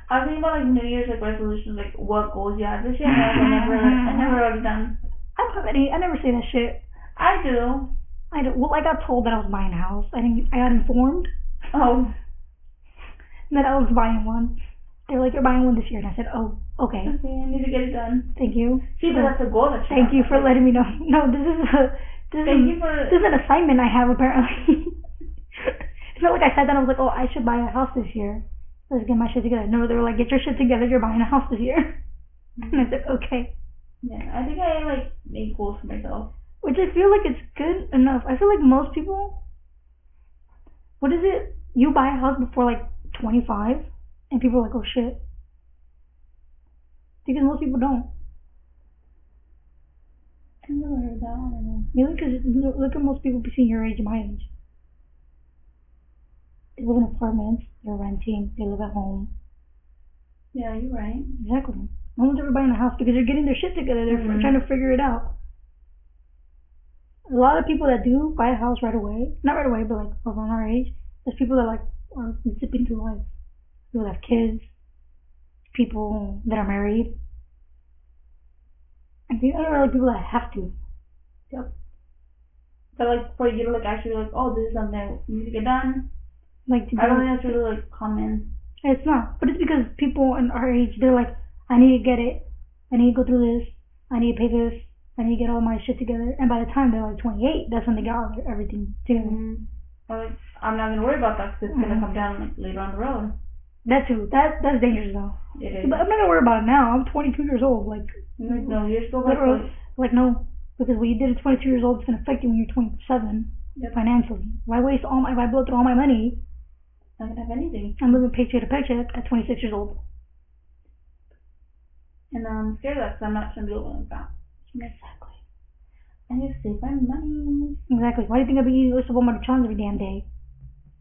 [SPEAKER 2] I was thinking about like New Year's like resolutions, like what goals you have this year. And I was like, I never, I never wrote it down.
[SPEAKER 1] I don't have any, I never say that shit.
[SPEAKER 2] I do.
[SPEAKER 1] I don't, well, I got told that I was buying a house. I didn't, I got informed
[SPEAKER 2] Oh.
[SPEAKER 1] that I was buying one. They're like, you're buying one this year, and I said, oh, okay,
[SPEAKER 2] Okay, I need to get it done.
[SPEAKER 1] thank you.
[SPEAKER 2] See, but
[SPEAKER 1] for-
[SPEAKER 2] that's a goal that you
[SPEAKER 1] Thank
[SPEAKER 2] have.
[SPEAKER 1] you for letting me know. No, this is a, this
[SPEAKER 2] Thank
[SPEAKER 1] is,
[SPEAKER 2] you for.
[SPEAKER 1] this is an assignment I have apparently. it's not like I said that I was like, oh, I should buy a house this year. Let's get my shit together. No, they were like, get your shit together. You're buying a house this year. And I said, okay.
[SPEAKER 2] Mm-hmm. Yeah, I think I like made goals for myself.
[SPEAKER 1] Which I feel like it's good enough. I feel like most people. What is it? You buy a house before like 25, and people are like, oh shit. Because most people don't.
[SPEAKER 2] I've never heard that. I don't know.
[SPEAKER 1] Really? Because look at most people between your age and my age. They live in apartments, they're renting, they live at home.
[SPEAKER 2] Yeah, you're right.
[SPEAKER 1] Exactly. No one's ever buying a house because they're getting their shit together, they're
[SPEAKER 2] Mhm.
[SPEAKER 1] trying to figure it out. A lot of people that do buy a house right away, not right away, but like around our age, there's people that like are zipping through life. People that have kids, people that are married. I think I don't know like people that have to.
[SPEAKER 2] But like for you to like actually like, oh, this is something I need to get done.
[SPEAKER 1] Like to
[SPEAKER 2] I
[SPEAKER 1] do-
[SPEAKER 2] don't think that's really like common.
[SPEAKER 1] It's not, but it's because people in our age, they're like, I need to get it, I need to go through this, I need to pay this, I need to get all my shit together. And by the time they're like 28, that's when they got all their everything together.
[SPEAKER 2] mm Or like, I'm not gonna worry about that because it's gonna
[SPEAKER 1] Mhm.
[SPEAKER 2] come down like later on the road.
[SPEAKER 1] That too, that that's dangerous though.
[SPEAKER 2] It is.
[SPEAKER 1] But I'm not gonna worry about it now. I'm 22 years old. Like,
[SPEAKER 2] Like, no, years ago, like,
[SPEAKER 1] literally,
[SPEAKER 2] like,
[SPEAKER 1] like no, because what you did at 22 years old is gonna affect you when you're 27
[SPEAKER 2] Yep.
[SPEAKER 1] financially. Why waste all my, why blow through all my money?
[SPEAKER 2] not gonna have anything,
[SPEAKER 1] I'm living paycheck to paycheck at 26 years old.
[SPEAKER 2] and I'm scared of that because I'm not gonna be able like that.
[SPEAKER 1] Exactly.
[SPEAKER 2] I need to save my money.
[SPEAKER 1] Exactly. Why do you think I'd be eating Usta Walmart challenge every damn day?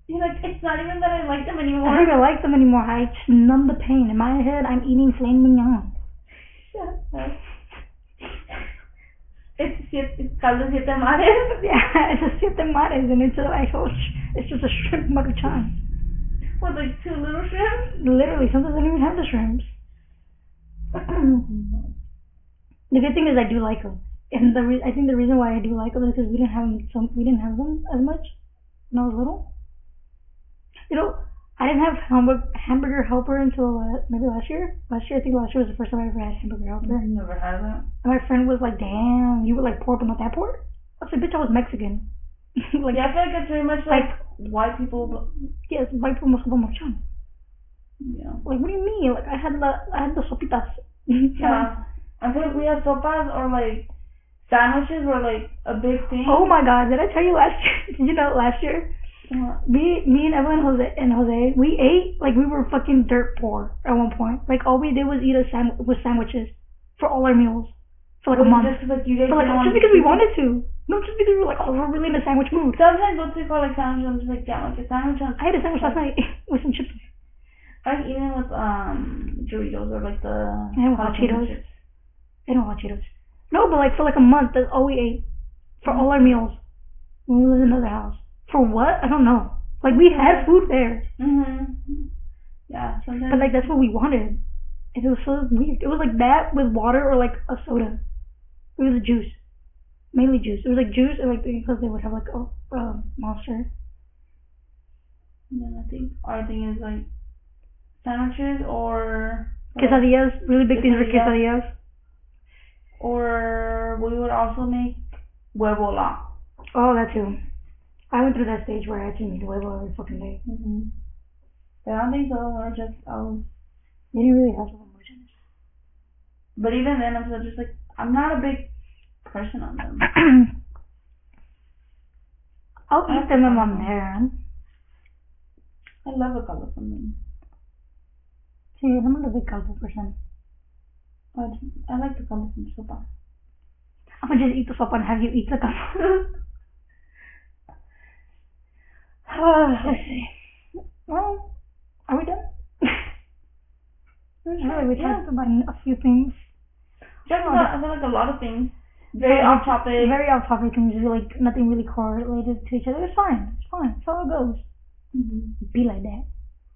[SPEAKER 2] You're like, it's not even that I like them
[SPEAKER 1] I don't
[SPEAKER 2] anymore.
[SPEAKER 1] even like them anymore. I just numb the pain. In my head, I'm eating flame mignon.
[SPEAKER 2] Shut up. It's siete, it's caldo de siete mares.
[SPEAKER 1] Yeah, it's a siete mares and it's a actual, sh- it's just a shrimp maruchan.
[SPEAKER 2] with like two little shrimps.
[SPEAKER 1] Literally, sometimes I don't even have the shrimps. The good thing is I do like them, and the re- I think the reason why I do like them is because we didn't have them some we didn't have them as much when I was little. You know, I didn't have hamburg- hamburger helper until uh, maybe last year. Last year, I think last year was the first time I ever had hamburger helper.
[SPEAKER 2] I've never had that.
[SPEAKER 1] And my friend was like, damn, you were like poor but not that poor? I was like, bitch, I was Mexican. like,
[SPEAKER 2] yeah, I feel like it's very much like, white people.
[SPEAKER 1] yes, white people must have been marchando.
[SPEAKER 2] Yeah.
[SPEAKER 1] Like, what do you mean? Like, I had the, I had the sopitas.
[SPEAKER 2] Yeah. I feel like we have sopas or like sandwiches were like a big thing.
[SPEAKER 1] oh my god, did I tell you last year? Did you know last year?
[SPEAKER 2] Uh,
[SPEAKER 1] Me, me and Evelyn Jose and Jose, we ate like we were fucking dirt poor at one point. Like all we did was eat a sam- was sandwiches for all our meals for like a
[SPEAKER 2] was it
[SPEAKER 1] month.
[SPEAKER 2] Just like you guys
[SPEAKER 1] But like
[SPEAKER 2] didn't want
[SPEAKER 1] just because we wanted to, no, just because we were like, oh, we're really in a sandwich mood.
[SPEAKER 2] Sometimes what's it called like sandwich? I'm just like yeah, like a sandwich. On,
[SPEAKER 1] I had a sandwich last night with some chips.
[SPEAKER 2] I like eating with um Doritos or like the
[SPEAKER 1] I don't want Cheetos.
[SPEAKER 2] jalapeno chips.
[SPEAKER 1] They don't want Cheetos. No, but like for like a month, that's all we ate for all our meals when we lived in another house. For what? I don't know. Like we had food there,
[SPEAKER 2] Mhm. Yeah. Sometimes.
[SPEAKER 1] but like that's what we wanted, and it was so weird. It was like that with water or like a soda. It was a juice, mainly juice. It was like juice, and like because they would have like a uh, monster.
[SPEAKER 2] yeah, I think our thing is like sandwiches or.
[SPEAKER 1] Quesadillas, really big things for quesadillas.
[SPEAKER 2] or we would also make huevo la.
[SPEAKER 1] Oh, that too. I went through that stage where I had to eat huevo every fucking day.
[SPEAKER 2] Mm-hmm. But I don't think so. Or just I was,
[SPEAKER 1] They didn't really have so much.
[SPEAKER 2] but even then, I'm still just like I'm not a big person on them.
[SPEAKER 1] I'll eat them if I'm there.
[SPEAKER 2] I love a couple of them.
[SPEAKER 1] See, I'm not a big caldo person.
[SPEAKER 2] But I like the couple from sopa.
[SPEAKER 1] I'm gonna just eat the sopa and have you eat the caldo. Let's see. Well, are we done? Really, we
[SPEAKER 2] yeah.
[SPEAKER 1] talked about a few things.
[SPEAKER 2] Just
[SPEAKER 1] Oh,
[SPEAKER 2] about, I feel like a lot of things. Very off topic.
[SPEAKER 1] Very off topic and just like nothing really correlated to each other. It's fine. It's fine. It's how it goes.
[SPEAKER 2] Mhm.
[SPEAKER 1] Be like that.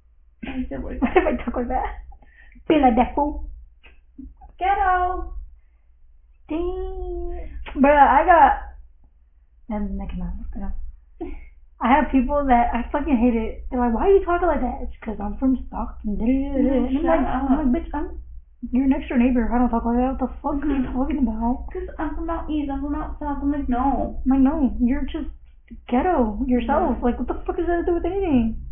[SPEAKER 2] I still work.
[SPEAKER 1] What if I talk like that? Be like that fool.
[SPEAKER 2] Ghetto.
[SPEAKER 1] Dang. Bruh, I got And make him out. You know. I have people that I fucking hate it. They're like, why are you talking like that? It's because I'm from Stockton. And I'm like, I'm like, bitch, I'm your next door neighbor. I don't talk like that. What the fuck are you talking about?
[SPEAKER 2] Because I'm from out east, I'm from out south. I'm like, no.
[SPEAKER 1] I'm like, no, you're just ghetto yourself. Like, what the fuck does that have to do with anything?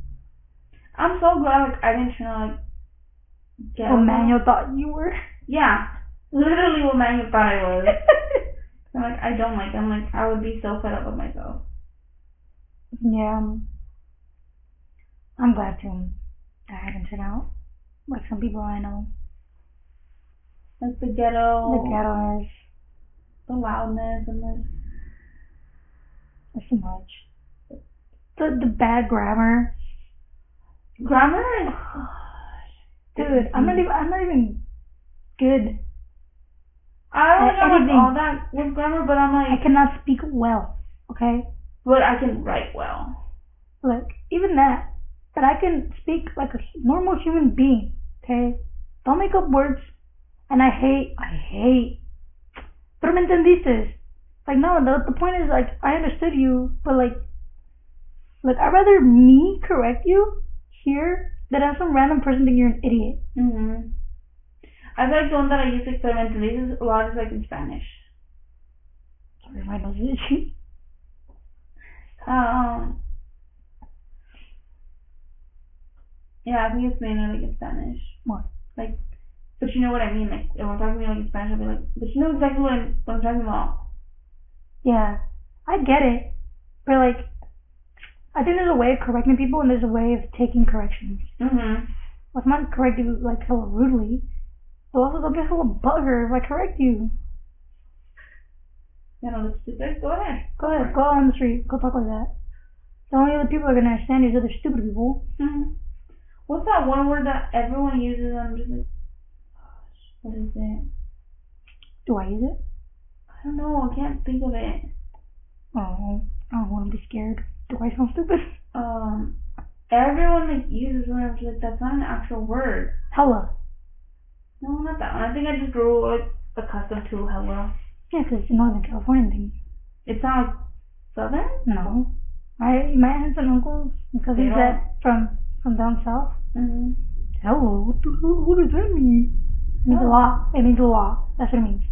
[SPEAKER 2] I'm so glad like I didn't turn out like ghetto.
[SPEAKER 1] Oh, Manuel thought you were.
[SPEAKER 2] Yeah. Literally what Manuel thought I was. I'm like, I don't like I'm like I would be so fed up with myself.
[SPEAKER 1] yeah. um, I'm glad to. I haven't turned out like some people I know.
[SPEAKER 2] Like the ghetto
[SPEAKER 1] The ghetto is
[SPEAKER 2] the loudness and the
[SPEAKER 1] it's too much. The the bad grammar.
[SPEAKER 2] grammar is
[SPEAKER 1] Dude, I'm not even I'm not even good.
[SPEAKER 2] I
[SPEAKER 1] Uh,
[SPEAKER 2] don't know like
[SPEAKER 1] anything.
[SPEAKER 2] all that with grammar, but I'm
[SPEAKER 1] I
[SPEAKER 2] like
[SPEAKER 1] cannot speak well. Okay?
[SPEAKER 2] but I can write well.
[SPEAKER 1] Like even that. That I can speak like a hu- normal human being. Okay? Don't make up words. And I hate I hate Pero me entendiste. Like no, the the point is like I understood you, but like like I'd rather me correct you here than have some random person think you're an idiot. Mm-hmm.
[SPEAKER 2] Mhm. I feel like the one that I use like for mentalities a lot is like in Spanish.
[SPEAKER 1] Sorry, my nose is itchy.
[SPEAKER 2] Um Yeah, I think it's mainly like in Spanish.
[SPEAKER 1] What?
[SPEAKER 2] Like but you know what I mean, like if I'm talking to you like in Spanish I'll be like but you know exactly what I'm, what I'm talking about.
[SPEAKER 1] Yeah, I get it, but like, I think there's a way of correcting people and there's a way of taking corrections.
[SPEAKER 2] Mhm.
[SPEAKER 1] Like, I'm not correct you like hella rudely, but also don't be hella bugger if I correct you.
[SPEAKER 2] You don't look stupid. Go ahead.
[SPEAKER 1] Go ahead, go out on the street, go talk like that. The only other people that are gonna understand you is other stupid people.
[SPEAKER 2] Mhm. What's that one word that everyone uses and I'm just like what is it?
[SPEAKER 1] Do I use it?
[SPEAKER 2] I don't know, I can't think of it.
[SPEAKER 1] Oh, I don't want to be scared. Do I sound stupid?
[SPEAKER 2] Um everyone like uses one I'm just like that's not an actual word.
[SPEAKER 1] Hella.
[SPEAKER 2] No, not that one. I think I just grew like accustomed to hello.
[SPEAKER 1] Yeah, 'cause it's a Northern California thing.
[SPEAKER 2] It's not like southern?
[SPEAKER 1] No. I, my aunts and uncles, because
[SPEAKER 2] They
[SPEAKER 1] he's
[SPEAKER 2] don't-
[SPEAKER 1] that from, from down south.
[SPEAKER 2] Mm-hmm.
[SPEAKER 1] Hello, what, the, hell- what does that mean? It means a lot. It means a lot. That's what it means.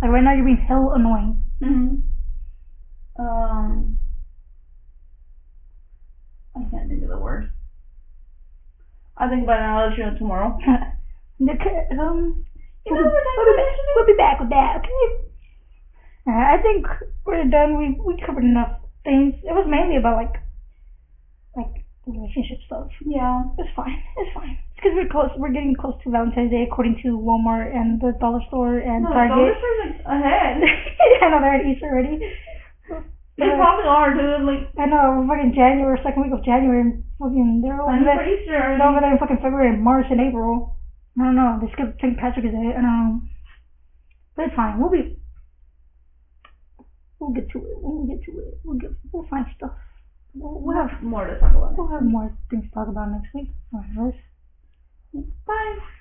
[SPEAKER 1] Like right now, you're being hell annoying.
[SPEAKER 2] Mm-hmm. Um, I can't think of the word. I think about it and I'll let you know tomorrow.
[SPEAKER 1] The c- um,
[SPEAKER 2] You know
[SPEAKER 1] we'll,
[SPEAKER 2] what
[SPEAKER 1] be, we'll,
[SPEAKER 2] I'm
[SPEAKER 1] be back,
[SPEAKER 2] mentioning?
[SPEAKER 1] we'll be back with that, okay? Uh, I think we're done. We we covered enough things. It was mainly about like like relationship stuff.
[SPEAKER 2] Yeah.
[SPEAKER 1] It's fine. It's fine. It's because we're close. We're getting close to Valentine's Day, according to Walmart and Oh, the dollar store and
[SPEAKER 2] No,
[SPEAKER 1] Target.
[SPEAKER 2] Those are like ahead.
[SPEAKER 1] I know they're at Easter already.
[SPEAKER 2] They
[SPEAKER 1] Yeah.
[SPEAKER 2] probably are, dude. Like,
[SPEAKER 1] I know, fucking January, second week of January, and fucking, they're over
[SPEAKER 2] I'm
[SPEAKER 1] there,
[SPEAKER 2] pretty sure.
[SPEAKER 1] they're over there in fucking February and March and April. I don't know, they skipped St. Patrick's Day, I don't know. But it's fine, we'll be, we'll get to it, we'll get to it, we'll get, we'll find stuff. We'll, we'll have,
[SPEAKER 2] more to talk about.
[SPEAKER 1] we'll have more things to talk about next week. Alright, let's,
[SPEAKER 2] Bye.